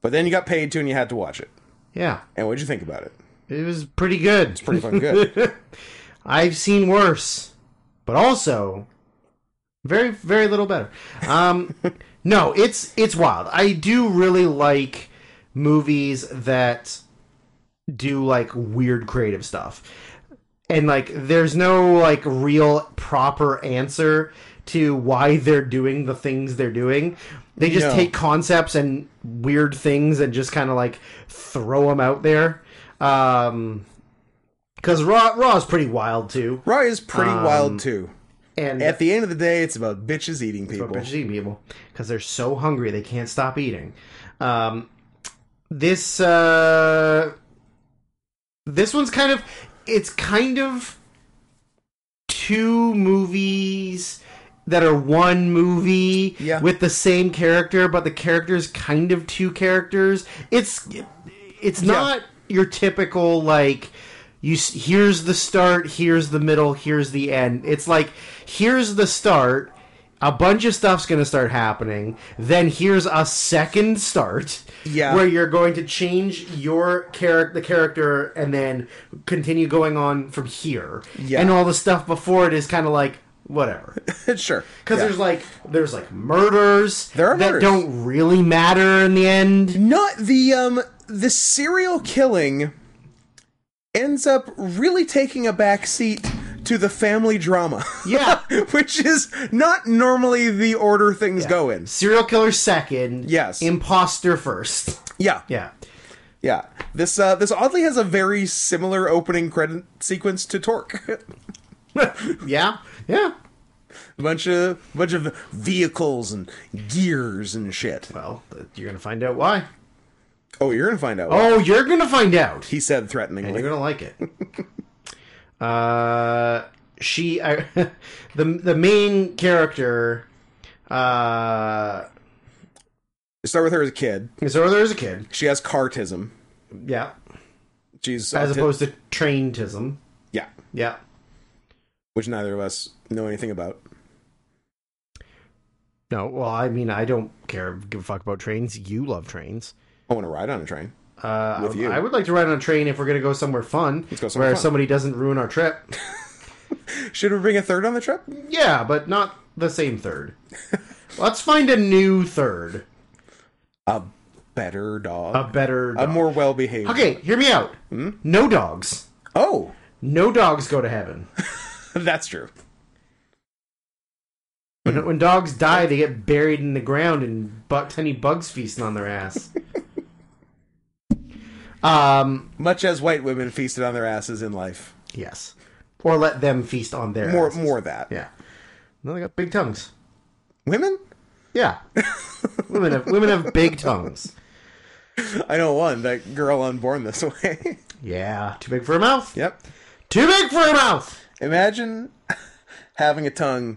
S1: But then you got paid to and you had to watch it.
S2: Yeah,
S1: And what'd you think about it?
S2: it was pretty good.
S1: Pretty fucking good.
S2: I've seen worse, but also very, very little better. Um, no, it's it's wild. I do really like movies that do like weird creative stuff, and like there's no like real proper answer to why they're doing the things they're doing. They just
S1: No.
S2: take concepts and weird things and just kind of like throw them out there. Um, because Raw Raw is pretty wild too,
S1: Raw is pretty wild too.
S2: and
S1: At the end of the day, it's about bitches eating people.
S2: bitches eating people because they're so hungry they can't stop eating. Um, this uh, this one's kind of it's kind of two movies that are one movie
S1: Yeah.
S2: with the same character, but the characters kind of two characters. It's it's not your typical like you s- here's the start, here's the middle, here's the end. It's like here's the start. A bunch of stuff's going to start happening. Then here's a second start,
S1: Yeah.
S2: where you're going to change your character, the character, and then continue going on from here.
S1: Yeah.
S2: And all the stuff before it is kind of like whatever,
S1: sure,
S2: because
S1: Yeah.
S2: there's like there's like murders
S1: There are
S2: that
S1: murders.
S2: don't really matter in the end.
S1: not the um the serial killing ends up really taking a back seat to the family drama.
S2: Yeah.
S1: which is not normally the order things go in.
S2: Serial killer second.
S1: Yes.
S2: Imposter first.
S1: Yeah,
S2: Yeah.
S1: yeah. This uh this oddly has a very similar opening credit sequence to Torque.
S2: Yeah. Yeah.
S1: a bunch of bunch of vehicles and gears and shit.
S2: Well, you're gonna find out why.
S1: Oh, you're gonna find out. why.
S2: Oh, you're gonna find out.
S1: He said threateningly.
S2: You're gonna like it. uh, she, I, the the main character. Uh,
S1: start with her as a kid.
S2: so there's a kid.
S1: She has cartism.
S2: Yeah.
S1: She's
S2: As
S1: auti-
S2: opposed to traintism.
S1: yeah,
S2: Yeah.
S1: which neither of us know anything about.
S2: No. Well, I mean, I don't care give a fuck about trains. You love trains.
S1: I want to ride on a train.
S2: Uh,
S1: With
S2: I-
S1: you.
S2: I would like to ride on a train if we're gonna go somewhere fun.
S1: go somewhere
S2: where
S1: fun.
S2: somebody doesn't ruin our trip.
S1: Should we bring a third on the trip?
S2: yeah, but not the same third. Let's find a new third,
S1: Better dog.
S2: a better.
S1: a Hmm?
S2: dog.
S1: more well behaved.
S2: okay, hear me out. No dogs.
S1: Oh,
S2: No dogs go to heaven.
S1: that's true.
S2: When, when dogs die, they get buried in the ground and bu- tiny bugs feasting on their ass. um,
S1: Much as white women feasted on their asses in life.
S2: yes, or let them feast on their
S1: More,
S2: asses.
S1: more that.
S2: Yeah, no, they got big tongues.
S1: Women?
S2: Yeah, women have women have big tongues.
S1: I know one. That girl on Born This Way.
S2: Yeah, too big for a mouth.
S1: yep.
S2: Too big for a mouth.
S1: Imagine having a tongue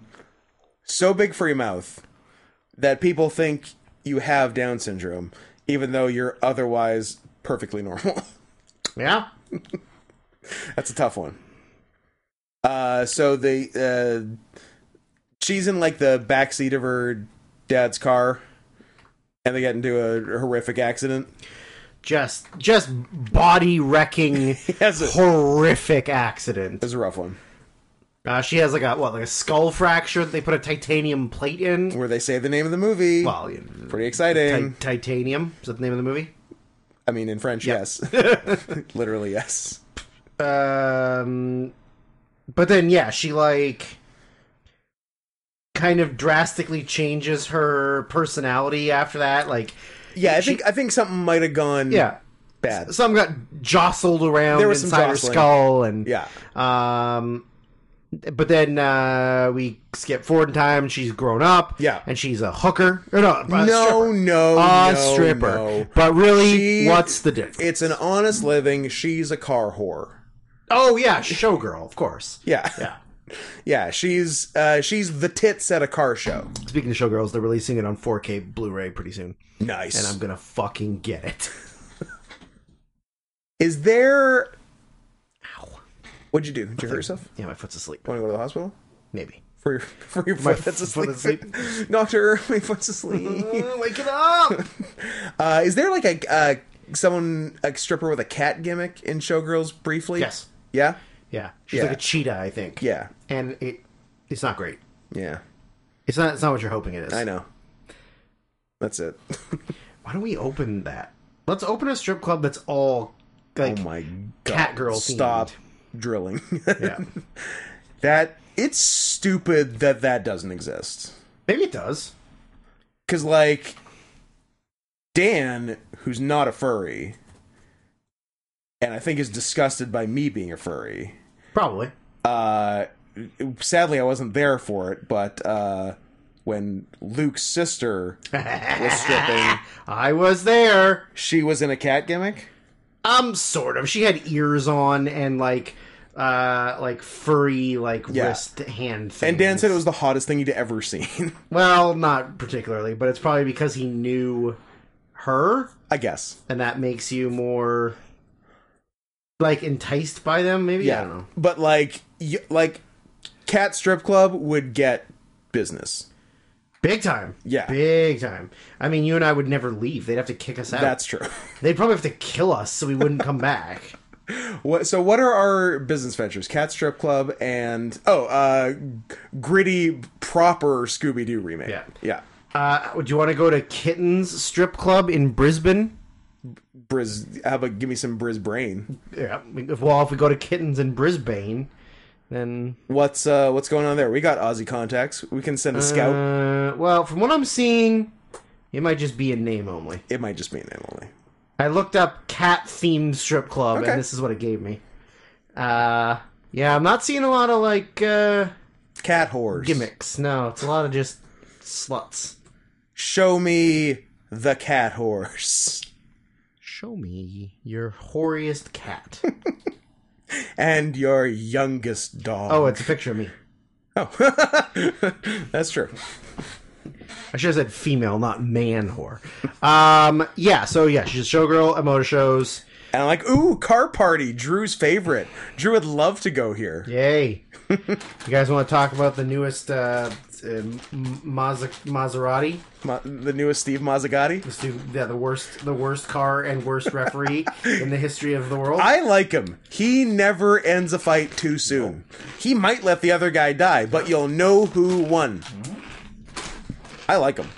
S1: so big for your mouth that people think you have Down syndrome, even though you're otherwise perfectly normal.
S2: Yeah,
S1: That's a tough one. Uh, so the uh, she's in like the back seat of her dad's car, and they get into a horrific accident.
S2: just just body wrecking,
S1: That's a-
S2: horrific accident.
S1: It's a rough one
S2: Uh, she has like a what, like a skull fracture that they put a titanium plate in.
S1: where they say the name of the movie.
S2: Well, you-
S1: Pretty
S2: Ti-
S1: exciting.
S2: titanium is that the name of the movie?
S1: I mean, in French, yes, literally yes.
S2: Um, but then yeah, she like kind of drastically changes her personality after that. Like
S1: Yeah, I
S2: She-
S1: think I think something might have gone
S2: yeah,
S1: bad.
S2: some got jostled around
S1: There was some
S2: inside her
S1: jostling.
S2: skull and
S1: Yeah,
S2: Um, but then uh, we skip forward in time. She's grown up.
S1: Yeah.
S2: and she's a hooker. Or no, a
S1: no,
S2: stripper.
S1: no,
S2: a
S1: no,
S2: stripper.
S1: no.
S2: But really,
S1: She-
S2: what's the difference?
S1: It's an honest living. She's a car whore.
S2: oh yeah, showgirl, of course.
S1: Yeah,
S2: Yeah.
S1: yeah. She's uh, she's the tits at a car show.
S2: Speaking of showgirls, they're releasing it on 4K Blu-ray pretty soon,
S1: Nice.
S2: and I'm gonna fucking get it.
S1: Is there?
S2: Ow.
S1: What'd you do? Did you hurt yourself?
S2: Yeah, my foot's asleep.
S1: Want to go to the hospital
S2: Maybe.
S1: for your for your
S2: My
S1: foot that's
S2: foot
S1: asleep?
S2: is
S1: Doctor, my foot's asleep.
S2: wake it up!
S1: uh, is there like a uh, someone a stripper with a cat gimmick in Showgirls briefly? Yeah.
S2: Yes. yeah, she's
S1: Yeah.
S2: like a cheetah, I think.
S1: Yeah.
S2: and it it's not great.
S1: Yeah.
S2: It's not. It's not what you're hoping it is.
S1: I know. That's it.
S2: Why don't we open that? Let's open a strip club that's all like
S1: oh my god.
S2: cat girl
S1: Stop
S2: themed.
S1: drilling.
S2: Yeah.
S1: that it's stupid that that doesn't exist.
S2: Maybe it does.
S1: Cause like Dan, who's not a furry, and I think is disgusted by me being a furry.
S2: Probably.
S1: Uh, sadly, I wasn't there for it, but uh, when Luke's sister was stripping,
S2: I was there.
S1: she was in a cat gimmick.
S2: Um sort of. She had ears on and like uh like furry like
S1: Yeah.
S2: wrist hand things.
S1: And Dan said it was the hottest thing he'd ever seen.
S2: Well, not particularly, but it's probably because he knew her
S1: I guess.
S2: and that makes you more like enticed by them, maybe? I don't know.
S1: But like, y- like, cat strip club would get business.
S2: Big time.
S1: Yeah.
S2: Big time. I mean you and I would never leave. They'd have to kick us out.
S1: That's true.
S2: They'd probably have to kill us so we wouldn't come back.
S1: What, so what are our business ventures? Cat Strip Club and oh, uh, gritty proper Scooby Doo remake.
S2: Yeah.
S1: yeah.
S2: Uh, would you want to go to Kittens Strip Club in Brisbane?
S1: Briz, how about give me some Briz brain?
S2: Yeah. If, well, if we go to Kittens in Brisbane, then
S1: What's uh, what's going on there? We got Aussie contacts. We can send a scout.
S2: uh, well, from what I'm seeing, it might just be a name only.
S1: It might just be an Emily.
S2: I looked up cat themed strip club,
S1: Okay.
S2: and this is what it gave me. Uh, yeah, I'm not seeing a lot of like uh,
S1: Cat horse
S2: gimmicks. No, it's a lot of just sluts.
S1: Show me the cat horse.
S2: Show me your hoariest cat.
S1: and your youngest dog.
S2: oh, it's a picture of me.
S1: that's true.
S2: I should have said female, not man whore. Um, yeah, so yeah, she's a showgirl at motor shows.
S1: And I'm like, ooh, car party, Drew's favorite. Drew would love to go here.
S2: Yay. you guys want to talk about the newest uh, uh, M- Maser- Maserati?
S1: Ma- the newest Steve Mazzagatti.
S2: Let's do yeah, the worst, the worst car and worst referee in the history of the world.
S1: I like him. He never ends a fight too soon. He might let the other guy die, but you'll know who won. I like him.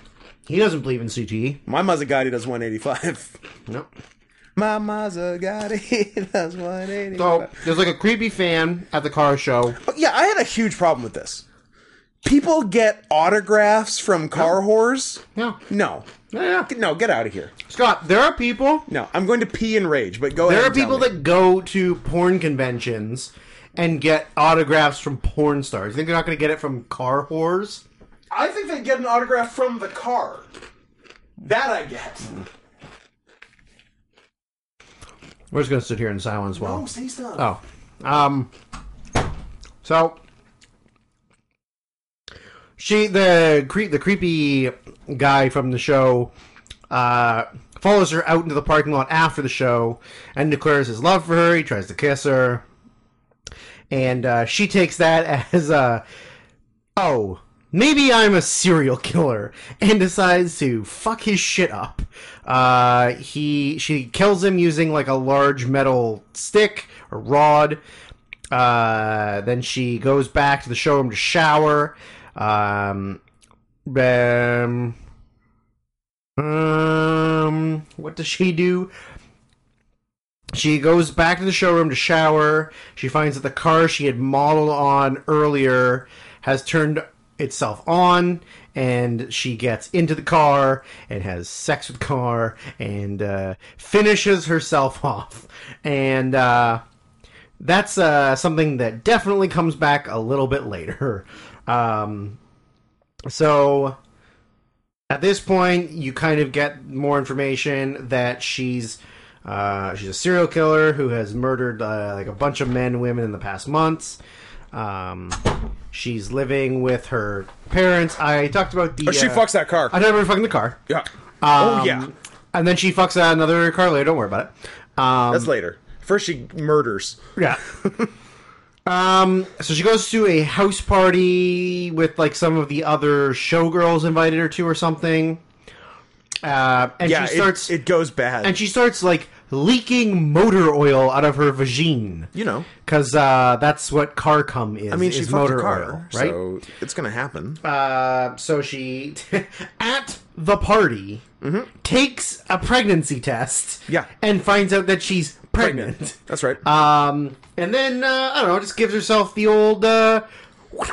S2: He doesn't believe in CTE.
S1: My Mazzagatti does 185.
S2: Nope.
S1: My Mazzagatti does 185.
S2: So there's like a creepy fan at the car show.
S1: But yeah, I had a huge problem with this. People get autographs from car whores.
S2: Yeah.
S1: No.
S2: Yeah.
S1: No, get out of here.
S2: Scott, there are people
S1: No, I'm going to pee and rage, but go
S2: There
S1: ahead.
S2: are people that go to porn conventions and get autographs from porn stars. You think they're not going to get it from car whores?
S1: I think they get an autograph from the car. That I get.
S2: Oh. We're just going to sit here in silence while.
S1: stay still.
S2: Oh. Um. So. She the cre- the creepy guy from the show uh, follows her out into the parking lot after the show and declares his love for her. He tries to kiss her, and uh, she takes that as uh, oh maybe I'm a serial killer and decides to fuck his shit up. Uh, he she kills him using like a large metal stick or rod. Uh, then she goes back to the showroom to shower. Um, um, um, what does she do? She goes back to the showroom to shower. She finds that the car she had modeled on earlier has turned itself on, and she gets into the car and has sex with the car and uh, finishes herself off. And uh, that's uh, something that definitely comes back a little bit later. Um, so at this point, you kind of get more information that she's uh, she's a serial killer who has murdered uh, like a bunch of men and women in the past months. Um, she's living with her parents. I talked about the.
S1: She
S2: uh,
S1: fucks that car.
S2: I never fucking the car.
S1: yeah. oh,
S2: Um,
S1: yeah.
S2: And then she fucks another car later. Don't worry about it. Um,
S1: That's later. First, she murders.
S2: yeah. um. So she goes to a house party with like some of the other showgirls invited her to, or something. Uh, and
S1: Yeah,
S2: she
S1: it-
S2: starts
S1: it, goes bad.
S2: and she starts like leaking motor oil out of her vagine
S1: you know,
S2: because uh, that's what car cum is.
S1: I mean, she
S2: is
S1: fucked
S2: motor
S1: the car,
S2: oil, right?
S1: So it's gonna happen.
S2: Uh, so she at the party takes a pregnancy test.
S1: Mm-hmm. Yeah.
S2: and finds out that she's pregnant.
S1: That's right.
S2: Um, and then uh, I don't know, just gives herself the old uh,
S1: the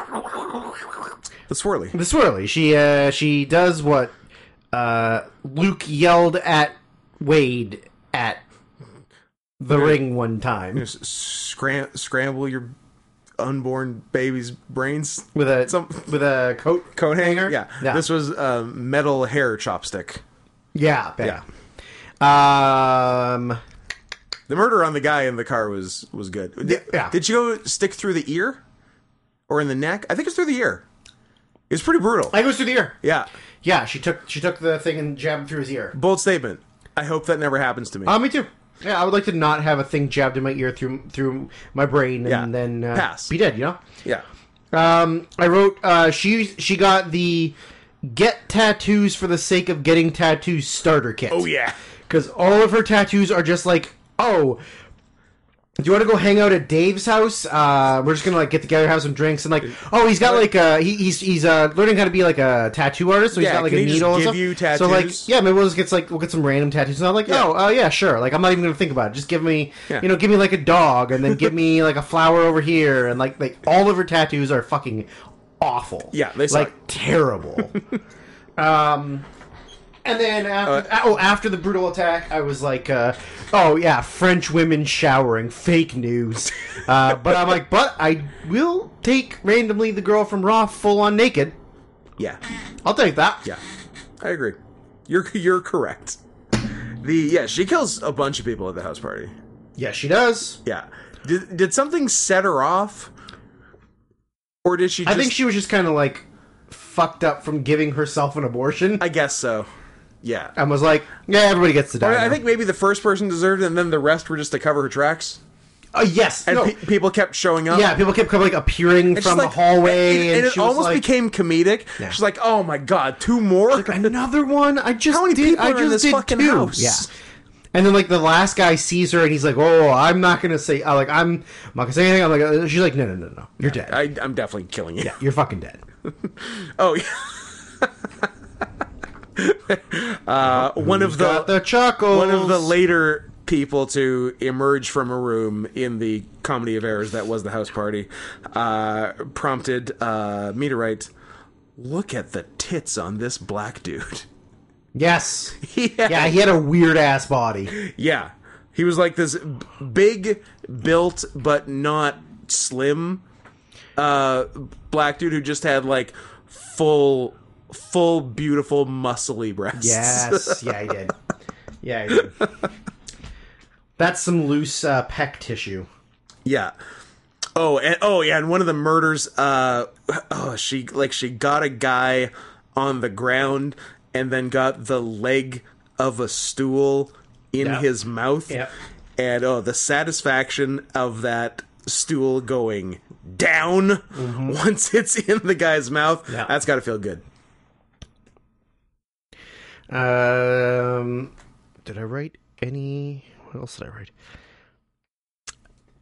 S1: swirly.
S2: the swirly. She uh, she does what uh, Luke yelled at Wade at the ring one time
S1: S- Scram- scramble your unborn baby's brains.
S2: with a
S1: some-
S2: with a coat
S1: Coat hanger. Yeah.
S2: Yeah.
S1: This was a metal hair chopstick.
S2: yeah yeah. Um,
S1: The murder on the guy in the car was was good. Did,
S2: yeah.
S1: Did she go stick through the ear, or in the neck? I think it's through the ear. It was pretty brutal.
S2: I goes through the ear.
S1: yeah.
S2: Yeah, she took she took the thing and jabbed through his ear.
S1: Bold statement. I hope that never happens to me.
S2: Uh, me too. Yeah, I would like to not have a thing jabbed in my ear through through my brain and
S1: Yeah.
S2: then uh,
S1: Pass.
S2: be dead. You know.
S1: yeah.
S2: Um, I wrote uh, she she got the get tattoos for the sake of getting tattoos starter kit.
S1: Oh yeah.
S2: because all of her tattoos are just like oh. Do you want to go hang out at Dave's house? Uh, we're just gonna like get together, have some drinks, and like, oh, he's got like uh, he, he's he's uh, learning how to be like a tattoo artist, so he's
S1: Yeah,
S2: got like
S1: can
S2: a
S1: he just
S2: needle.
S1: give
S2: and stuff.
S1: you
S2: So
S1: tattoos?
S2: like, yeah, maybe we'll just get like we'll get some random tattoos. And I'm like, oh, uh, yeah, sure. Like, I'm not even gonna think about it. Just give me,
S1: Yeah.
S2: you know, give me like a dog, and then give me like a flower over here, and like like all of her tattoos are fucking awful.
S1: Yeah, they suck.
S2: like terrible. um. And then after,
S1: Uh,
S2: oh, after the brutal attack, I was like, uh, "Oh yeah, French women showering, fake news." Uh, but I'm like, "But I will take randomly the girl from Raw full on naked.
S1: Yeah.
S2: I'll take that."
S1: Yeah. I agree. You're you're correct. The yeah, she kills a bunch of people at the house party.
S2: yeah, she does.
S1: Yeah. Did did something set her off? Or did she just
S2: I think she was just kind of like fucked up from giving herself an abortion,
S1: I guess so. Yeah.
S2: and was like, "Yeah, everybody gets to die."
S1: I
S2: now."
S1: think maybe the first person deserved it, and then the rest were just to cover her tracks.
S2: Uh, yes,
S1: And
S2: no,
S1: pe- people kept showing up.
S2: yeah, people kept kind of like appearing
S1: It's
S2: from
S1: like-
S2: the hallway,
S1: and,
S2: and,
S1: and it
S2: she was
S1: almost
S2: like,
S1: became comedic. She's like, "Oh my god, two more!"
S2: another one. I just
S1: How many
S2: did,
S1: people
S2: I
S1: are in
S2: just
S1: this
S2: did
S1: fucking
S2: two.
S1: house?
S2: Yeah. And then like the last guy sees her and he's like, "Oh, I'm not gonna say I like I'm, I'm not gonna say anything." I'm like, uh, she's like, "No, no, no, no, you're dead.
S1: I, I'm definitely killing you.
S2: you're fucking dead."
S1: Oh yeah. Uh, one of the
S2: Got the chuckles.
S1: one of the later people to emerge from a room in the comedy of errors that was the house party uh, prompted uh, me to write, "Look at the tits on this black dude."
S2: Yes.
S1: Yeah.
S2: Yeah, he had a weird ass body.
S1: Yeah. He was like this b- big, built, but not slim uh, black dude who just had like full, full, beautiful, muscly breasts.
S2: Yes. Yeah, he did. Yeah, he did. That's some loose uh, pec tissue.
S1: Yeah. Oh, and oh yeah, and one of the murders, uh oh, she like she got a guy on the ground and then got the leg of a stool in
S2: Yep.
S1: his mouth.
S2: Yep.
S1: And oh, the satisfaction of that stool going down once it's in the guy's mouth.
S2: Mm-hmm. Yeah.
S1: That's got to feel good.
S2: Um, did I write any? What else did I write?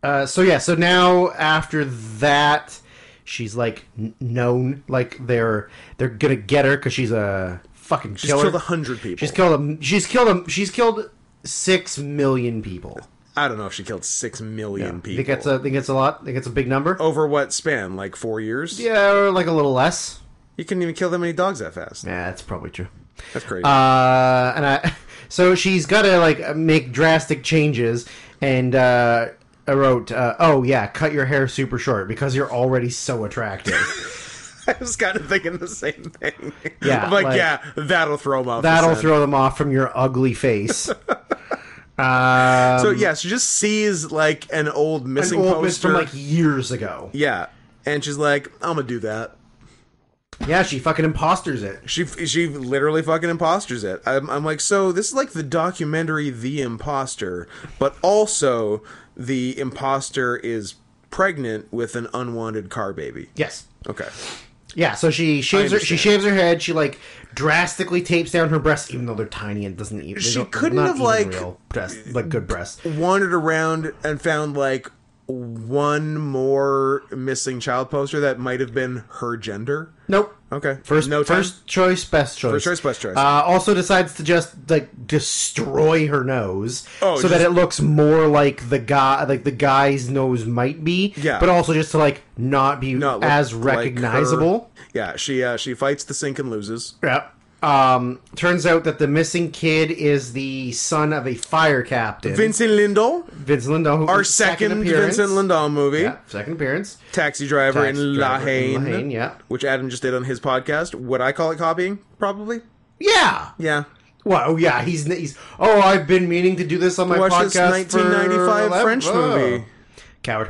S2: Uh, so yeah, so now after that, she's like n- known, like they're they're gonna get her because she's a fucking
S1: She's
S2: killer.
S1: killed a hundred people.
S2: she's killed a, She's killed a, She's killed six million people.
S1: I don't know if she killed 6 million
S2: I
S1: people. Oh.
S2: think that's a I think it's a lot. I think it's a big number.
S1: over what span? Like 4 years?
S2: Yeah, or like a little less.
S1: You couldn't even kill that many dogs that fast.
S2: Yeah, that's probably true.
S1: That's crazy.
S2: uh, and I, so she's got to like make drastic changes. And uh, I wrote, uh, "Oh yeah, cut your hair super short because you're already so attractive.
S1: I was kind of thinking the same thing.
S2: Yeah,
S1: I'm like,
S2: like-
S1: yeah, that'll throw him off. the
S2: That'll
S1: scent.
S2: throw them off from your ugly face." Um,
S1: So yeah, she just sees like an old
S2: an
S1: missing
S2: old miss
S1: poster.
S2: from like years ago.
S1: yeah, and she's like, I'm gonna do that.
S2: Yeah, she fucking imposters it.
S1: She she literally fucking imposters it. I'm, I'm like, so this is like the documentary The Imposter, but also the imposter is pregnant with an unwanted car baby.
S2: Yes.
S1: Okay.
S2: Yeah, so she shaves her. She
S1: understand.
S2: shaves her head. She like drastically tapes down her breasts, even though they're tiny and doesn't even.
S1: She couldn't have, like,
S2: real breast, like good breasts.
S1: wandered around and found like one more missing child poster that might have been her gender.
S2: Nope.
S1: Okay.
S2: First,
S1: no time?
S2: first choice, best choice.
S1: First choice, best choice.
S2: Uh, also decides to just like destroy her nose,
S1: Oh,
S2: so that
S1: just-
S2: it looks more like the guy, like the guy's nose might be.
S1: Yeah.
S2: But also just to like not be
S1: Not look
S2: as
S1: like her.
S2: recognizable.
S1: yeah, she uh, she fights the sink and loses.
S2: Yep. Um. Turns out that the missing kid is the son of a fire captain,
S1: Vincent Lindon,
S2: Vince Lindon. who-
S1: our second,
S2: appearance.
S1: Vincent Lindon movie,
S2: Yeah, second appearance.
S1: Taxi Driver
S2: Taxi
S1: in La
S2: Driver in
S1: Haine,
S2: La Haine, yeah.
S1: which Adam just did on his podcast. Would I call it copying? Probably.
S2: Yeah.
S1: Yeah.
S2: Well, oh, yeah, he's he's. Oh, I've been meaning to do this on my
S1: Watch
S2: podcast.
S1: this
S2: for
S1: 1995
S2: 11
S1: French
S2: oh.
S1: movie.
S2: Coward.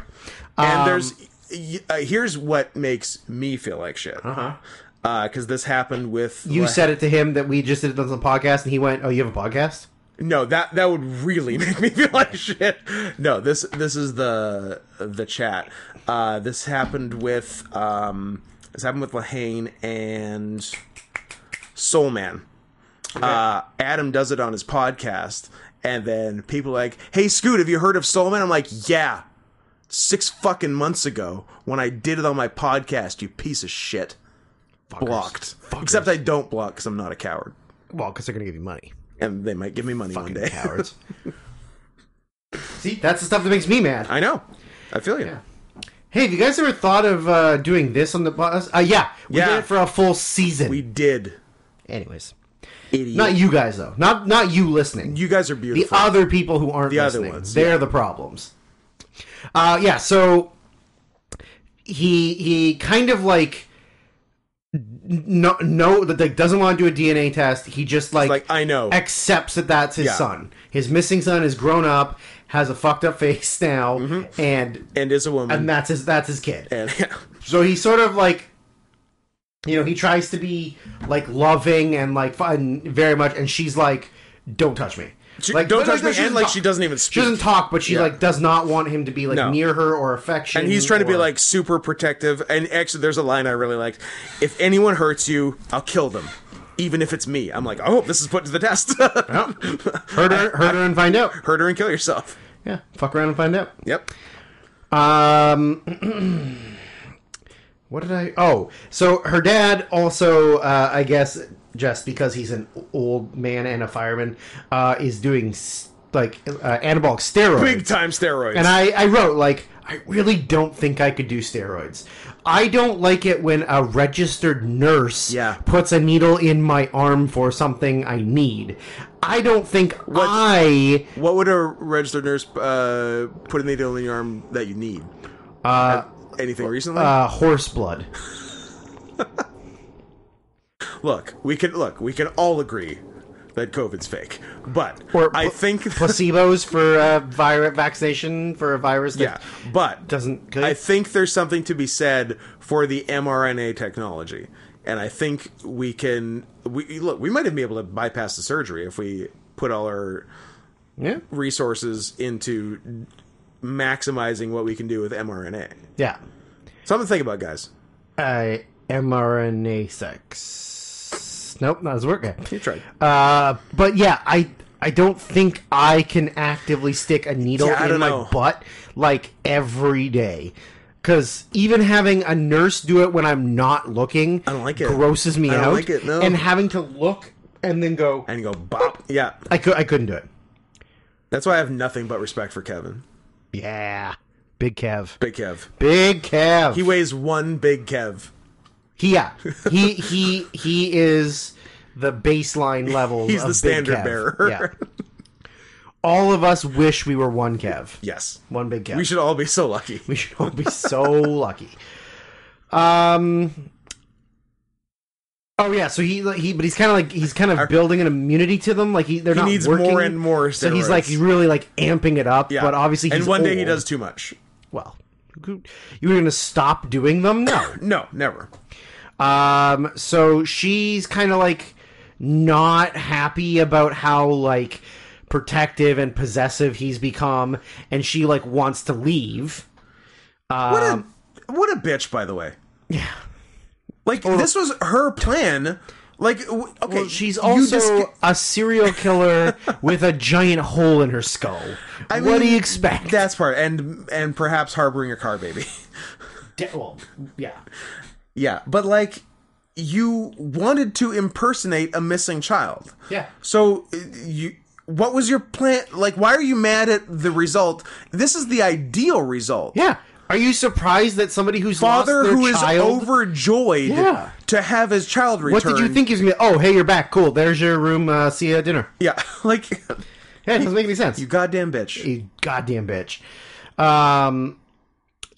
S1: And
S2: Um,
S1: there's y- uh, here's what makes me feel like shit. Uh-huh. Because this happened with
S2: You
S1: La-
S2: said it to him that we just did it on the podcast, and he went, "Oh, you have a podcast?"
S1: No, that that would really make me feel like shit. No, this this is the the chat. Uh, this happened with um, this happened with Lahane and Soul Man. Uh, Adam does it on his podcast, and then people are like, "Hey, Scoot, have you heard of Soul Man?" I'm like, "Yeah, six fucking months ago when I did it on my podcast. You piece of shit." Blocked. Except I don't block because I'm not a coward,
S2: Well, because they're gonna give you money,
S1: and they might give me money one day.
S2: cowards. See, that's the stuff that makes me mad.
S1: I know. I feel you.
S2: Hey, have you guys ever thought of uh, doing this on the podcast? Uh, yeah, we
S1: Yeah.
S2: did it for a full season.
S1: We did.
S2: Anyways,
S1: Idiot.
S2: not you guys though. Not not you listening.
S1: you guys are
S2: the
S1: beautiful.
S2: other people who aren't the
S1: other
S2: listening.
S1: ones,
S2: They're the problems. Uh, yeah. So he he kind of like no no that like, doesn't want to do a DNA test. He just like,
S1: like, I know.
S2: accepts that that's his
S1: Yeah.
S2: son. His missing son is grown up, has a fucked up face now,
S1: Mm-hmm.
S2: and
S1: and is a woman.
S2: and that's his that's his kid.
S1: And,
S2: So he sort of like, you know, he tries to be like loving and like fun very much, and she's like, "Don't touch me."
S1: She- don't touch me,
S2: doesn't
S1: and, like,
S2: talk.
S1: she doesn't even
S2: She doesn't
S1: speak.
S2: talk, but she
S1: Yeah.
S2: like does not want him to be like
S1: No.
S2: near her or affection.
S1: and he's trying to be
S2: or-
S1: like super protective. And actually, there's a line I really liked. If anyone hurts you, I'll kill them, even if it's me. I'm like, I hope this is put to the test.
S2: oh, hurt her, hurt her, and find out.
S1: Hurt her and kill yourself.
S2: Yeah, fuck around and find out.
S1: Yep.
S2: Um, what did I? Oh, so her dad also, uh, I guess, just because he's an old man and a fireman, uh, is doing s- like uh, anabolic steroids.
S1: Big time steroids.
S2: And I, I wrote, like, I really don't think I could do steroids. I don't like it when a registered nurse
S1: Yeah.
S2: puts a needle in my arm for something I need. I don't think I.
S1: what would a registered nurse uh, put a needle in your arm that you need?
S2: Uh,
S1: Anything recently?
S2: uh, horse blood.
S1: look, we can look. We can all agree that COVID's fake, but
S2: Or
S1: I
S2: pl-
S1: think
S2: Placebos for a virus vaccination for a virus that
S1: yeah, but
S2: doesn't. Good.
S1: I think there's something to be said for the mRNA technology, and I think we can. We look. We might even be able to bypass the surgery if we put all our
S2: yeah.
S1: resources into maximizing what we can do with mRNA.
S2: Yeah.
S1: Something to think about, guys.
S2: Uh, mRNA sex. Nope, not as working.
S1: You tried.
S2: Uh, but yeah, I I don't think I can actively stick a needle
S1: Yeah, I
S2: in
S1: don't
S2: my
S1: know.
S2: butt like every day. Cause even having a nurse do it when I'm not looking, I
S1: don't like it.
S2: Grosses me
S1: I don't
S2: out.
S1: like it, no.
S2: And having to look and then go,
S1: And you go bop. Yeah,
S2: I could I couldn't do it.
S1: that's why I have nothing but respect for Kevin,
S2: Yeah, big Kev,
S1: Big Kev.
S2: big Kev.
S1: He weighs one Big Kev.
S2: He, yeah, he he he is the baseline level.
S1: He's the
S2: of Big
S1: standard
S2: Kev.
S1: bearer.
S2: Yeah. All of us wish we were one Kev,
S1: Yes,
S2: one big Kev.
S1: we should all be so lucky.
S2: We should all be so lucky. Um. Oh yeah, so he he, but he's kind of like he's kind of building an immunity to them. Like he, they're not
S1: needs more
S2: working.
S1: and more
S2: So he's like
S1: steroids.
S2: really like amping it up.
S1: Yeah,
S2: But obviously, he's
S1: and one day he
S2: old.
S1: does too much.
S2: well. You were gonna stop doing them? No.
S1: No, never.
S2: Um, so she's kind of like not happy about how like protective and possessive he's become, and she like wants to leave.
S1: What a what a bitch, by the way.
S2: Um, Yeah.
S1: Like this was her plan. Like w- okay,
S2: Well, she's
S1: you
S2: also
S1: just get-
S2: a serial killer with a giant hole in her skull. what do
S1: mean,
S2: you expect?
S1: that's part and and perhaps harboring a car baby.
S2: De- well, yeah.
S1: yeah, but like you wanted to impersonate a missing child.
S2: Yeah.
S1: So uh, you what was your plan? Like why are you mad at the result? This is the ideal result.
S2: Yeah. Are you surprised that somebody who's
S1: Father
S2: lost their
S1: who is
S2: child
S1: overjoyed
S2: Yeah.
S1: to have his child returned.
S2: What did you think he was gonna? Oh, hey, you're back. Cool. There's your room. Uh, see you at dinner.
S1: Yeah, like
S2: Yeah, it doesn't make any sense.
S1: you goddamn bitch.
S2: you goddamn bitch. Um,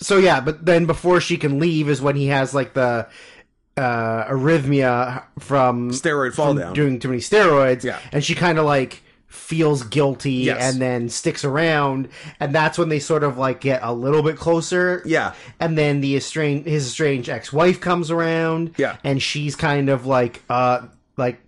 S2: so yeah, but then before she can leave is when he has like the uh, arrhythmia from
S1: Steroid fall down.
S2: doing too many steroids.
S1: Yeah.
S2: and she kind of like feels guilty
S1: Yes.
S2: and then sticks around, and that's when they sort of like get a little bit closer.
S1: Yeah.
S2: and then the estranged his estranged ex wife comes around.
S1: Yeah.
S2: and she's kind of like uh like.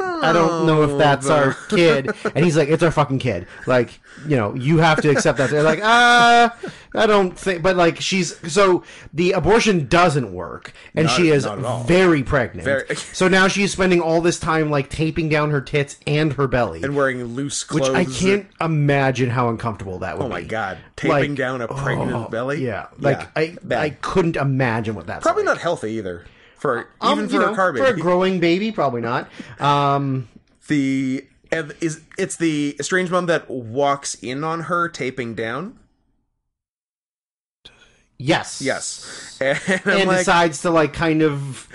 S2: I don't know
S1: Oh.
S2: if that's our kid. And he's like, it's our fucking kid. Like, you know, you have to accept that. They're like, ah, I don't think. But like, she's so the abortion doesn't work, and she is
S1: not at all.
S2: very pregnant.
S1: Very-
S2: so now she's spending all this time like taping down her tits and her belly,
S1: and wearing loose
S2: which
S1: clothes.
S2: I can't imagine how uncomfortable that would
S1: Oh
S2: be.
S1: my god, taping
S2: Like,
S1: down a pregnant
S2: oh,
S1: belly.
S2: Yeah, like I,
S1: bad.
S2: I couldn't imagine what that's
S1: probably
S2: like.
S1: not healthy either for
S2: Um,
S1: even
S2: you
S1: for
S2: know,
S1: a car
S2: for a
S1: baby.
S2: growing baby, probably not. Um,
S1: the and is it's the estranged mom that walks in on her taping down.
S2: yes,
S1: Yes, and, I'm
S2: and
S1: like,
S2: decides to like kind of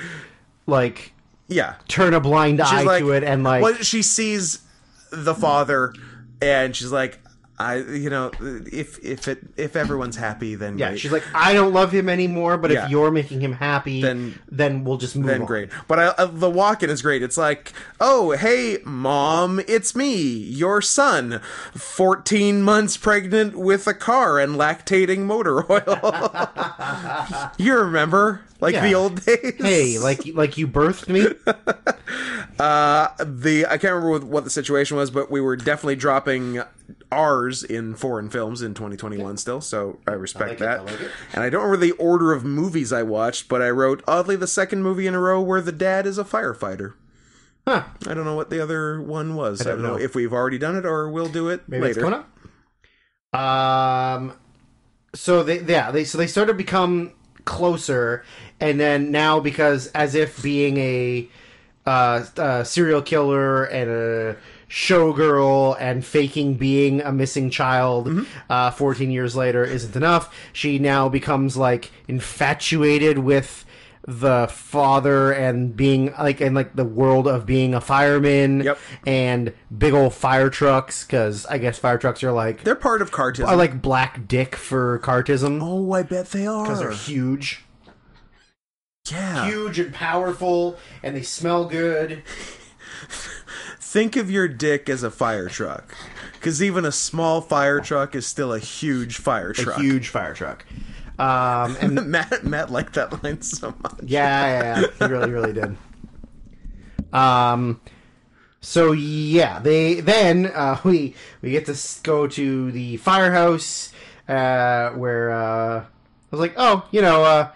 S2: like
S1: yeah,
S2: turn a blind eye
S1: she's like,
S2: to it and like
S1: well, she sees the father, and she's like, I, you know, if if it if everyone's happy, then
S2: yeah
S1: great.
S2: she's like i don't love him anymore but
S1: Yeah.
S2: if you're making him happy
S1: Then-
S2: then we'll just move
S1: then
S2: on
S1: great. But I, uh, the walk in is great. It's like, oh, hey, mom, it's me, your son, 14 months pregnant with a car and lactating motor oil. you remember? Like the
S2: Yeah.
S1: old days?
S2: hey like like you birthed me
S1: the I can't remember what, what the situation was, but we were definitely dropping R's in foreign films in 2021 still. So I respect
S2: like it, I
S1: that.
S2: like it.
S1: And I don't remember the order of movies I watched, but I wrote oddly the second movie in a row where the dad is a firefighter.
S2: huh
S1: I don't know what the other one was. I don't, know.
S2: know.
S1: if we've already done it or we'll do it
S2: maybe it's
S1: later.
S2: coming up um so they yeah they so they sort of become closer and then now because as if being a uh, a serial killer and a showgirl and faking being a missing child
S1: Mm-hmm.
S2: uh, 14 years later isn't enough. She now becomes like infatuated with the father and being like in like the world of being a fireman
S1: Yep.
S2: and big old fire trucks because I guess fire trucks are like
S1: They're part of Cartism.
S2: are like black dick for cartism.
S1: oh, I bet they are.
S2: They're huge,
S1: yeah.
S2: huge and powerful, and they smell good.
S1: Think of your dick as a fire truck. Because even a small fire truck is still a huge fire truck.
S2: A huge fire truck. Um, and
S1: Matt, Matt liked that line so much.
S2: yeah, yeah, yeah, he really, really did. Um, so yeah, they then uh, we we get to s- go to the firehouse uh, where uh, I was like, oh, you know, uh,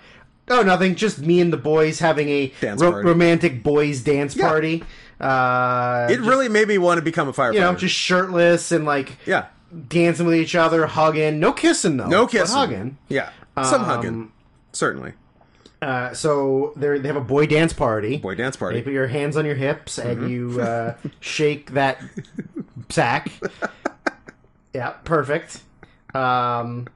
S2: oh nothing, just me and the boys having a
S1: Dance
S2: ro-
S1: party.
S2: romantic boys dance party. Uh,
S1: It really made me want to become a firefighter.
S2: you know, just shirtless and like
S1: yeah.
S2: dancing with each other, hugging. No kissing though.
S1: No
S2: but
S1: kissing.
S2: hugging.
S1: Yeah.
S2: Um,
S1: Some hugging. Certainly.
S2: Uh, so they they have a boy dance party.
S1: Boy dance
S2: You
S1: party. Mm-hmm.
S2: put your hands on your hips and you uh, shake that sack. yeah, perfect. Um,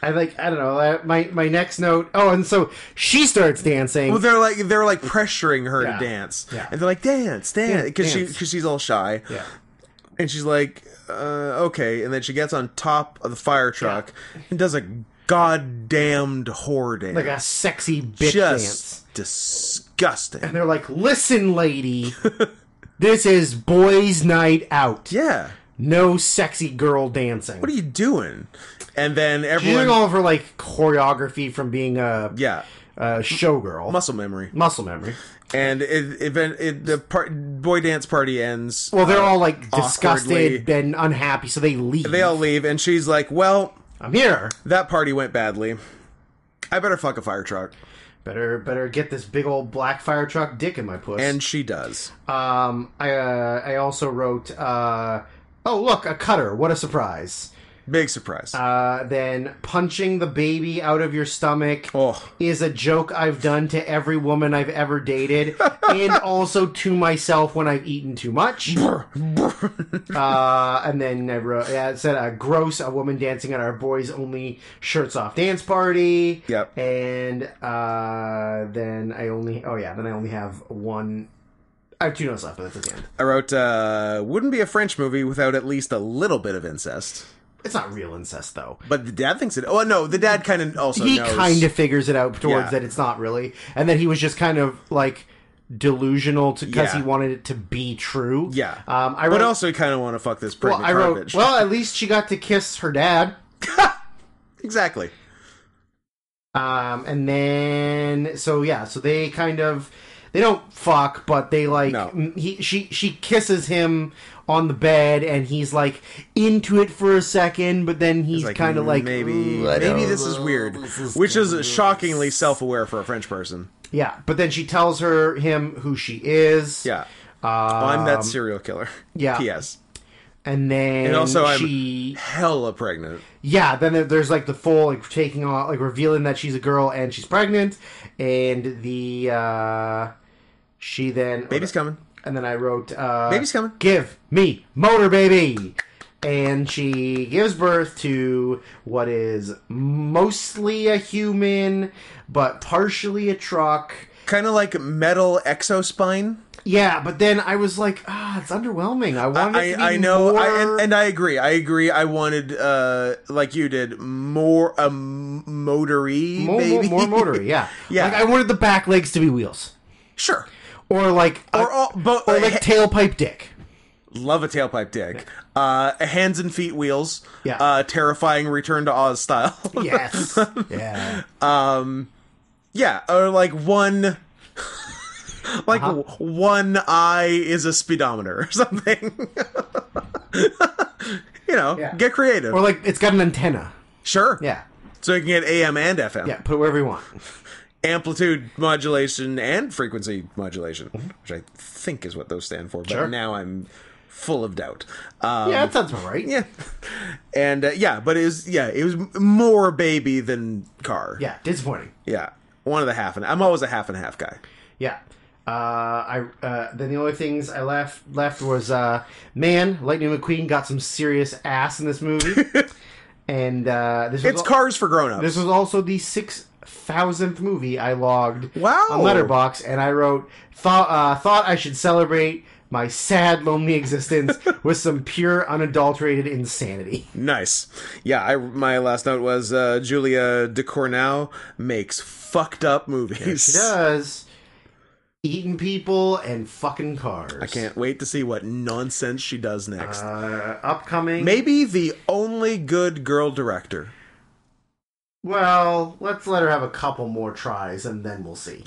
S2: I like. I don't know. uh, My my next note. Oh, and so she starts dancing.
S1: Well, they're like they're like pressuring her
S2: Yeah.
S1: to dance,
S2: Yeah.
S1: and they're like dance, dance,
S2: Dan-
S1: because she
S2: dance.
S1: because she's all shy,
S2: yeah.
S1: and she's like, uh, okay, and then she gets on top of the fire truck and does a goddamned whore dance,
S2: Like a sexy bitch
S1: just
S2: dance.
S1: disgusting.
S2: And they're like, "Listen, lady, this is boys' night out.
S1: Yeah,
S2: No sexy girl dancing."
S1: what are you doing? And then
S2: She's doing
S1: everyone,
S2: all of her like choreography from being a
S1: yeah,
S2: a showgirl,
S1: muscle memory,
S2: muscle memory.
S1: and it, it, it the part, boy dance party ends.
S2: Well, they're all like disgusted
S1: awkwardly.
S2: and unhappy, so they leave.
S1: they all leave, and she's like, well,
S2: I'm here.
S1: that party went badly. I better fuck a fire truck,
S2: Better, better get this big old black fire truck dick in my puss.
S1: and she does.
S2: um, I, uh, I also wrote, uh, oh look, a cutter. What a surprise.
S1: Big surprise.
S2: Uh, then punching the baby out of your stomach
S1: oh,
S2: is a joke I've done to every woman I've ever dated, and also to myself when I've eaten too much. uh, and then I wrote, yeah, it said, uh, "Gross, a woman dancing at our boys only shirts off dance party."
S1: Yep.
S2: And uh, then I only, oh yeah, then I only have one. I have two notes left, but that's at the end.
S1: I wrote, uh, wouldn't be a French movie without at least a little bit of incest.
S2: It's not real incest though.
S1: But the dad thinks it. Oh no, the dad kind of also
S2: he
S1: knows.
S2: kind of figures it out towards
S1: Yeah.
S2: that it's not really, and that he was just kind of like delusional to because
S1: Yeah.
S2: he wanted it to be true.
S1: Yeah.
S2: Um, I wrote.
S1: but also kind of want to fuck this
S2: well,
S1: pregnant
S2: I wrote.
S1: garbage.
S2: Well, at least she got to kiss her dad.
S1: exactly.
S2: Um, and then so yeah, so they kind of they don't fuck, but they like
S1: No.
S2: m- he she she kisses him on the bed, and he's like into it for a second, but then he's
S1: Like,
S2: kind of
S1: mm,
S2: like
S1: maybe
S2: "Ooh, I
S1: maybe
S2: don't
S1: this is
S2: know,
S1: weird,
S2: this is
S1: which
S2: kinda
S1: is
S2: weird."
S1: shockingly self-aware for a French person.
S2: yeah. But then she tells her him who she is.
S1: Yeah,
S2: Um,
S1: I'm that serial killer.
S2: yeah.
S1: P.S.
S2: and then
S1: And also I'm-
S2: she
S1: Hella pregnant.
S2: yeah then there- there's like the full like taking on like revealing that she's a girl and she's pregnant and the uh she then
S1: Baby's coming.
S2: and then i wrote uh
S1: Baby's coming.
S2: give me motor baby and she gives birth to what is mostly a human but partially a truck
S1: Kind of like metal exospine.
S2: yeah but then i was like ah it's underwhelming i wanted it
S1: I,
S2: to be
S1: I know, I,
S2: more-
S1: and, and I agree. I agree. I wanted, uh, like you did, more a m- motory,
S2: more, more,
S1: baby.
S2: more motory, yeah.
S1: Yeah.
S2: Like I wanted the back legs to be wheels,
S1: Sure.
S2: or like a-
S1: Or oh, all, but
S2: Uh,
S1: uh,
S2: or like tailpipe dick.
S1: love a tailpipe dick. Uh, hands and feet wheels.
S2: Yeah.
S1: Uh, terrifying Return to Oz style.
S2: Yes. yeah.
S1: yeah. Or like one. Like
S2: Uh-huh.
S1: w one eye is a speedometer or something. you know,
S2: Yeah.
S1: get creative.
S2: Or like it's got an antenna.
S1: sure.
S2: Yeah.
S1: So you can get AM and FM.
S2: Yeah. Put it wherever you want.
S1: Um, amplitude modulation and frequency modulation, which I think is what those stand for. But
S2: Mm-hmm. Sure.
S1: now I'm full of doubt. Um,
S2: yeah, that sounds about right.
S1: yeah, and uh, yeah, but it was yeah, it was m- more baby than car.
S2: Yeah. Disappointing.
S1: yeah, one of the half and I'm always a half and half guy.
S2: Yeah. Uh, I uh, then the only things I left left was uh, man, Lightning McQueen got some serious ass in this movie, and uh, this was
S1: It's
S2: al-
S1: Cars for grown-ups.
S2: this was also the six thousandth movie I logged
S1: Wow.
S2: on Letterbox, and I wrote thought uh, thought I should celebrate my sad lonely existence with some pure unadulterated insanity.
S1: Nice. Yeah, I my last note was uh, Julia de Cornell makes fucked up movies.
S2: She does eating people and fucking cars.
S1: I can't wait to see what nonsense she does next.
S2: Uh, upcoming.
S1: Maybe the only good girl director.
S2: Well, let's let her have a couple more tries and then we'll see.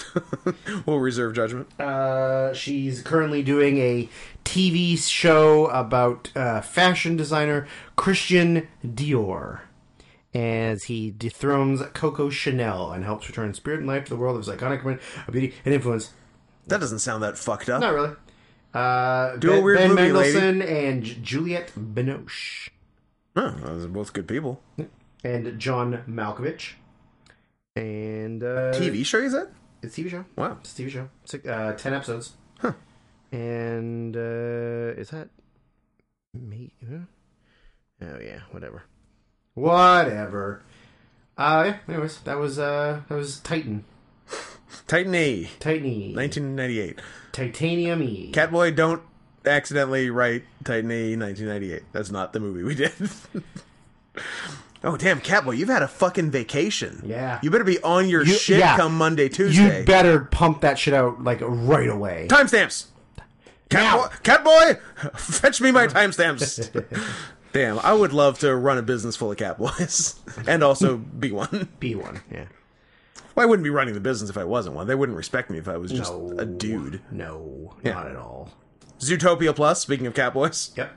S1: We'll reserve judgment.
S2: Uh, she's currently doing a TV show about uh, fashion designer Christian Dior as he dethrones Coco Chanel and helps return spirit and life to the world of his iconic brand of beauty and influence.
S1: That doesn't sound that fucked up.
S2: Not really. Uh,
S1: Do a weird
S2: ben
S1: movie, lady.
S2: Mendelsohn and J- Juliette Binoche
S1: Oh, those are both good people.
S2: and John Malkovich. And uh,
S1: TV show, you said?
S2: It's a TV show.
S1: Wow.
S2: It's a TV show. Six, uh, ten episodes. And uh, is that me? huh? Oh yeah, whatever. Whatever. Uh, yeah. Anyways, that was uh, that was Titan,
S1: Titan A,
S2: Titan E,
S1: 1998.
S2: Titanium E.
S1: Catboy, don't accidentally write Titan A, 1998. That's not the movie we did. oh, damn, Catboy, you've had a fucking vacation.
S2: Yeah.
S1: You better be on your shit
S2: yeah.
S1: come Monday, Tuesday.
S2: You'd better pump that shit out like right away.
S1: timestamps!
S2: Now.
S1: Catboy, Catboy, fetch me my timestamps. damn, I would love to run a business full of Catboys. and also be one.
S2: B one. Yeah.
S1: Well, I wouldn't be running the business if I wasn't one. They wouldn't respect me if I was just
S2: No.
S1: a dude.
S2: No,
S1: Yeah.
S2: not at all.
S1: Zootopia Plus, speaking of Catboys.
S2: Yep.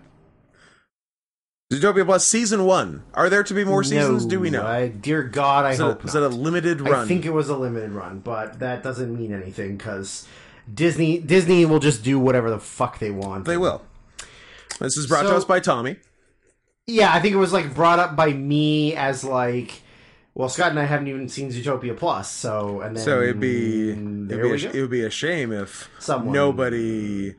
S1: Zootopia Plus Season 1. Are there to be more seasons?
S2: No,
S1: Do we know?
S2: I, dear God, I
S1: Is it,
S2: hope
S1: a, is it a limited run?
S2: I think it was a limited run, but that doesn't mean anything because Disney Disney will just do whatever the fuck they want.
S1: they will. This is brought to
S2: So-
S1: us by Tommy.
S2: Yeah, I think it was like brought up by me as like, well, Scott and I haven't even seen Zootopia Plus, so and then
S1: So it'd be, it'd
S2: there
S1: be
S2: we
S1: a, sh-
S2: go.
S1: it would be a shame if
S2: Someone-
S1: nobody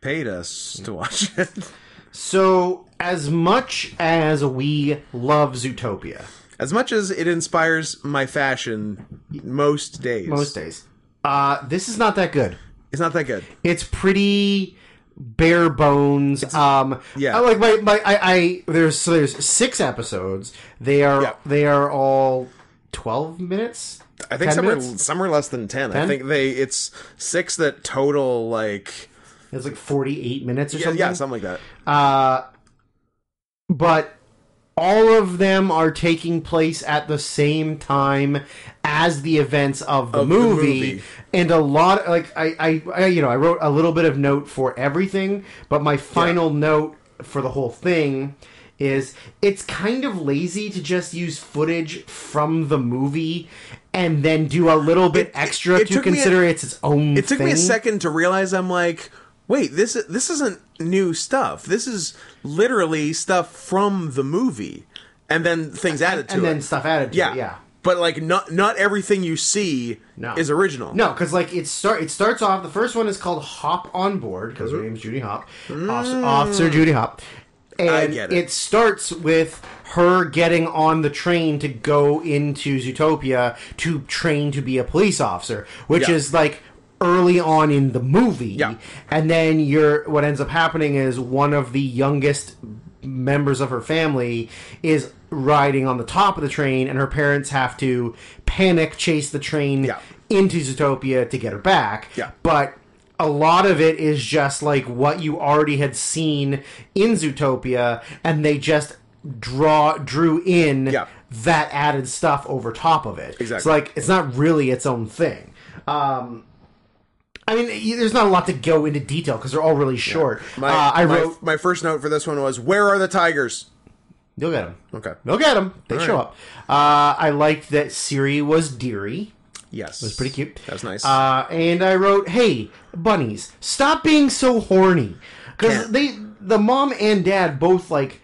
S1: paid us to watch it.
S2: so as much as we love Zootopia,
S1: as much as it inspires my fashion most days,
S2: most days, uh, this is not that good.
S1: it's not that good.
S2: it's pretty bare bones um
S1: yeah.
S2: I like my, my I, I there's so there's six episodes they are
S1: Yeah.
S2: they are all 12 minutes
S1: I think
S2: 10
S1: some are,
S2: minutes?
S1: some are less than 10. I
S2: 10?
S1: think they it's six that total like
S2: it's like 48 minutes or
S1: yeah,
S2: something
S1: yeah, something like that.
S2: uh but all of them are taking place at the same time as the events of the,
S1: Of the
S2: movie,
S1: movie.
S2: and a lot like I, I i you know i wrote a little bit of note for everything but my final note for the whole thing is it's kind of lazy to just use footage from the movie and then do a little bit extra
S1: it
S2: to
S1: took me a-
S2: consider it's its own
S1: It took me a
S2: thing.
S1: second to realize I'm like, wait, this this isn't new stuff. This is literally stuff from the movie, and then things added to
S2: and
S1: it.
S2: then stuff added to
S1: yeah,
S2: it, yeah
S1: But like, not not everything you see
S2: No.
S1: is original.
S2: No, because like it start it starts off. The first one is called Hop on Board because
S1: Mm-hmm.
S2: her name's Judy Hop, Officer, Officer Judy Hop, and
S1: Mm. get it.
S2: it starts with her getting on the train to go into Zootopia to train to be a police officer, which
S1: Yeah.
S2: is like early on in the movie.
S1: Yeah.
S2: And then you're what ends up happening is one of the youngest members of her family is riding on the top of the train and her parents have to panic chase the train
S1: Yeah.
S2: into Zootopia to get her back.
S1: Yeah.
S2: But a lot of it is just like what you already had seen in Zootopia and they just draw drew in
S1: Yeah.
S2: that added stuff over top of it. It's
S1: Exactly.
S2: like it's not really its own thing. Um I mean, y- there's not a lot to go into detail because they're all really short.
S1: my,
S2: uh, I
S1: my-
S2: wrote.
S1: my, first note for this one was, "Where are the tigers?"
S2: You'll get them.
S1: Okay.
S2: They'll get them. They show
S1: right.
S2: up. Uh, I liked that Siri was Deary.
S1: Yes, that's
S2: Pretty cute.
S1: That was nice.
S2: Uh, and I wrote, "Hey, bunnies, stop being so horny,"
S1: Yeah.
S2: because they, the mom and dad, both like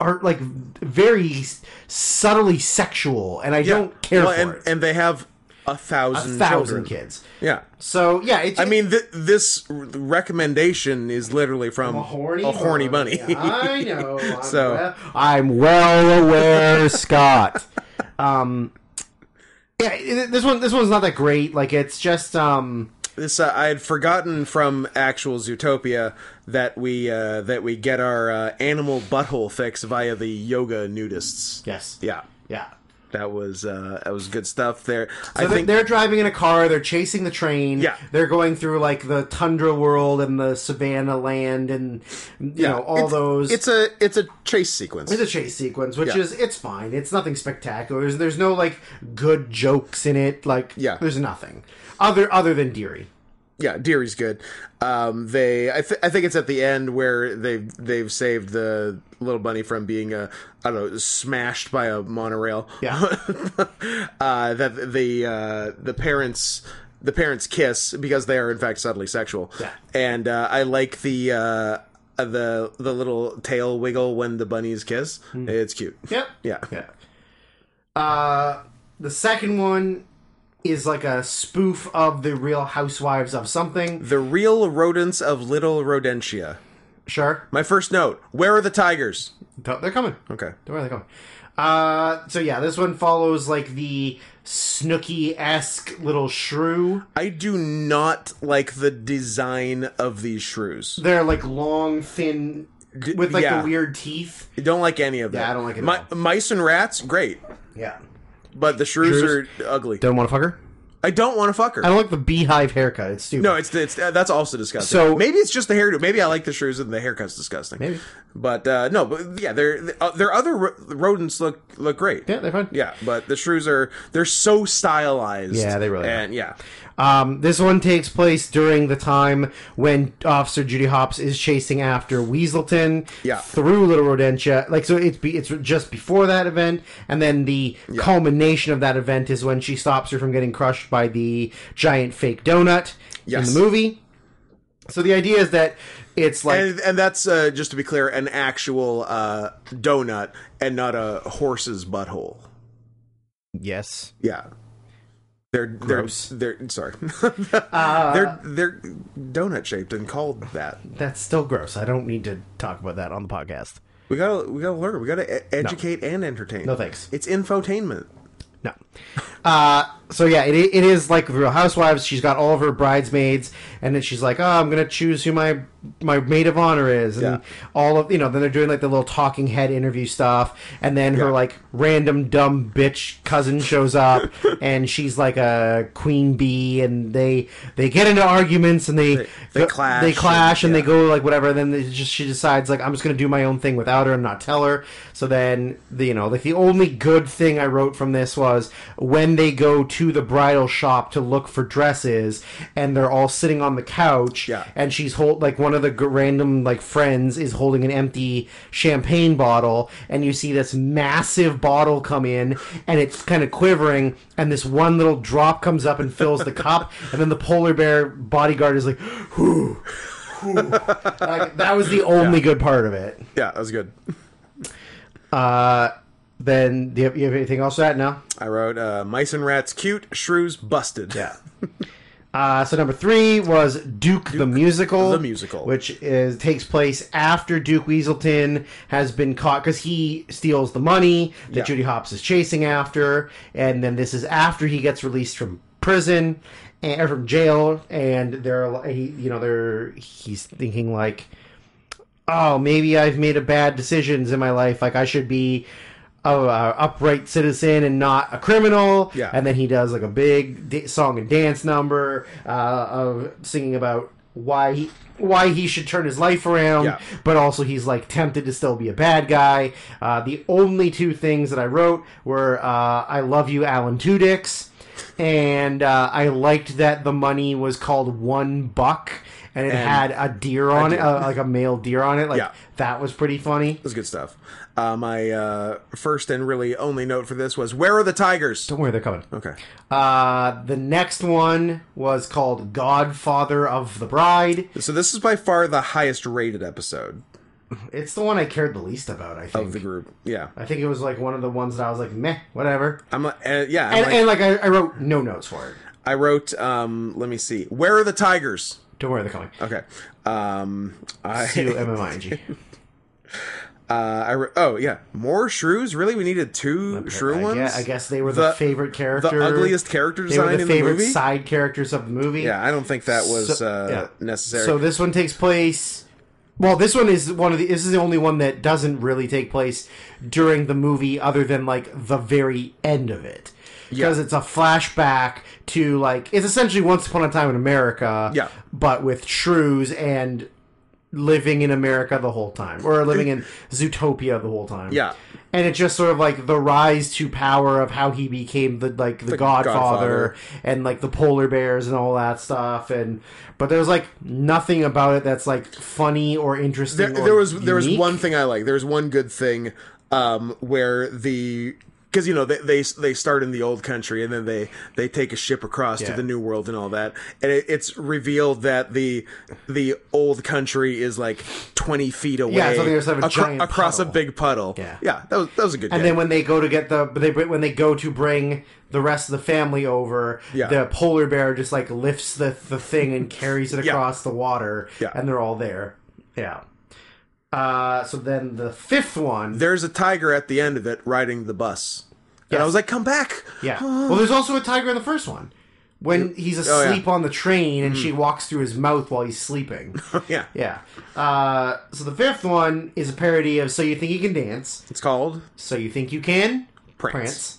S2: are like very subtly sexual, and I don't care
S1: Well,
S2: for
S1: and,
S2: it.
S1: and they have a
S2: a
S1: thousand,
S2: thousand
S1: children.
S2: kids.
S1: Yeah.
S2: So yeah, it's,
S1: I mean, th- this r- recommendation is literally from
S2: a horny,
S1: bunny.
S2: Yeah, I know. I'm
S1: So-
S2: well, I'm well aware, Scott. Um, yeah, i- this one this one's not that great. Like it's just um,
S1: this uh, I had forgotten from actual Zootopia that we uh, that we get our uh, animal butthole fix via the yoga nudists.
S2: yes,
S1: Yeah,
S2: yeah.
S1: that was uh, that was good stuff there.
S2: So
S1: I
S2: they're-
S1: think
S2: they're driving in a car. They're chasing the train.
S1: Yeah.
S2: they're going through like the tundra world and the savannah land, and you know all
S4: It's-
S2: those.
S4: It's a it's a chase sequence.
S2: It's a chase sequence, which
S4: Yeah.
S2: is it's fine. It's nothing spectacular. There's, there's no like good jokes in it. Like
S4: Yeah.
S2: there's nothing other other than Deary.
S1: yeah, Deary's good. Um, they I, th- I think it's at the end where they've they've saved the little bunny from being uh, I don't know smashed by a monorail.
S2: Yeah.
S1: uh, that the uh, the parents the parents kiss because they are in fact subtly sexual.
S2: Yeah.
S1: And uh, I like the uh, the the little tail wiggle when the bunnies kiss. It's cute.
S2: Yep.
S1: Yeah.
S2: Hmm. Yeah. Uh, the second one is like a spoof of the Real Housewives of something.
S1: The real rodents of Little Rodentia.
S2: Sure,
S1: My first note: Where are the tigers?
S2: they're coming.
S1: Okay.
S2: Don't worry, they're coming. Uh, so yeah, this one follows like the Snooky esque little shrew.
S1: I do not like the design of these shrews.
S2: They're like long, thin,
S1: D-
S2: with like
S1: yeah.
S2: the weird teeth.
S1: I don't like any of that.
S2: I don't like it at
S1: Mi-
S2: all.
S1: mice and rats, great,
S2: Yeah.
S1: but the shrews,
S2: Shrews?
S1: are ugly.
S2: Don't want to fuck her.
S1: I don't want to fuck her.
S2: I don't like the beehive haircut. It's stupid.
S1: No, it's, it's uh, that's also disgusting.
S2: So-
S1: maybe it's just the hairdo. Maybe I like the shrews and the haircut's disgusting.
S2: Maybe.
S1: but uh, no, but yeah, their uh, their other ro- rodents look look great.
S2: yeah, they're fine.
S1: Yeah, but the shrews are they're so stylized.
S2: Yeah, they really are.
S1: and yeah,
S2: Um, this one takes place during the time when Officer Judy Hopps is chasing after Weaselton
S1: Yeah.
S2: through Little Rodentia. Like, so it's be, it's just before that event, and then the culmination of that event is when she stops her from getting crushed by the giant fake donut
S1: Yes.
S2: in the movie. So the idea is that it's like
S1: and and that's uh, just to be clear, an actual uh, donut and not a horse's butthole.
S2: yes,
S1: Yeah. They're
S2: Gross. Uh.
S1: they're they're sorry. they're they're donut shaped and called that.
S2: that's still gross. I don't need to talk about that on the podcast.
S1: We gotta we gotta learn. We gotta e- educate and entertain.
S2: No, thanks.
S1: It's infotainment.
S2: No. Uh, so yeah, it, it is like the Real Housewives. She's got all of her bridesmaids, and then she's like, "Oh, I'm gonna choose who my my maid of honor is," and all of you know. Then they're doing like the little talking head interview stuff, and then her like random dumb bitch cousin shows up, and she's like a queen bee, and they they get into arguments, and they they,
S1: they clash
S2: they clash, and,
S1: and-
S2: they go like whatever. And then they just she decides like I'm just gonna do my own thing without her and not tell her. So then the, you know like the only good thing I wrote from this was when they go to the bridal shop to look for dresses, and they're all sitting on the couch.
S1: Yeah.
S2: And she's hold like one of the g- random like friends is holding an empty champagne bottle, and you see this massive bottle come in, and it's kind of quivering, and this one little drop comes up and fills the cup, and then the polar bear bodyguard is like, "Whoo." whoo." like, that was the only good part of it.
S1: Yeah, that was good.
S2: Then, do you have, you have anything else to add now?
S1: I wrote uh, mice and rats cute, shrews busted.
S2: Yeah. Uh, so number three was Duke, the musical,
S1: the musical.
S2: which is takes place after Duke Weaselton has been caught because he steals the money that
S1: Yeah.
S2: Judy Hopps is chasing after, and then this is after he gets released from prison and or from jail, and they're he, you know they're he's thinking like, oh maybe I've made a bad decisions in my life, like I should be. A, a upright citizen and not a criminal,
S1: Yeah.
S2: and then he does like a big da- song and dance number uh, of singing about why he why he should turn his life around,
S1: Yeah.
S2: but also he's like tempted to still be a bad guy. Uh, the only two things that I wrote were uh, "I love you, Alan Tudyk's," and uh, I liked that the money was called one buck. And it had a deer on it,
S1: deer.
S2: uh, like a male deer on it. Like
S1: Yeah.
S2: that was pretty funny.
S1: That was good stuff. Uh, my uh, first and really only note for this was where are the tigers?
S2: Don't worry, they're coming.
S1: Okay.
S2: Uh, the next one was called Godfather of the Bride.
S1: So this is by far the highest rated episode.
S2: It's the one I cared the least about. I think.
S1: of the group. Yeah,
S2: I think it was like one of the ones that I was like, meh, whatever.
S1: I'm like, uh, yeah. I'm
S2: And,
S1: like-
S2: and like I, I wrote no notes for it.
S1: I wrote. Um, let me see. Where are the tigers?
S2: Don't worry, they're coming.
S1: Okay. Um,
S2: C U
S1: I,
S2: M M I N G.
S1: uh, I wrote, oh yeah, more shrews. Really, we needed two shrew
S2: I
S1: ones.
S2: guess, I guess they were the,
S1: The-
S2: favorite
S1: the
S2: character.
S1: ugliest character
S2: They were
S1: design
S2: the
S1: in the
S2: favorite
S1: movie.
S2: side characters of the movie.
S1: Yeah, I don't think that was
S2: So-
S1: uh,
S2: yeah.
S1: necessary.
S2: So this one takes place. Well, this one is one of the. This is the only one that doesn't really take place during the movie, other than like the very end of it, because it's a flashback to like it's essentially Once Upon a Time in America,
S1: Yeah.
S2: but with shrews and living in America the whole time, or living in Zootopia the whole time,
S1: Yeah.
S2: And it's just sort of like the rise to power of how he became the like the, Godfather,
S1: Godfather.
S2: and like the polar bears and all that stuff and but there's like nothing about it that's like funny or
S1: there,
S2: interesting or
S1: there was there was
S2: unique.
S1: one thing I like. There was one good thing um, where the because you know they, they they start in the old country and then they they take a ship across to
S2: Yeah.
S1: the new world and all that and it, it's revealed that the the old country is like 20 feet away
S2: so they just have a giant
S1: across a
S2: puddle.
S1: big puddle
S2: Yeah.
S1: yeah that was that was a good
S2: and
S1: gag.
S2: then when they go to get the they when they go to bring the rest of the family over
S1: Yeah.
S2: the polar bear just like lifts the the thing and carries it
S1: Yeah.
S2: across the water
S1: Yeah.
S2: and they're all there yeah uh so then the fifth one
S1: there's a tiger at the end of it riding the bus and
S2: Yes.
S1: I was like come back
S2: Yeah. Well, there's also a tiger in the first one when he's
S1: oh, yeah. Mm.
S2: asleep on the train and she walks through his mouth while he's sleeping.
S1: yeah
S2: yeah. Uh, so the fifth one is a parody of "So You Think You Can Dance."
S1: it's called
S2: So you think you can
S1: Prance.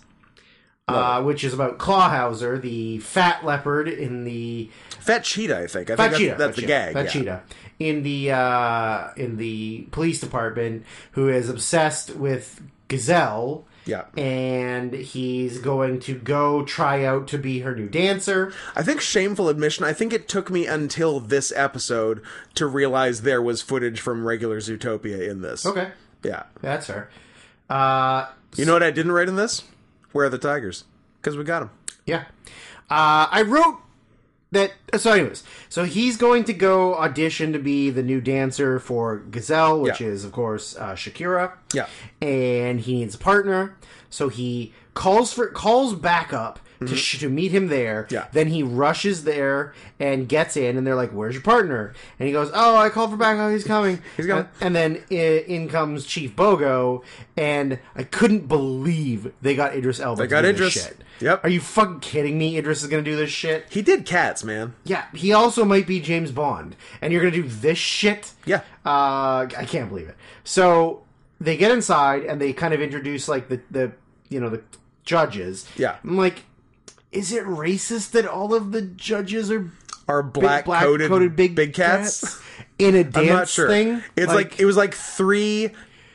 S2: Uh, which is about Clawhauser, the fat leopard in the
S1: Fat Cheetah I think I
S2: fat
S1: think
S2: cheetah.
S1: that's, that's
S2: fat
S1: the
S2: cheetah,
S1: gag
S2: Fat
S1: yeah.
S2: cheetah in the uh, in the police department, who is obsessed with Gazelle.
S1: Yeah.
S2: and he's going to go try out to be her new dancer.
S1: I think shameful admission. I think it took me until this episode to realize there was footage from regular Zootopia in this.
S2: Okay,
S1: Yeah.
S2: that's her. Uh,
S1: You know what I didn't write in this? Where are the tigers? Because we got them.
S2: Yeah. Uh, I wrote that. uh, So, anyways, so he's going to go audition to be the new dancer for Gazelle, which
S1: Yeah.
S2: is, of course, uh, Shakira.
S1: Yeah.
S2: And he needs a partner, so he calls for calls back up to sh- to meet him there.
S1: Mm-hmm. Yeah.
S2: Then he rushes there and gets in, and they're like, "Where's your partner?" And he goes, "Oh, I called for backup. He's coming.
S1: He's coming.
S2: And then i- in comes Chief Bogo, and I couldn't believe they got Idris Elba. They
S1: got
S2: do this
S1: Idris.
S2: Shit.
S1: Yep.
S2: Are you fucking kidding me? Idris is gonna do this shit.
S1: He did cats, man.
S2: Yeah. He also might be James Bond, and you're gonna do this shit.
S1: Yeah.
S2: Uh, I can't believe it. So they get inside and they kind of introduce like the the you know the judges.
S1: Yeah.
S2: I'm like, is it racist that all of the judges are
S1: Our black, coated, big, cats.
S2: in a dance
S1: I'm not sure.
S2: thing?
S1: It's like, it was like three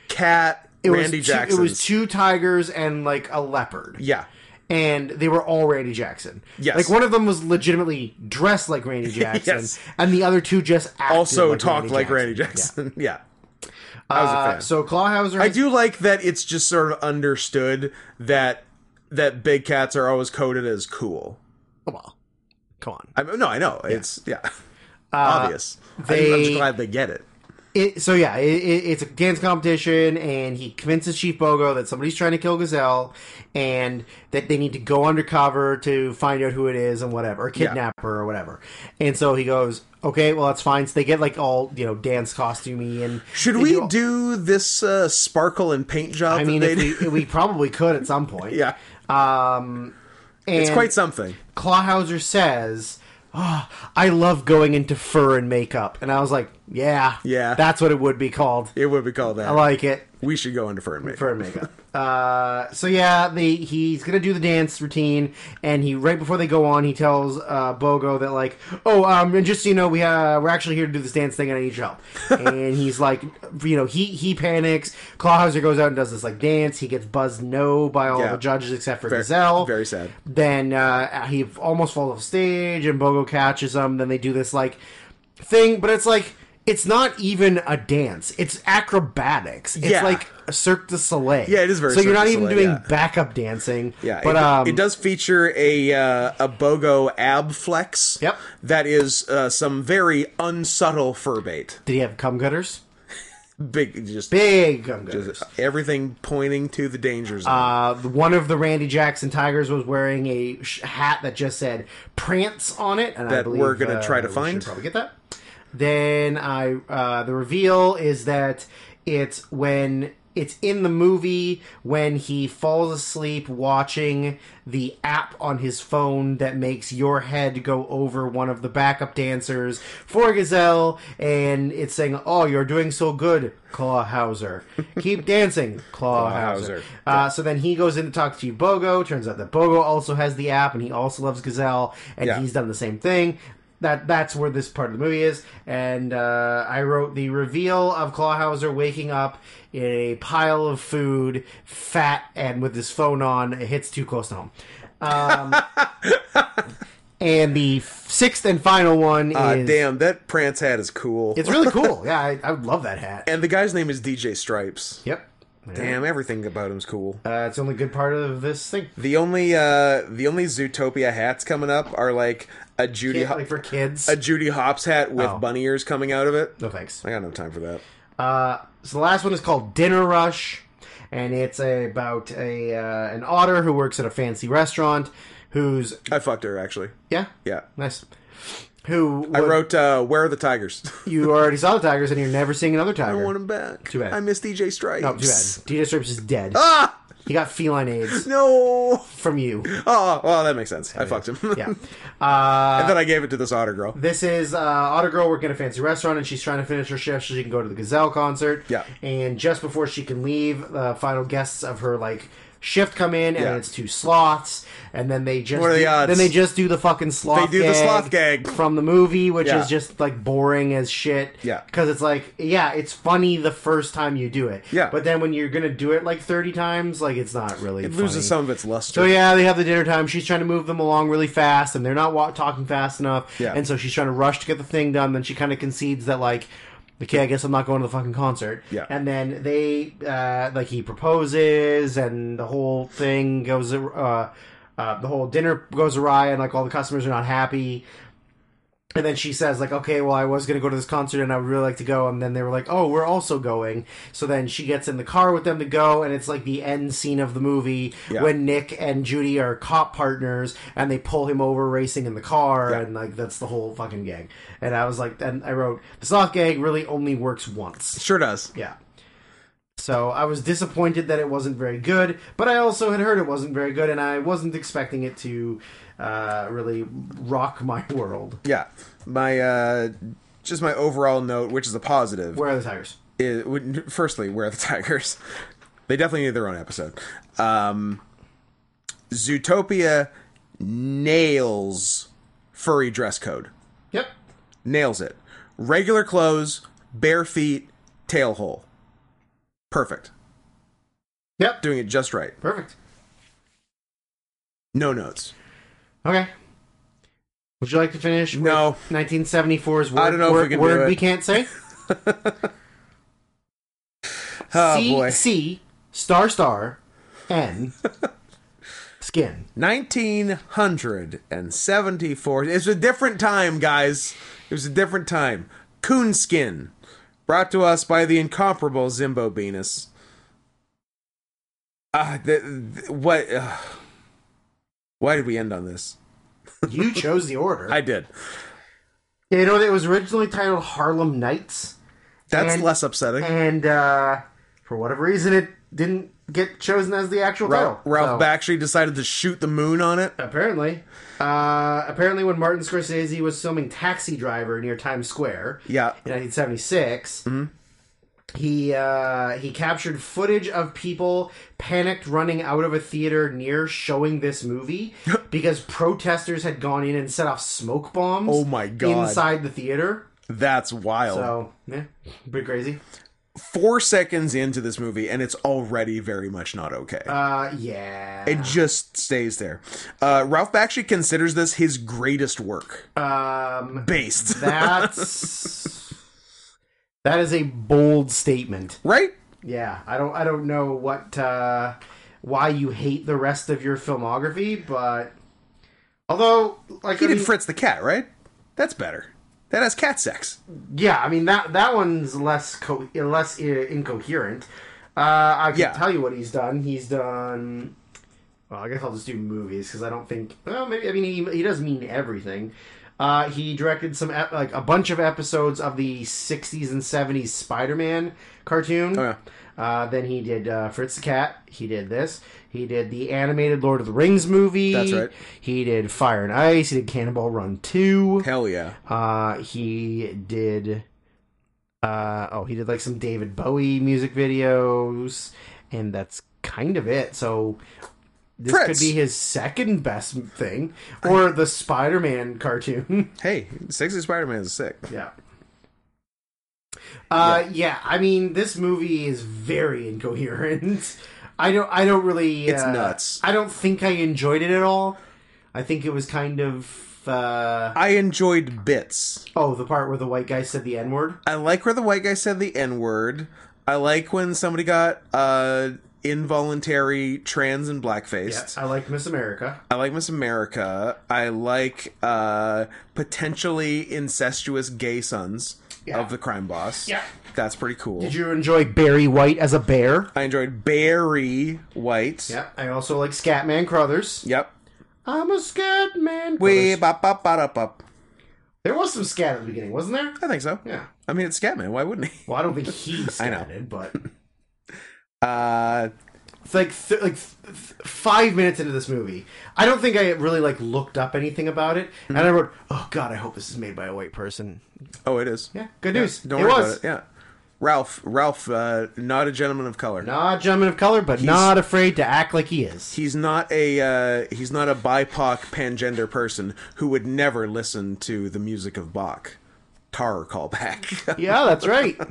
S1: cat Randy
S2: was two-
S1: Jacksons.
S2: It was two tigers and like a leopard.
S1: Yeah.
S2: and they were all Randy Jackson.
S1: Yes.
S2: like one of them was legitimately dressed like Randy Jackson,
S1: Yes.
S2: and the other two just acted
S1: Also
S2: like
S1: talked
S2: Randy
S1: like Randy
S2: Jackson.
S1: Jackson. Yeah. I was a
S2: Uh,
S1: fan.
S2: so Clawhauser,
S1: I do like that it's just sort of understood that that big cats are always coded as cool.
S2: well, come on.
S1: I mean, no, I know. It's yeah, obvious. I, am
S2: Uh, they-
S1: just glad they get it.
S2: It, so yeah, it, it, it's a dance competition, and he convinces Chief Bogo that somebody's trying to kill Gazelle, and that they need to go undercover to find out who it is and whatever, or kidnap her or whatever. And so he goes, okay, well that's fine. So they get like all you know dance costumey and
S1: Should
S2: they
S1: we
S2: all-
S1: do this uh, sparkle and paint job?
S2: I mean,
S1: that
S2: if
S1: they
S2: we,
S1: did?
S2: if we probably could at some point.
S1: yeah,
S2: Um, and
S1: it's quite something.
S2: Clawhauser says, oh, "I love going into fur and makeup," and I was like, "Yeah,
S1: Yeah.
S2: that's what it would be called.
S1: It would be called that.
S2: I like it,
S1: we should go into fur and make.
S2: fur and makeup." uh, so yeah, the he's gonna do the dance routine, and he right before they go on, he tells uh, Bogo that like, "Oh, um, and just so you know, we uh, we're actually here to do this dance thing, and I need your help." and he's like, you know, he he panics. Clawhauser goes out and does this like dance. He gets buzzed no by all
S1: Yeah.
S2: the judges except for
S1: Very-
S2: Gazelle.
S1: very sad.
S2: Then uh, he almost falls off stage, and Bogo catches him. Then they do this like thing, but it's like it's not even a dance; it's acrobatics. It's
S1: Yeah.
S2: like a Cirque du Soleil.
S1: Yeah, it is very
S2: So you're
S1: Cirque
S2: not
S1: du
S2: even
S1: Soleil,
S2: doing
S1: yeah.
S2: backup dancing.
S1: Yeah,
S2: but
S1: it,
S2: um,
S1: it does feature a uh, a bogo ab flex.
S2: Yep.
S1: that is uh, some very unsubtle fur bait.
S2: Did he have cum gutters?
S1: Big, just,
S2: Big gun
S1: just everything pointing to the danger zone.
S2: Uh, one of the Randy Jackson Tigers was wearing a sh- hat that just said "Prance" on it, and I
S1: That
S2: believe
S1: we're gonna
S2: uh,
S1: try to
S2: we should
S1: find.
S2: Probably get that. Then I uh, the reveal is that it's when it's in the movie when he falls asleep watching the app on his phone that makes your head go over one of the backup dancers for Gazelle, and it's saying, "Oh, you're doing so good, Clawhauser. Keep dancing,
S4: Clawhauser.
S2: Clawhauser." Uh, so then he goes in to talk to Bogo. Turns out that Bogo also has the app, and he also loves Gazelle, and
S1: Yeah.
S2: he's done the same thing. That that's where this part of the movie is. And uh, I wrote the reveal of Clawhauser waking up in a pile of food, fat, and with his phone on. It hits too close to home. Um, and the sixth and final one
S1: Ah,
S2: is
S1: damn, that Prance hat is cool.
S2: it's really cool. Yeah, I, I would love that hat.
S1: and the guy's name is DJ Stripes.
S2: Yep.
S1: Damn, everything about him's cool.
S2: Uh, it's the only good part of this thing.
S1: The only uh the only Zootopia hats coming up are like a Judy Ho-
S2: like for kids.
S1: a Judy Hopps hat with
S2: Oh.
S1: bunny ears coming out of it.
S2: no thanks.
S1: I got no time for that.
S2: Uh, so the last one is called Dinner Rush, and it's a, about a uh, an otter who works at a fancy restaurant, who's
S1: I fucked her actually.
S2: yeah,
S1: Yeah.
S2: nice. Who
S1: I wrote uh Where are the Tigers?
S2: you already saw the tigers, and you're never seeing another tiger.
S1: I want him back.
S2: Too bad.
S1: I miss DJ Stripes.
S2: Oh, too bad. DJ Strips is dead.
S1: Ah
S2: He got feline AIDS
S1: no.
S2: from you.
S1: Oh well that makes sense. I fucked him.
S2: Yeah. Uh,
S1: and then I gave it to this otter girl.
S2: This is uh, Otter Girl working at a fancy restaurant, and she's trying to finish her shift so she can go to the Gazelle concert.
S1: Yeah.
S2: And just before she can leave, the final guests of her like shift come in, and
S1: Yeah.
S2: it's two sloths, and then they just
S1: What are the
S2: do-
S1: odds?
S2: then they just do the fucking sloth.
S1: do the sloth gag.
S2: from the movie, which
S1: Yeah.
S2: is just like boring as shit.
S1: Yeah.
S2: Because it's like, yeah, it's funny the first time you do it.
S1: Yeah.
S2: But then when you're gonna do it like thirty times, like it's not really.
S1: It loses
S2: funny.
S1: some of its luster.
S2: So yeah, they have the dinner time. She's trying to move them along really fast, and they're not wa- talking fast enough.
S1: Yeah.
S2: And so she's trying to rush to get the thing done. Then she kind of concedes that like, okay, I guess I'm not going to the fucking concert.
S1: Yeah.
S2: And then they uh, like he proposes, and the whole thing goes. Uh, uh, the whole dinner goes awry, and like all the customers are not happy. And then she says, like, okay, well, I was going to go to this concert and I would really like to go. And then they were like, oh, we're also going. So then she gets in the car with them to go. And it's like the end scene of the movie
S1: Yeah.
S2: when Nick and Judy are cop partners and they pull him over racing in the car.
S1: Yeah.
S2: And like, that's the whole fucking gag. And I was like, and I wrote, the soft gag really only works once.
S1: Sure does.
S2: Yeah. So I was disappointed that it wasn't very good, but I also had heard it wasn't very good and I wasn't expecting it to uh, really rock my world.
S1: Yeah. My uh just my overall note, which is a positive.
S2: Where are the Tigers?
S1: is, would- firstly, where are the tigers? They definitely need their own episode. Um, Zootopia nails furry dress code.
S2: Yep.
S1: Nails it. Regular clothes, bare feet, tail hole. Perfect.
S2: Yep.
S1: Doing it just right.
S2: Perfect.
S1: No notes.
S2: Okay. Would you like to finish? with
S1: No.
S2: 1974's word,
S1: I don't know if we can
S2: word,
S1: do
S2: word
S1: it.
S2: we can't say.
S1: Oh
S2: C,
S1: boy.
S2: C star star N skin.
S1: 1974. It was a different time, guys. It was a different time. Coonskin. Brought to us by the incomparable Zimbo Venus. Ah, th- th- what? Uh, why did we end on this?
S2: You chose the order.
S1: I did.
S2: you know it was originally titled Harlem Nights,
S1: That's
S2: And-
S1: less upsetting.
S2: and uh, for whatever reason, it didn't get chosen as the actual
S1: Ralph,
S2: title.
S1: Ralph
S2: So-
S1: Bakshi decided to shoot the moon on it.
S2: Apparently, uh, apparently, when Martin Scorsese was filming Taxi Driver near Times Square,
S1: Yeah.
S2: in 1976, he uh, he captured footage of people panicked running out of a theater near showing this movie because protesters had gone in and set off smoke bombs.
S1: Oh my God. Oh.
S2: Inside the theater,
S1: That's wild.
S2: so yeah, pretty crazy.
S1: Four seconds into this movie, and it's already very much not okay.
S2: Uh, yeah.
S1: It just stays there. Uh, Ralph Bakshi considers this his greatest work.
S2: um,
S1: Based.
S2: that's that is a bold statement.
S1: right?
S2: Yeah, I don't I don't know what uh why you hate the rest of your filmography, but although like
S1: He
S2: I
S1: did
S2: mean,
S1: Fritz the Cat, right? That's better. That has cat sex.
S2: Yeah, I mean that that one's less co- less uh, incoherent. Uh, I can
S1: Yeah.
S2: tell you what he's done. He's done. Well, I guess I'll just do movies because I don't think. Well, maybe I mean he he does mean everything. Uh, he directed some ep- like a bunch of episodes of the '60s and '70s Spider-Man cartoon.
S1: Oh, yeah.
S2: Uh, then he did uh, Fritz the Cat. He did this. He did the animated Lord of the Rings movie.
S1: That's right.
S2: He did Fire and Ice. He did Cannonball Run Two.
S1: Hell yeah.
S2: Uh, he did. Uh, oh, he did like some David Bowie music videos, and that's kind of it. So this could
S1: Fritz.
S2: be his second best thing, or the Spider-Man cartoon.
S1: Hey, sexy Spider Man is sick.
S2: yeah. Uh, yeah. I mean, this movie is very incoherent. I don't. I don't really.
S1: It's
S2: uh,
S1: nuts.
S2: I don't think I enjoyed it at all. I think it was kind of. Uh,
S1: I enjoyed bits.
S2: oh, the part where the white guy said the N word.
S1: I like where the white guy said the N word. I like when somebody got uh, involuntary trans and
S2: Yeah,
S1: blackfaced.
S2: I like Miss America.
S1: I like Miss America. I like uh, potentially incestuous gay sons
S2: Yeah.
S1: of the crime boss.
S2: Yeah.
S1: That's pretty cool.
S2: Did you enjoy Barry White as a bear?
S1: I enjoyed Barry White.
S2: Yeah, I also like Scatman Crothers.
S1: Yep.
S2: I'm a Scatman.
S1: Wee
S2: Crothers.
S1: bop bop bop bop.
S2: There was some scat at the beginning, wasn't there?
S1: I think so.
S2: Yeah.
S1: I mean, it's Scatman. Why wouldn't he?
S2: Well, I don't think he
S1: I know.
S2: scatted, but
S1: Uh,
S2: it's like th- like th- th- five minutes into this movie, I don't think I really like looked up anything about it, and I wrote, "Oh God, I hope this is made by a white person."
S1: oh, it is.
S2: Yeah, good news.
S1: Don't
S2: it
S1: worry
S2: was
S1: about it. Yeah. Ralph. Ralph. Uh, not a gentleman of color.
S2: not a gentleman of color, but not afraid to act like he is.
S1: He's not a uh, he's not a BIPOC pangender person who would never listen to the music of Bach. Tar callback.
S2: Yeah, that's right.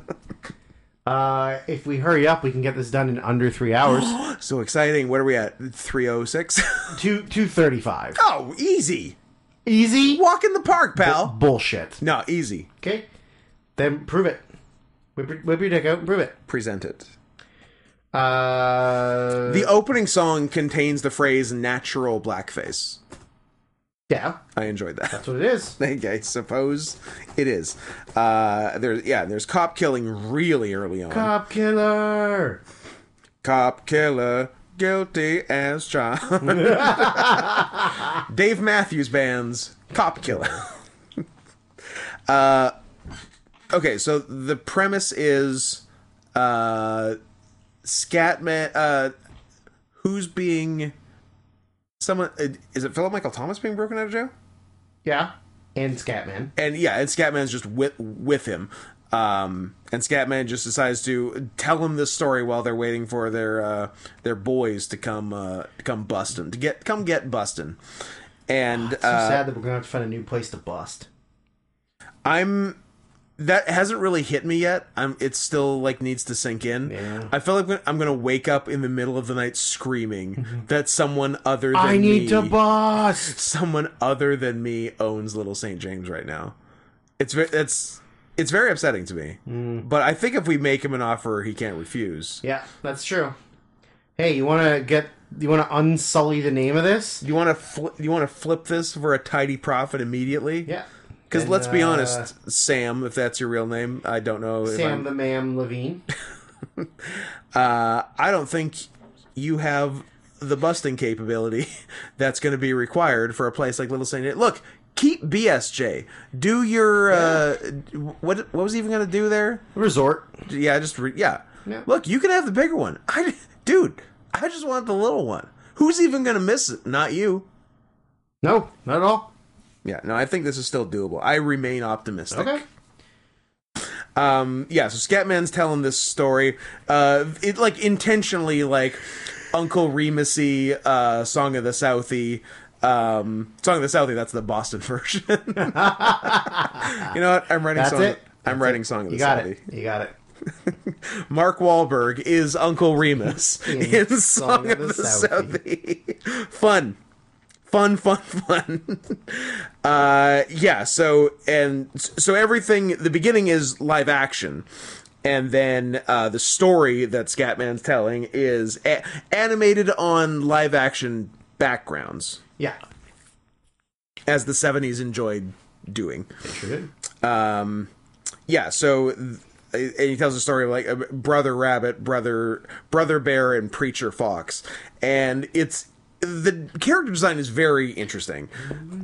S2: Uh, if we hurry up, we can get this done in under three hours.
S1: so exciting. What are we at? Three oh six.
S2: Two two thirty five.
S1: Oh, easy.
S2: Easy
S1: Walk in the park, pal.
S2: bullshit.
S1: No, easy.
S2: Okay, then prove it. Whip your, whip your dick out and prove it.
S1: Present it.
S2: Uh,
S1: The opening song contains the phrase "natural blackface."
S2: yeah,
S1: I enjoyed that.
S2: that's what it is.
S1: think I suppose it is. Uh, there's yeah, there's cop killing really early on. Cop,
S2: Cop killer.
S1: killer, guilty as charged. Dave Matthews Band's cop killer. uh, okay, so the premise is uh, Scatman. Uh, who's being someone? Uh, is it Philip Michael Thomas being broken out of jail?
S2: Yeah, and Scatman.
S1: and yeah, and Scatman's just with with him. Um, and Scatman just decides to tell him this story while they're waiting for their uh, their boys to come uh, to come bust him to get come get bustin'. And
S2: Too
S1: uh,
S2: sad that we're gonna have to find a new place to bust.
S1: I'm that hasn't really hit me yet. I'm it still like needs to sink in.
S2: Yeah.
S1: I feel like I'm gonna wake up in the middle of the night screaming that someone other than
S2: Mm-hmm. I need
S1: me,
S2: to bust.
S1: someone other than me owns Little St. James right now. It's ve- it's it's very upsetting to me. But I think if we make him an offer, he can't refuse.
S2: Mm. Yeah, that's true. Hey, you wanna get? You wanna unsully the name of this?
S1: You want to fl- you want to flip this for a tidy profit immediately?
S2: Yeah.
S1: Because
S2: And,
S1: let's be
S2: uh,
S1: honest, Sam, if that's your real name, I don't know. if
S2: Sam
S1: I'm-
S2: the Ma'am Levine.
S1: uh, I don't think you have the busting capability that's going to be required for a place like Little Saint. Look, keep BSJ. Do your uh, what? What was he even going to do there?
S2: Resort.
S1: Yeah, just re- yeah.
S2: Yeah.
S1: Look, you can have the bigger one. I, dude, I just want the little one. Who's even gonna miss it? Not you.
S2: No, not at all.
S1: Yeah, no, I think this is still doable. I remain optimistic.
S2: Okay.
S1: Um, yeah. So Scatman's telling this story. Uh, it like intentionally like Uncle Remusy, uh, Song of the Southie. Um, Song of the Southie. That's the Boston version. you know what? I'm writing.
S2: That's
S1: song
S2: it.
S1: I'm writing Song of the
S2: You got
S1: Southie.
S2: it. You got it.
S1: Mark Wahlberg is Uncle Remus in, Song, of the, Southie. fun. Fun, fun, fun. uh, yeah, so, and so everything, the beginning is live action. And then uh, the story that Scatman's telling is a- animated on live action backgrounds,
S2: Yeah.
S1: as the 70s enjoyed doing.
S2: Sure did.
S1: Um, yeah, so th- and he tells a story of like uh, brother rabbit, brother brother bear, and preacher fox, and it's the character design is very interesting.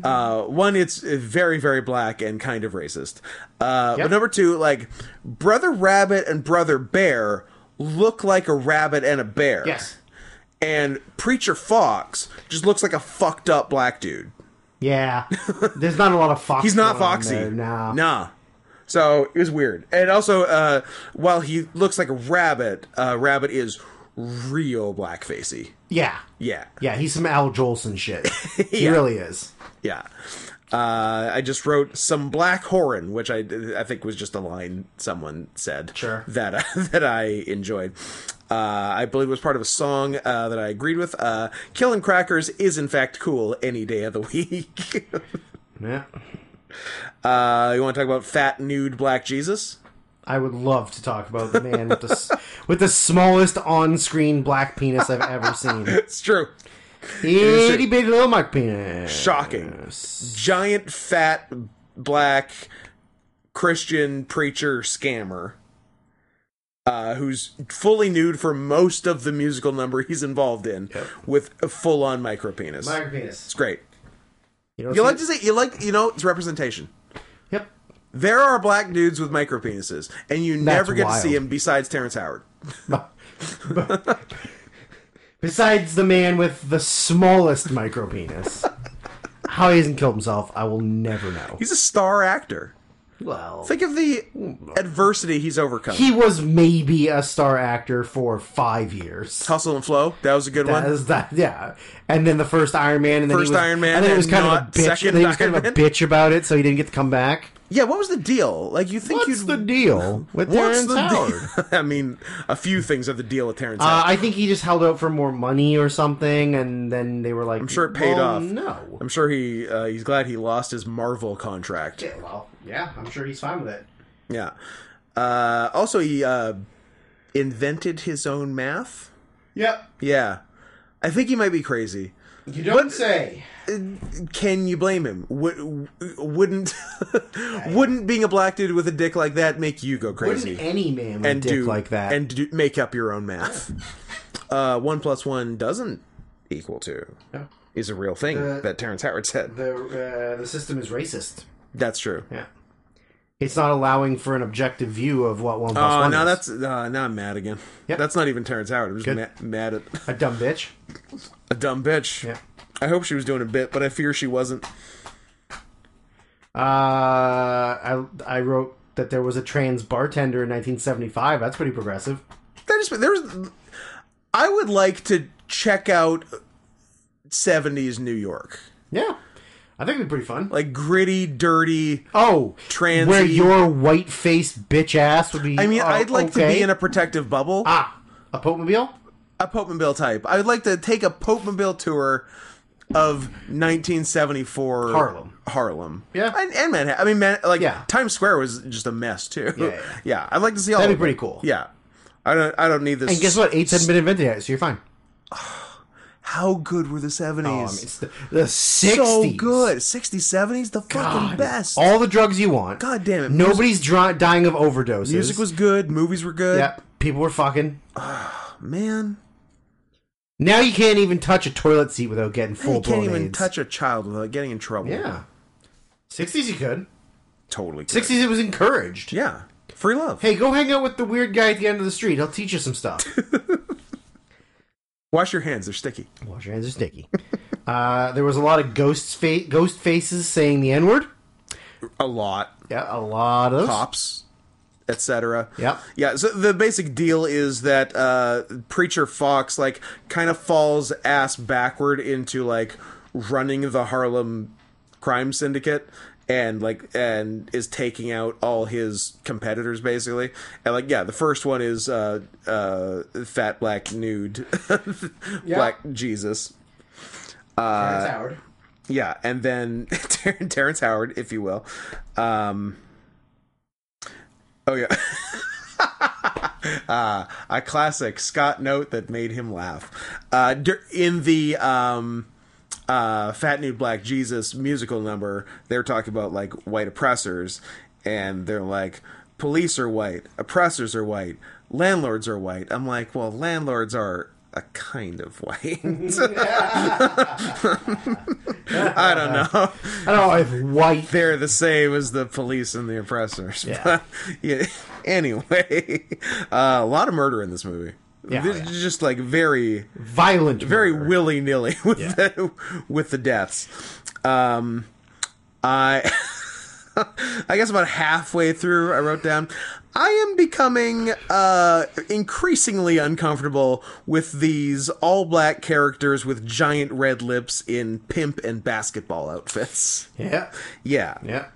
S1: Uh, one, it's very very black and kind of racist. Uh,
S2: Yep.
S1: But number two, like brother rabbit and brother bear look like a rabbit and a bear.
S2: Yes.
S1: And preacher fox just looks like a fucked up black dude.
S2: Yeah. There's not a lot of fox.
S1: He's not
S2: going on
S1: Foxy.
S2: there, Nah.
S1: Nah. So it was weird. And also, uh, while he looks like a rabbit, uh, rabbit is real blackfacey.
S2: Yeah.
S1: Yeah.
S2: Yeah, he's some Al Jolson shit. He really is.
S1: Yeah. Uh, I just wrote some black horin, which I, I think was just a line someone said
S2: Sure.
S1: that that I enjoyed. Uh, I believe it was part of a song uh, that I agreed with. Uh, Killing crackers is in fact cool any day of the week.
S2: Yeah.
S1: uh, you want to talk about fat nude black Jesus?
S2: I would love to talk about the man with the s- with the smallest on-screen black penis I've ever seen.
S1: It's true.
S2: Itty bitty little Mark penis.
S1: Shocking. Giant, fat, black Christian preacher scammer uh, who's fully nude for most of the musical number he's involved in with a full on micro penis.
S2: Micro
S1: It's
S2: penis.
S1: great.
S2: You don't
S1: You
S2: see-
S1: like to say, you like, you know, it's representation.
S2: Yep.
S1: There are black dudes with micro penises, and you never get to see
S2: wild.
S1: him besides Terrence Howard.
S2: Besides the man with the smallest micro penis. How he hasn't killed himself, I will never know.
S1: He's a star actor.
S2: Well,
S1: Think of the
S2: Mm.
S1: adversity he's overcome.
S2: he was maybe a star actor for five years.
S1: Hustle and Flow, that was a good one.
S2: That is that, yeah. And then the first Iron Man, and then
S1: First
S2: he was,
S1: Iron Man
S2: and then he was
S1: and
S2: kind of a
S1: not
S2: bitch.
S1: second
S2: and then he was kind of a
S1: Iron Man.
S2: bitch about it, so he didn't get to come back.
S1: Yeah, what was the deal? Like you think
S2: What's
S1: you'd
S2: the deal with
S1: What's
S2: Terrence
S1: the
S2: Howard?
S1: deal? I mean, a few things are the deal with Terrence
S2: Uh,
S1: Howard.
S2: I think he just held out for more money or something, and then they were like, "I'm
S1: sure it paid off.
S2: No,
S1: I'm sure he uh, he's glad he lost his Marvel contract.
S2: Yeah, well, yeah, I'm sure he's fine with it.
S1: Yeah. Uh, also, he uh, invented his own math.
S2: Yep,
S1: Yeah, I think he might be crazy.
S2: you don't say.
S1: Can you blame him? Would, wouldn't wouldn't being a black dude with a dick like that make you go crazy?
S2: Wouldn't any man with a dick
S1: do
S2: like that?
S1: and do, make up your own math. uh, one plus one doesn't equal two
S2: No.
S1: is a real thing
S2: Uh,
S1: that Terrence Howard said.
S2: the uh, the system is racist.
S1: That's true.
S2: Yeah, it's not allowing for an objective view of what one plus
S1: Oh,
S2: one
S1: now
S2: is.
S1: that's uh, now I'm mad again.
S2: Yep.
S1: That's not even Terrence Howard. I'm just ma- mad at
S2: a dumb bitch.
S1: a dumb bitch.
S2: Yeah.
S1: I hope she was doing a bit, but I fear she wasn't.
S2: Uh, I I wrote that there was a trans bartender in 1975. That's pretty progressive.
S1: That is, there's. I would like to check out 70s New York,
S2: Yeah, I think it'd be pretty fun.
S1: like gritty, dirty.
S2: Oh,
S1: Transy-
S2: where your white faced bitch ass would be.
S1: I mean,
S2: oh,
S1: I'd like to
S2: okay.
S1: be in a protective bubble.
S2: ah a Popemobile.
S1: a Popemobile type. I would like to take a Popemobile tour of 1974
S2: Harlem.
S1: Harlem.
S2: Yeah.
S1: And, and Manhattan. I mean, man, like
S2: Yeah.
S1: Times Square was just a mess too.
S2: Yeah, yeah.
S1: I'd like to see all.
S2: That'd
S1: of
S2: be pretty
S1: it.
S2: cool.
S1: Yeah. I don't. I don't need this.
S2: And guess what? Eights hadn't been invented yet, so you're fine.
S1: How good were the 70s?
S2: Um, it's the, the 60s.
S1: so good. 60s, 70s, the fucking
S2: God,
S1: best.
S2: All the drugs you want.
S1: God damn it.
S2: Nobody's dry, dying of overdoses.
S1: Music was good. Movies were good.
S2: Yep. People were fucking.
S1: Man,
S2: Now you can't even touch a toilet seat without getting full
S1: you can't
S2: blown
S1: even
S2: AIDS.
S1: touch a child without getting in trouble.
S2: Yeah. 60s you could.
S1: Totally. Could.
S2: 60s it was encouraged.
S1: Yeah. Free love.
S2: Hey, go hang out with the weird guy at the end of the street. He'll teach you some stuff.
S1: Wash your hands. They're sticky.
S2: Wash your hands are sticky. uh, there was a lot of ghosts fa- ghost faces saying the N word.
S1: A lot.
S2: Yeah, a lot of those.
S1: cops, etc.
S2: Yep.
S1: Yeah. So the basic deal is that uh, preacher Fox like kind of falls ass backward into like running the Harlem crime syndicate and like and is taking out all his competitors basically and like yeah the first one is uh uh fat black nude black jesus Uh,
S2: Howard.
S1: yeah, and then Ter- Terrence Howard, if you will. Um, oh yeah, uh, a classic Scott note that made him laugh. Uh, dur- in the um, uh, Fat Nude Black Jesus musical number, they're talking about like white oppressors, and they're like, police are white, oppressors are white, landlords are white. I'm like, well, landlords are a kind of white. I don't know.
S2: I don't know if white
S1: They're the same as the police and the oppressors.
S2: Yeah.
S1: But, yeah. Anyway, uh, a lot of murder in this movie.
S2: Yeah, oh,
S1: This
S2: yeah.
S1: is Just like very
S2: violent,
S1: very
S2: murder.
S1: willy nilly with
S2: Yeah.
S1: the, with the deaths. Um, I I guess about halfway through, I wrote down, I am becoming uh, increasingly uncomfortable with these all black characters with giant red lips in pimp and basketball outfits.
S2: Yeah,
S1: Yeah,
S2: yeah.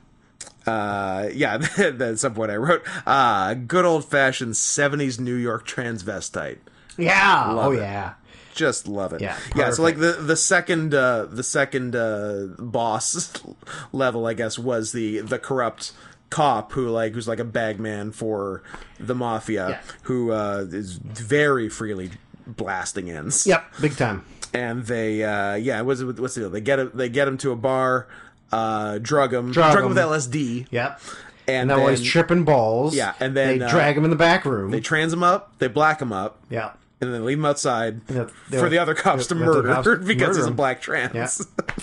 S1: uh, yeah. That's some point I wrote. Uh, good old fashioned '70s New York transvestite.
S2: Yeah. oh
S1: it.
S2: yeah.
S1: just love it.
S2: Yeah,
S1: yeah. So like the the second uh, the second uh, boss level, I guess, was the the corrupt cop who like who's like a bagman for the mafia
S2: Yeah.
S1: who uh, is very freely blasting ends.
S2: Yep. Big time.
S1: And they uh, yeah, what's what's the deal? They get him they get him to a bar, uh, drug him,
S2: Drug
S1: drug him
S2: him.
S1: with LSD.
S2: Yep.
S1: And,
S2: And now
S1: then
S2: while he's tripping balls.
S1: Yeah, and then,
S2: they
S1: uh,
S2: drag him in the back room.
S1: they trans him up, they black him up,
S2: yeah.
S1: and then leave him outside
S2: They'll-
S1: for
S2: they'll-
S1: the other cops to
S2: they'll- they'll
S1: murder
S2: cops to
S1: because
S2: murder
S1: he's a
S2: him.
S1: black trans.
S2: Yeah.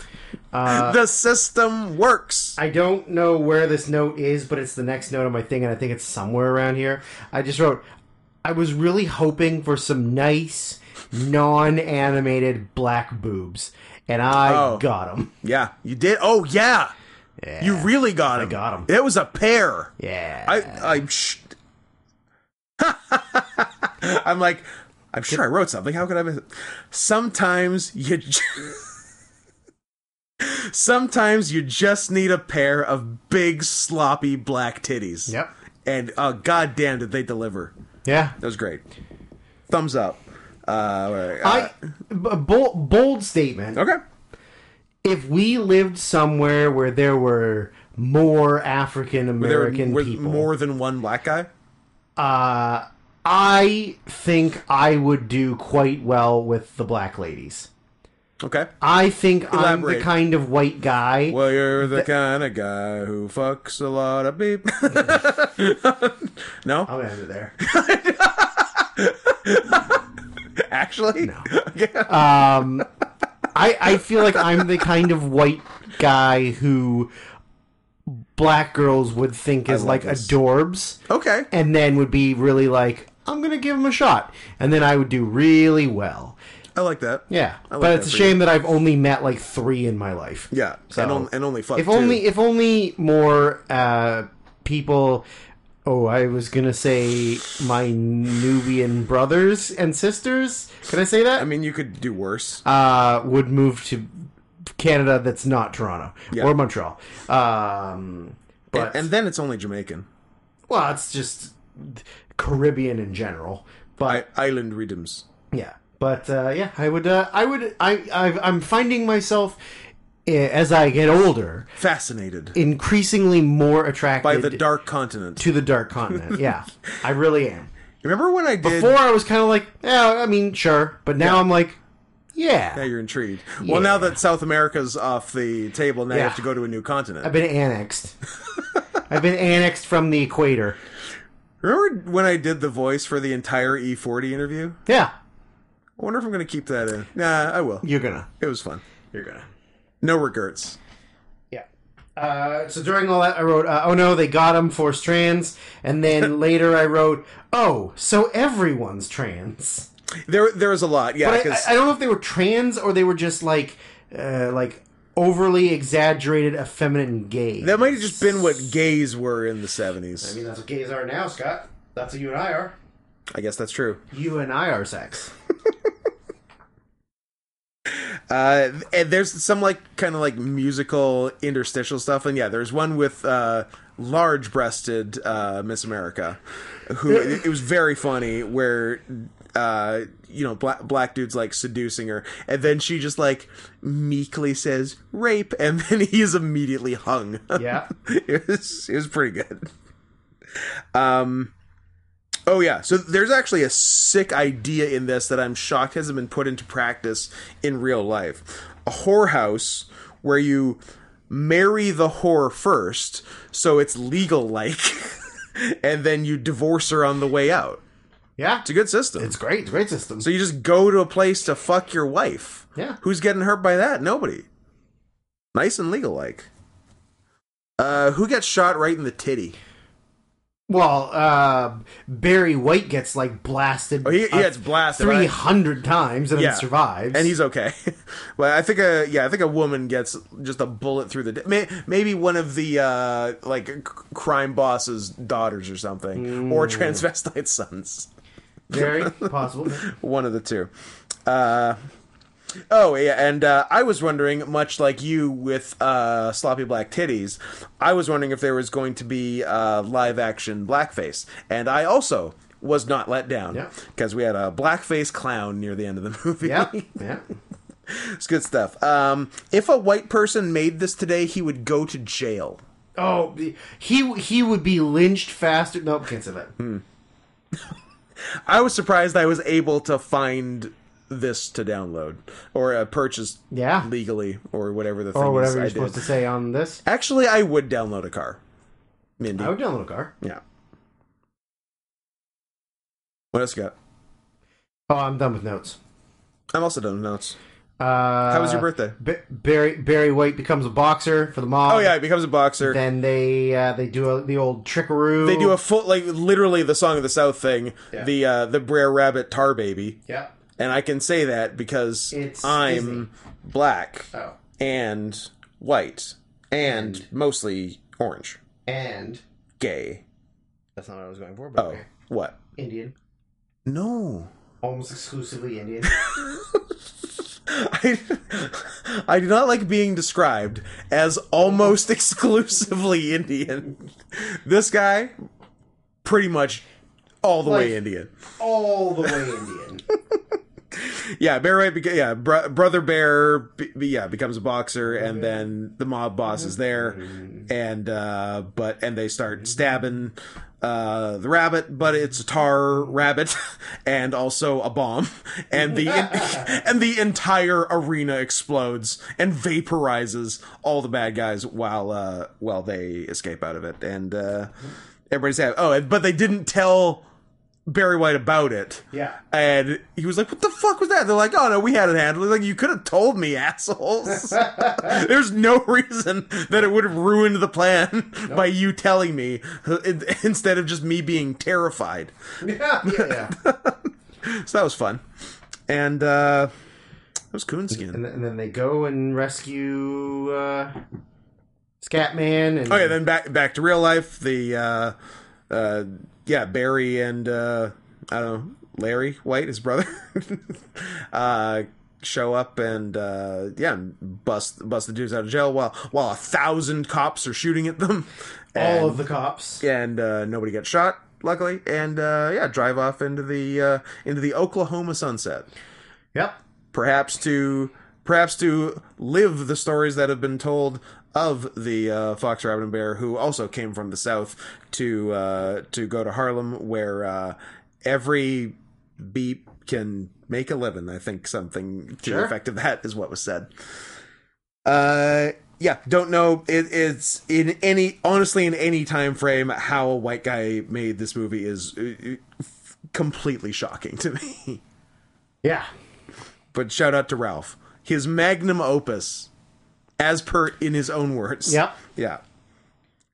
S2: Uh,
S1: the system works.
S2: I don't know where this note is, but it's the next note on my thing, and I think it's somewhere around here. I just wrote, I was really hoping for some nice, non animated black boobs, and I
S1: Oh.
S2: got 'em. got them.
S1: yeah, you did. Oh yeah,
S2: Yeah.
S1: you really got him.
S2: got 'em.
S1: It was a pair.
S2: yeah.
S1: I I'm. Sh- I'm like. I'm sure I wrote something. How could I miss it? Sometimes you. Ju- Sometimes you just need a pair of big sloppy black titties.
S2: Yep.
S1: And uh, goddamn, did they deliver?
S2: yeah.
S1: That was great. Thumbs up. Uh, all right, uh,
S2: I b- bold, bold statement.
S1: okay.
S2: If we lived somewhere where there were more African
S1: There were-
S2: American
S1: were
S2: people,
S1: more than one black guy.
S2: uh, I think I would do quite well with the black ladies.
S1: Okay.
S2: I think I'm the
S1: Elaborate.
S2: kind of white guy.
S1: Well, you're the kind of guy who fucks a lot of people. no,
S2: I'm gonna end it there.
S1: actually, no. yeah.
S2: Um, I I feel like I'm the kind of white guy who black girls would think is
S1: love
S2: like
S1: this.
S2: adorbs,
S1: Okay.
S2: and then would be really like, I'm gonna give him a shot, and then I would do really well.
S1: I like that.
S2: Yeah,
S1: I like
S2: but it's a
S1: that for you.
S2: shame that I've only met like three in my life.
S1: Yeah. and, on, and only fuck
S2: if
S1: two.
S2: only if only more uh, people oh i was gonna say my nubian brothers and sisters could i say that
S1: I mean, you could do worse.
S2: uh, would move to canada that's not toronto
S1: Yeah.
S2: or montreal um, but
S1: and then it's only Jamaican.
S2: well it's just caribbean in general
S1: I,
S2: but
S1: island rhythms.
S2: yeah but uh, yeah i would uh, i would I, I i'm finding myself eh, as i get older
S1: Fascinated
S2: increasingly more attracted
S1: by the dark continent.
S2: to the dark continent. Yeah, I really am.
S1: Remember when I did?
S2: Before I was kind of like, yeah, I mean, sure, but now I'm like, yeah,
S1: now you're intrigued. Well, now that South America's off the table, now you
S2: Yeah.
S1: have to go to a new continent.
S2: I've been annexed. I've been annexed from the equator.
S1: Remember when I did the voice for the entire E40 interview?
S2: Yeah,
S1: I wonder if I'm going to keep that in. Nah, I will.
S2: you're gonna,
S1: It was fun.
S2: you're gonna,
S1: No regrets.
S2: yeah. Uh, so during all that, I wrote, uh, "Oh no, they got him for trans," and then later I wrote, "Oh, so everyone's trans."
S1: There, there was a lot. Yeah,
S2: But I,
S1: because
S2: I- I don't know if they were trans or they were just like, uh, like overly exaggerated, effeminate, and gay.
S1: that might have just been what gays were in the
S2: I
S1: '70s.
S2: mean, that's what gays are now, Scott. That's what you and I are.
S1: I guess that's true.
S2: You and I are sex.
S1: Uh, and there's some like kind of like musical interstitial stuff, and yeah, there's one with uh, large-breasted uh, Miss America, who it, it was very funny where. Uh, you know, black black dude's like seducing her, and then she just like meekly says "rape," and then he is immediately hung.
S2: Yeah.
S1: it was it was pretty good. Um oh yeah, so there's actually a sick idea in this that I'm shocked hasn't been put into practice in real life. A whorehouse where you marry the whore first, so it's legal like, and then you divorce her on the way out.
S2: Yeah,
S1: It's a good system.
S2: it's great. Great system.
S1: so you just go to a place to fuck your wife.
S2: yeah.
S1: Who's getting hurt by that? Nobody. Nice and legal like. Uh, who gets shot right in the titty?
S2: Well, uh, Barry White gets like blasted.
S1: Oh, he, he
S2: uh,
S1: gets blasted.
S2: three
S1: right?
S2: hundred times and
S1: Yeah.
S2: then survives.
S1: and he's okay. well, I think a yeah, I think a woman gets just a bullet through the di- may, maybe one of the uh, like c- crime boss's daughters or something, or transvestite sons.
S2: very possible.
S1: One of the two. Uh, oh yeah, and uh, I was wondering, much like you with uh, sloppy black titties, I was wondering if there was going to be uh, live action blackface, and I also was not let down
S2: Yeah.
S1: because we had a blackface clown near the end of the movie.
S2: Yeah, yeah.
S1: It's good stuff. Um, if a white person made this today, he would go to jail.
S2: Oh, he he would be lynched faster. Nope, can't say that.
S1: Hmm, I was surprised I was able to find this to download or uh, purchase
S2: Yeah.
S1: legally or whatever the thing
S2: Or
S1: is
S2: whatever
S1: I
S2: you're
S1: did.
S2: supposed to say on this.
S1: Actually, I would download a car. Mindy.
S2: I would download a car.
S1: Yeah. What else you got?
S2: Oh, I'm done with notes.
S1: I'm also done with notes.
S2: Uh, um,
S1: How was your birthday?
S2: Ba- Barry Barry White becomes a boxer for the mob.
S1: Oh yeah, he becomes a boxer.
S2: Then they uh, they do a, the old trickaroo.
S1: They do a full like literally the song of the South thing,
S2: Yeah.
S1: the uh the Brer Rabbit Tar Baby.
S2: yeah.
S1: and I can say that because
S2: It's
S1: I'm black
S2: Oh,
S1: and white and, mostly orange,
S2: and
S1: gay.
S2: that's not what I was going for. But
S1: Oh, what?
S2: Indian,
S1: No,
S2: almost exclusively Indian.
S1: I, I do not like being described as almost exclusively Indian. This guy, pretty much all the way
S2: Like-
S1: Indian.
S2: all the way Indian.
S1: Yeah, Bear White. Beca- yeah, br- brother Bear. Be- be- yeah, becomes a boxer, and then the mob boss is there, and uh, but and they start stabbing uh, the rabbit, but it's a tar rabbit, and also a bomb, and the and the entire arena explodes and vaporizes all the bad guys while uh, while they escape out of it, and uh, everybody's happy. Oh, and- but they didn't tell. Barry White about it.
S2: Yeah.
S1: And he was like, What the fuck was that? They're like, Oh no, we had it handled. Like, you could have told me, assholes. There's no reason that it would have ruined the plan by you telling me uh, in- instead of just me being terrified.
S2: yeah, yeah.
S1: So that was fun. And uh that was Coonskin.
S2: And, th- and then they go and rescue uh, Scatman and
S1: Oh yeah, then back back to real life, the uh uh yeah, Barry and uh I don't know, Larry White, his brother, uh show up and uh yeah, bust bust the dudes out of jail while while a thousand cops are shooting at them.
S2: all
S1: And-
S2: of the cops.
S1: and uh nobody gets shot, luckily, and uh yeah, drive off into the uh into the Oklahoma sunset.
S2: Yep.
S1: Perhaps to perhaps to live the stories that have been told of the uh, fox, rabbit, and bear, who also came from the south to uh, to go to Harlem, where uh, every beep can make a living. I think something to the
S2: Sure.
S1: effect of that is what was said. Uh, yeah, don't know. It, it's in any honestly in any time frame how a white guy made this movie is uh, uh, completely shocking to me.
S2: Yeah.
S1: But shout out to Ralph. His magnum opus, as per in his own words.
S2: Yep.
S1: Yeah.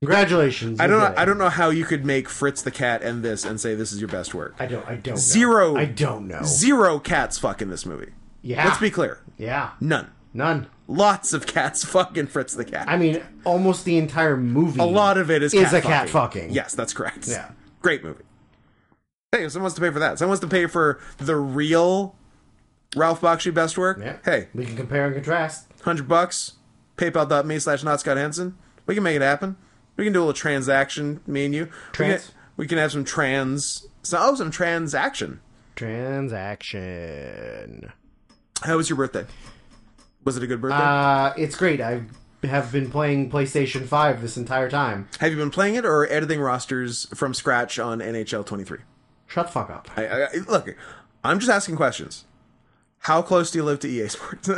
S2: Congratulations.
S1: I don't know, I
S2: I
S1: don't know how you could make Fritz the cat and this and say this is your best work.
S2: I don't. I don't. know.
S1: Zero.
S2: I don't know.
S1: Zero cats fuck in this movie.
S2: Yeah.
S1: Let's be clear.
S2: Yeah.
S1: None.
S2: None.
S1: Lots of cats fucking Fritz the cat.
S2: I mean, almost the entire movie.
S1: a lot of it is
S2: is
S1: cat
S2: a cat fucking.
S1: Yes, that's correct.
S2: Yeah.
S1: Great movie. Hey, if someone wants to pay for that. Someone wants to pay for the real Ralph Bakshi best work.
S2: Yeah.
S1: Hey,
S2: we can compare and contrast.
S1: hundred bucks, paypal.me slash not Scott Henson. We can make it happen. We can do a little transaction, me and you. We
S2: Trans?
S1: can, we can have some trans so, oh, some transaction.
S2: Transaction.
S1: How was your birthday? Was it a good birthday?
S2: Uh, it's great. I have been playing PlayStation Five this entire time.
S1: have you been playing it or editing rosters from scratch on NHL 23?
S2: Shut the fuck up.
S1: I, I, I- look, I'm just asking questions. E How close do you live to EA Sports?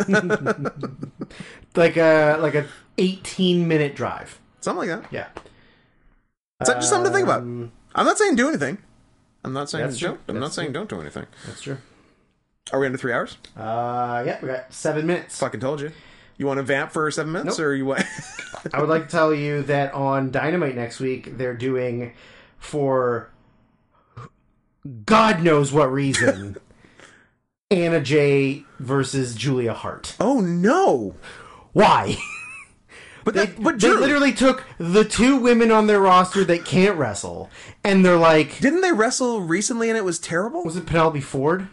S2: Like a like a 18 minute drive.
S1: Something like that.
S2: Yeah.
S1: It's not just something to think about.
S2: Um,
S1: I'm not saying do anything. I'm not saying
S2: That's true.
S1: don't. I'm not
S2: That's
S1: saying don't do anything.
S2: That's true.
S1: Are we under three hours?
S2: Uh, yeah, we got seven minutes.
S1: Fucking told you. You want to vamp for seven minutes,
S2: Nope.
S1: or you want?
S2: I would like to tell you that on Dynamite next week, they're doing, for God knows what reason, Anna Jay versus Julia Hart.
S1: oh no!
S2: Why?
S1: But
S2: They,
S1: that, but
S2: they
S1: Drew,
S2: literally took the two women on their roster that can't wrestle, and they're like,
S1: didn't they wrestle recently and it was terrible?
S2: was it Penelope Ford?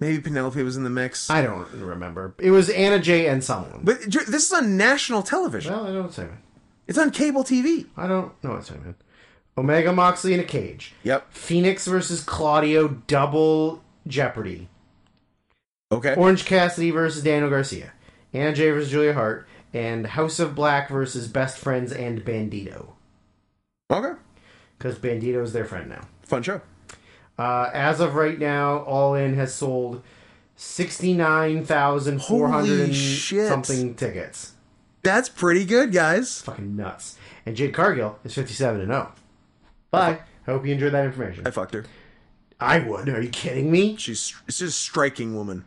S1: Maybe Penelope was in the mix.
S2: I don't remember. It was Anna Jay and someone.
S1: but Drew, this is on national television.
S2: Well, I don't say man.
S1: It's on cable TV.
S2: I don't know what's man. Omega Moxley in a cage.
S1: Yep.
S2: Phoenix versus Claudio double Jeopardy.
S1: Okay.
S2: Orange Cassidy versus Daniel Garcia. Anna Jay versus Julia Hart. And House of Black versus Best Friends and Bandito.
S1: okay.
S2: Because Bandito's their friend now.
S1: Fun show.
S2: Uh, as of right now, All In has sold 69,400
S1: Holy
S2: and
S1: shit.
S2: something tickets.
S1: That's pretty good, guys.
S2: Fucking nuts. And Jade Cargill is 57 and oh. 0. Bye. I hope you enjoyed that information.
S1: I fucked her.
S2: I would. Are you kidding me?
S1: She's she's a striking woman.